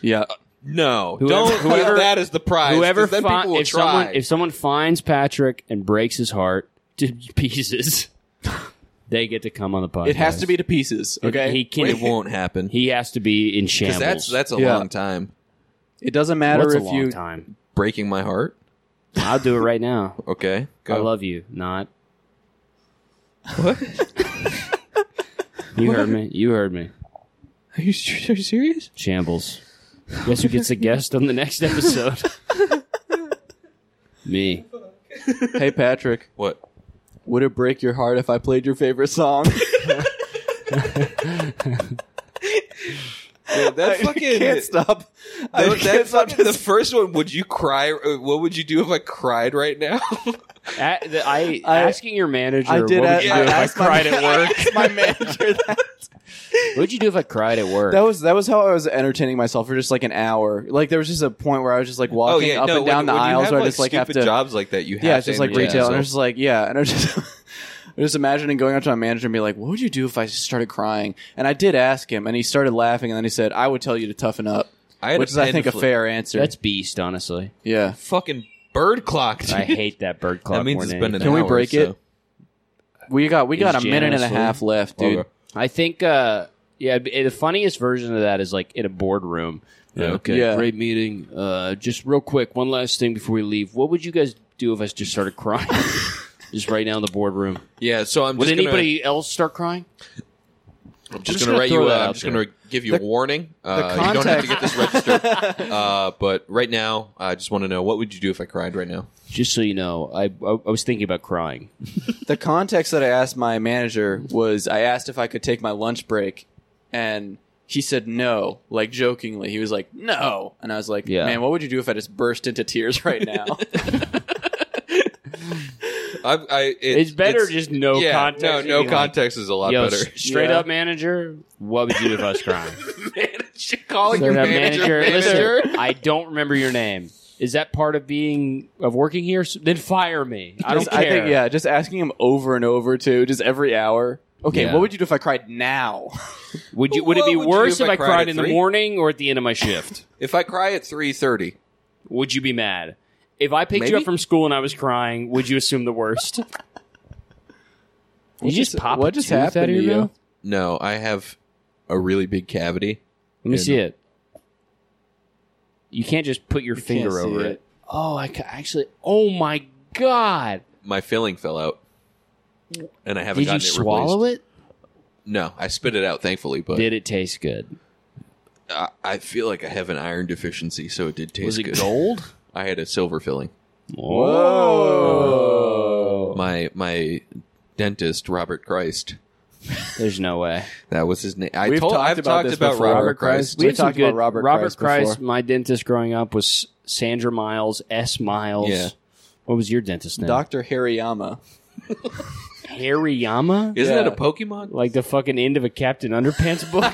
Speaker 3: yeah.
Speaker 4: no
Speaker 5: Whoever-
Speaker 4: don't
Speaker 5: whoever-
Speaker 4: whoever that is the prize 'cause
Speaker 5: Whoever
Speaker 4: then
Speaker 5: fi-
Speaker 4: people will
Speaker 5: if
Speaker 4: try
Speaker 5: someone if someone finds Patrick and breaks his heart to pieces, they get to come on the podcast.
Speaker 3: It has to be to pieces. Okay.
Speaker 5: He can.
Speaker 4: it won't happen
Speaker 5: He has to be in shambles.
Speaker 4: because that's that's a
Speaker 3: Yeah.
Speaker 4: long time
Speaker 3: it doesn't
Speaker 5: What's
Speaker 3: matter
Speaker 5: a
Speaker 3: if
Speaker 5: long
Speaker 3: you.
Speaker 5: time.
Speaker 4: breaking my heart
Speaker 5: I'll do it right now.
Speaker 4: okay go
Speaker 5: I love you. Not. What? you heard me. You heard me.
Speaker 4: are you, are you serious
Speaker 5: Shambles. Guess who gets a guest on the next episode? me.
Speaker 3: Hey Patrick,
Speaker 4: what
Speaker 3: would it break your heart if I played your favorite song?
Speaker 4: Dude, that
Speaker 3: I
Speaker 4: fucking
Speaker 3: can't stop. I
Speaker 4: That,
Speaker 3: can't
Speaker 4: that
Speaker 3: stop.
Speaker 4: fucking, the first one. Would you cry? uh, What would you do if I cried right now?
Speaker 5: A- the- I,
Speaker 3: I-
Speaker 5: asking your manager.
Speaker 3: I did.
Speaker 5: What
Speaker 3: ask,
Speaker 5: would you
Speaker 3: I,
Speaker 5: do if I
Speaker 3: asked my-
Speaker 5: cried at
Speaker 3: I
Speaker 5: work?
Speaker 3: asked my manager that.
Speaker 5: What would you do if I cried at work?
Speaker 3: That was that was how I was entertaining myself for just like an hour. Like there was just a point where I was just like walking up and down
Speaker 4: Oh, when,
Speaker 3: the
Speaker 4: when
Speaker 3: aisles,
Speaker 4: you have,
Speaker 3: where
Speaker 4: like,
Speaker 3: I just like have
Speaker 4: stupid
Speaker 3: to.
Speaker 4: jobs like that. You have
Speaker 3: yeah,
Speaker 4: to
Speaker 3: it's just like
Speaker 4: entertain
Speaker 3: retail, and I was
Speaker 4: yourself.
Speaker 3: just like, yeah, and I was just, I'm just imagining going up to my manager and be like, "What would you do if I just started crying?" And I did ask him, and he started laughing, and then he said, "I would tell you to toughen up,"
Speaker 4: I had
Speaker 3: which
Speaker 4: a
Speaker 3: is, I
Speaker 4: pen
Speaker 3: think, a
Speaker 4: flip.
Speaker 3: fair answer.
Speaker 5: That's beast, honestly.
Speaker 3: yeah.
Speaker 4: fucking bird clock. Dude.
Speaker 5: I hate that bird clock.
Speaker 4: that means
Speaker 5: more
Speaker 4: it's
Speaker 5: than
Speaker 4: been an
Speaker 5: anything.
Speaker 3: Can we
Speaker 4: hour,
Speaker 3: break
Speaker 4: so.
Speaker 3: it? We got we
Speaker 5: Is
Speaker 3: got a
Speaker 5: Janice
Speaker 3: minute and a
Speaker 5: asleep?
Speaker 3: half left, dude.
Speaker 4: Okay.
Speaker 5: I think, uh, yeah, it'd be- the funniest version of that is like in a boardroom.
Speaker 4: Yeah.
Speaker 5: Okay,
Speaker 3: Yeah.
Speaker 5: great meeting. Uh, just real quick, one last thing before we leave. What would you guys do if I just started crying? just right now in the boardroom.
Speaker 4: Yeah, so I'm
Speaker 5: Would
Speaker 4: just
Speaker 5: anybody else start crying?
Speaker 4: Gonna, I'm just,
Speaker 5: just
Speaker 4: gonna,
Speaker 5: gonna
Speaker 4: write
Speaker 5: throw
Speaker 4: you.
Speaker 5: that
Speaker 4: A, I'm
Speaker 5: out
Speaker 4: just
Speaker 5: there.
Speaker 4: gonna give you a
Speaker 3: The-
Speaker 4: warning. Uh,
Speaker 3: the
Speaker 4: you don't have to get this
Speaker 3: context-
Speaker 4: registered. uh, but right now, I just want to know what would you do if I cried right now?
Speaker 5: Just so you know, I, I, I was thinking about crying.
Speaker 3: The context that I asked my manager was I asked if I could take my lunch break, and he said no, like jokingly. He was like, "No," and I was like,
Speaker 5: Yeah.
Speaker 3: "Man, what would you do if I just burst into tears right now?"
Speaker 4: I, I, it-
Speaker 5: It's better just no
Speaker 4: yeah,
Speaker 5: context. You'd
Speaker 4: No,
Speaker 5: be
Speaker 4: no
Speaker 5: like,
Speaker 4: context is a lot
Speaker 5: Yo,
Speaker 4: better.
Speaker 5: s- straight
Speaker 3: Yeah.
Speaker 5: up manager, what would you do if I was crying?
Speaker 4: manager, calling
Speaker 5: Straight
Speaker 4: your
Speaker 5: up
Speaker 4: manager, manager.
Speaker 5: listen, I don't remember your name. Is that part of being of working here? S- Then fire me. I don't
Speaker 3: Just-
Speaker 5: care.
Speaker 3: I think yeah, just asking him over and over too, just every hour. Okay,
Speaker 5: Yeah.
Speaker 3: what would you do if I cried now?
Speaker 5: Would you?
Speaker 4: Well,
Speaker 5: Would it
Speaker 4: what
Speaker 5: be
Speaker 4: would you
Speaker 5: worse
Speaker 4: do
Speaker 5: if I cried,
Speaker 4: at
Speaker 5: in the
Speaker 4: three?
Speaker 5: morning or at the end of my shift?
Speaker 4: If I cry at three thirty,
Speaker 5: would you be mad? If I picked you
Speaker 4: Maybe.
Speaker 5: up from school and I was crying, would you assume the worst? you just
Speaker 3: just-
Speaker 5: pop
Speaker 3: what
Speaker 5: a
Speaker 3: just
Speaker 5: tooth out
Speaker 3: happened
Speaker 5: of your
Speaker 3: to you?
Speaker 5: mouth?
Speaker 4: no, I have a really big cavity.
Speaker 5: Let me
Speaker 4: Yeah,
Speaker 5: see
Speaker 4: no.
Speaker 5: it. You can't just put your finger
Speaker 3: see
Speaker 5: over it.
Speaker 3: it.
Speaker 5: Oh, I ca- actually. Oh my god!
Speaker 4: My filling fell out, and I haven't
Speaker 5: Did you
Speaker 4: gotten it
Speaker 5: swallow
Speaker 4: replaced.
Speaker 5: it?
Speaker 4: No, I spit it out. Thankfully, but
Speaker 5: Did it taste good?
Speaker 4: I, I feel like I have an iron deficiency, so it did taste
Speaker 5: Was it
Speaker 4: good.
Speaker 5: gold?
Speaker 4: I had a silver filling.
Speaker 5: Whoa!
Speaker 4: My my dentist, Robert Christ.
Speaker 5: There's no way.
Speaker 4: That was his name. I
Speaker 3: We've
Speaker 4: told,
Speaker 3: talked
Speaker 4: I've
Speaker 3: about
Speaker 4: talked
Speaker 3: this
Speaker 4: about
Speaker 3: before.
Speaker 4: Robert,
Speaker 3: Robert
Speaker 4: Christ.
Speaker 3: Christ. We talked about Robert Christ before.
Speaker 5: my dentist growing up was Sandra Miles, S. Miles.
Speaker 4: Yeah.
Speaker 5: What was your dentist name?
Speaker 3: Doctor Hariyama.
Speaker 5: Hariyama?
Speaker 4: Isn't
Speaker 3: Yeah.
Speaker 4: that a Pokemon?
Speaker 5: Like the fucking end of a Captain Underpants book?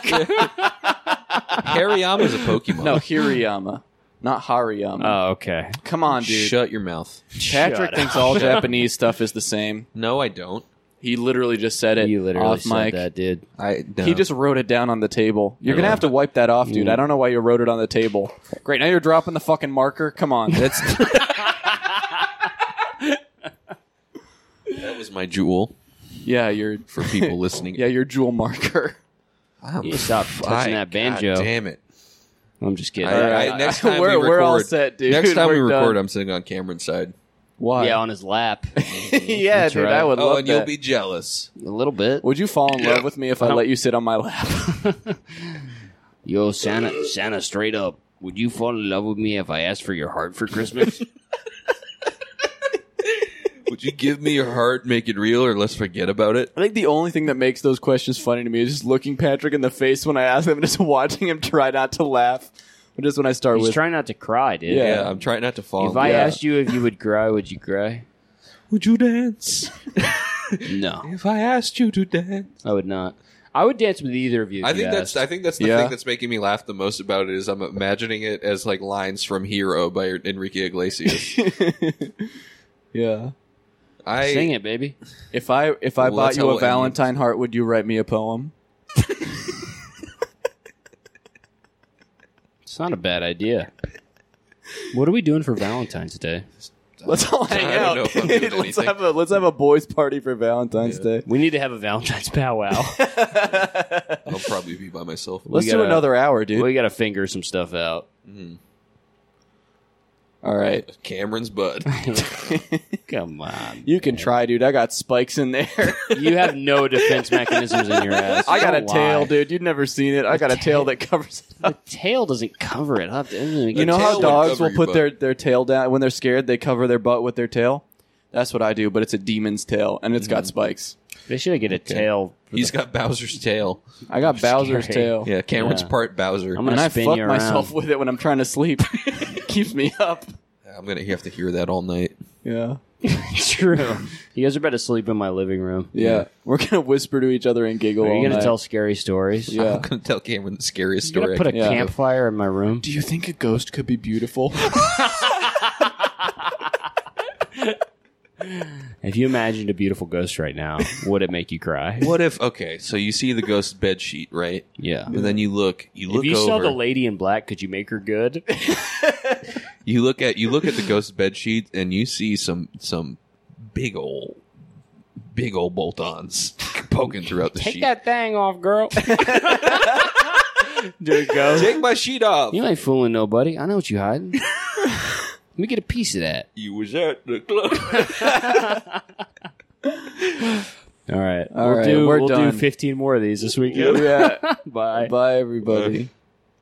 Speaker 4: Hariyama's a Pokemon.
Speaker 3: No, Hiriyama, not Hariyama.
Speaker 5: oh, okay.
Speaker 3: Come on, dude.
Speaker 4: shut your mouth.
Speaker 3: Patrick
Speaker 5: Shut
Speaker 3: thinks all Japanese stuff is the same.
Speaker 4: No, I don't.
Speaker 3: He literally just said it.
Speaker 5: You literally
Speaker 3: off
Speaker 5: said
Speaker 3: mic.
Speaker 5: that, dude.
Speaker 4: I no.
Speaker 3: He just wrote it down on the table. You're gonna have to wipe that off, dude. I don't know why you wrote it on the table. Great, now you're dropping the fucking marker. Come on,
Speaker 4: that's. that was my jewel
Speaker 3: yeah, you're
Speaker 4: for people listening.
Speaker 3: yeah, your jewel marker.
Speaker 4: I'm
Speaker 5: You stop touching that banjo.
Speaker 4: God damn it.
Speaker 5: I'm just kidding.
Speaker 4: I, I-
Speaker 3: right.
Speaker 4: next time
Speaker 3: We're-
Speaker 4: we record,
Speaker 3: we're all set, dude.
Speaker 4: Next time we
Speaker 3: We're
Speaker 4: record,
Speaker 3: done.
Speaker 4: I'm sitting on Cameron's side.
Speaker 3: Why?
Speaker 5: yeah, on his lap.
Speaker 3: Yeah,
Speaker 5: That's
Speaker 3: dude,
Speaker 5: right.
Speaker 3: I would
Speaker 4: Oh,
Speaker 3: love
Speaker 4: and
Speaker 3: that.
Speaker 4: you'll be jealous.
Speaker 5: A little bit.
Speaker 3: would you fall in love with me if I
Speaker 5: don't-
Speaker 3: let you sit on my lap?
Speaker 5: Yo, Santa, Santa, straight up. Would you fall in love with me if I asked for your heart for Christmas?
Speaker 4: Would you give me your heart, make it real, or let's forget about it?
Speaker 3: I think the only thing that makes those questions funny to me is just looking Patrick in the face when I ask him and just watching him try not to laugh. But just when I start
Speaker 5: He's
Speaker 3: with,
Speaker 5: trying not to cry, dude.
Speaker 3: Yeah. Oh,
Speaker 4: Yeah, I'm trying not to fall.
Speaker 5: If I
Speaker 3: Yeah.
Speaker 5: asked you if you would cry, would you cry?
Speaker 4: would you dance?
Speaker 5: No,
Speaker 4: If I asked you to dance,
Speaker 5: I would not. I would dance with either of you. If
Speaker 4: I
Speaker 5: you
Speaker 4: think that's
Speaker 5: asked.
Speaker 4: I think that's the
Speaker 3: Yeah.
Speaker 4: thing that's making me laugh the most about it is I'm imagining it as like lines from Hero by Enrique Iglesias.
Speaker 3: yeah.
Speaker 4: I
Speaker 5: Sing it, baby.
Speaker 3: If I if I
Speaker 4: Well,
Speaker 3: bought
Speaker 4: that's how
Speaker 3: you
Speaker 4: we'll
Speaker 3: a
Speaker 4: end
Speaker 3: Valentine heart, would you write me a poem?
Speaker 5: It's not a bad idea. What are we doing for Valentine's Day?
Speaker 3: Let's all hang
Speaker 4: I don't
Speaker 3: out.
Speaker 4: know if I'm doing
Speaker 3: let's
Speaker 4: anything.
Speaker 3: have a let's have a boys party for Valentine's Day.
Speaker 5: We need to have a Valentine's powwow.
Speaker 4: I'll probably be by myself.
Speaker 3: Let's do
Speaker 5: gotta-
Speaker 3: another hour, dude.
Speaker 5: we got to figure some stuff out.
Speaker 3: all right,
Speaker 4: Cameron's butt.
Speaker 5: Come on.
Speaker 3: you can try, dude. I got spikes in there.
Speaker 5: You have no defense mechanisms in your ass.
Speaker 3: I got a
Speaker 5: Don't lie.
Speaker 3: tail, dude. You've never seen it. I got a tail that covers. It up.
Speaker 5: Tail doesn't cover it up.
Speaker 3: You know
Speaker 4: tail
Speaker 3: how
Speaker 4: would
Speaker 3: dogs
Speaker 4: cover
Speaker 3: will
Speaker 4: your
Speaker 3: put
Speaker 4: butt.
Speaker 3: their their tail down when they're scared. They cover their butt with their tail. That's what I do, but it's a demon's tail, and it's
Speaker 4: Mm.
Speaker 3: got spikes.
Speaker 5: they should get a tail. for
Speaker 4: He's
Speaker 5: the-
Speaker 4: got Bowser's tail.
Speaker 3: I got Bowser's
Speaker 5: scary.
Speaker 3: tail.
Speaker 4: Yeah, Cameron's
Speaker 5: Yeah.
Speaker 4: part Bowser.
Speaker 5: I'm
Speaker 4: I'm
Speaker 5: gonna
Speaker 3: And I
Speaker 5: spin
Speaker 3: fuck
Speaker 5: you
Speaker 3: myself
Speaker 5: around.
Speaker 3: with it when I'm trying to sleep. Keeps me up.
Speaker 4: gonna, have to hear that all night.
Speaker 3: Yeah.
Speaker 5: True. You guys are about to sleep in my living room.
Speaker 3: Yeah. We're gonna whisper to each other and giggle.
Speaker 5: Are you
Speaker 3: all
Speaker 5: gonna
Speaker 3: night.
Speaker 5: tell scary stories?
Speaker 3: Yeah.
Speaker 4: I'm gonna tell Cameron the scariest
Speaker 5: You're
Speaker 4: story.
Speaker 5: gonna put a
Speaker 4: I can think of.
Speaker 5: campfire in my room.
Speaker 3: Do you think a ghost could be beautiful?
Speaker 5: If you imagined a beautiful ghost right now, would it make you cry?
Speaker 4: What if? Okay, so you see the ghost bed sheet, right?
Speaker 5: Yeah.
Speaker 4: And then you look. You look
Speaker 5: if you
Speaker 4: over.
Speaker 5: saw the lady in black, could you make her good?
Speaker 4: You look at you look at the ghost bed sheet and you see some some big old big old bolt-ons poking throughout the
Speaker 5: Take
Speaker 4: sheet.
Speaker 5: that thing off, girl. Dude, go.
Speaker 4: Take my sheet off.
Speaker 5: You ain't fooling nobody. I know what you hiding. Let me get a piece of that.
Speaker 4: You was at the club.
Speaker 5: All right.
Speaker 3: All
Speaker 5: we'll
Speaker 3: right,
Speaker 5: do,
Speaker 3: we're
Speaker 5: we'll
Speaker 3: done.
Speaker 5: do 15 more of these this weekend.
Speaker 3: Yeah.
Speaker 5: Bye.
Speaker 3: Bye, everybody.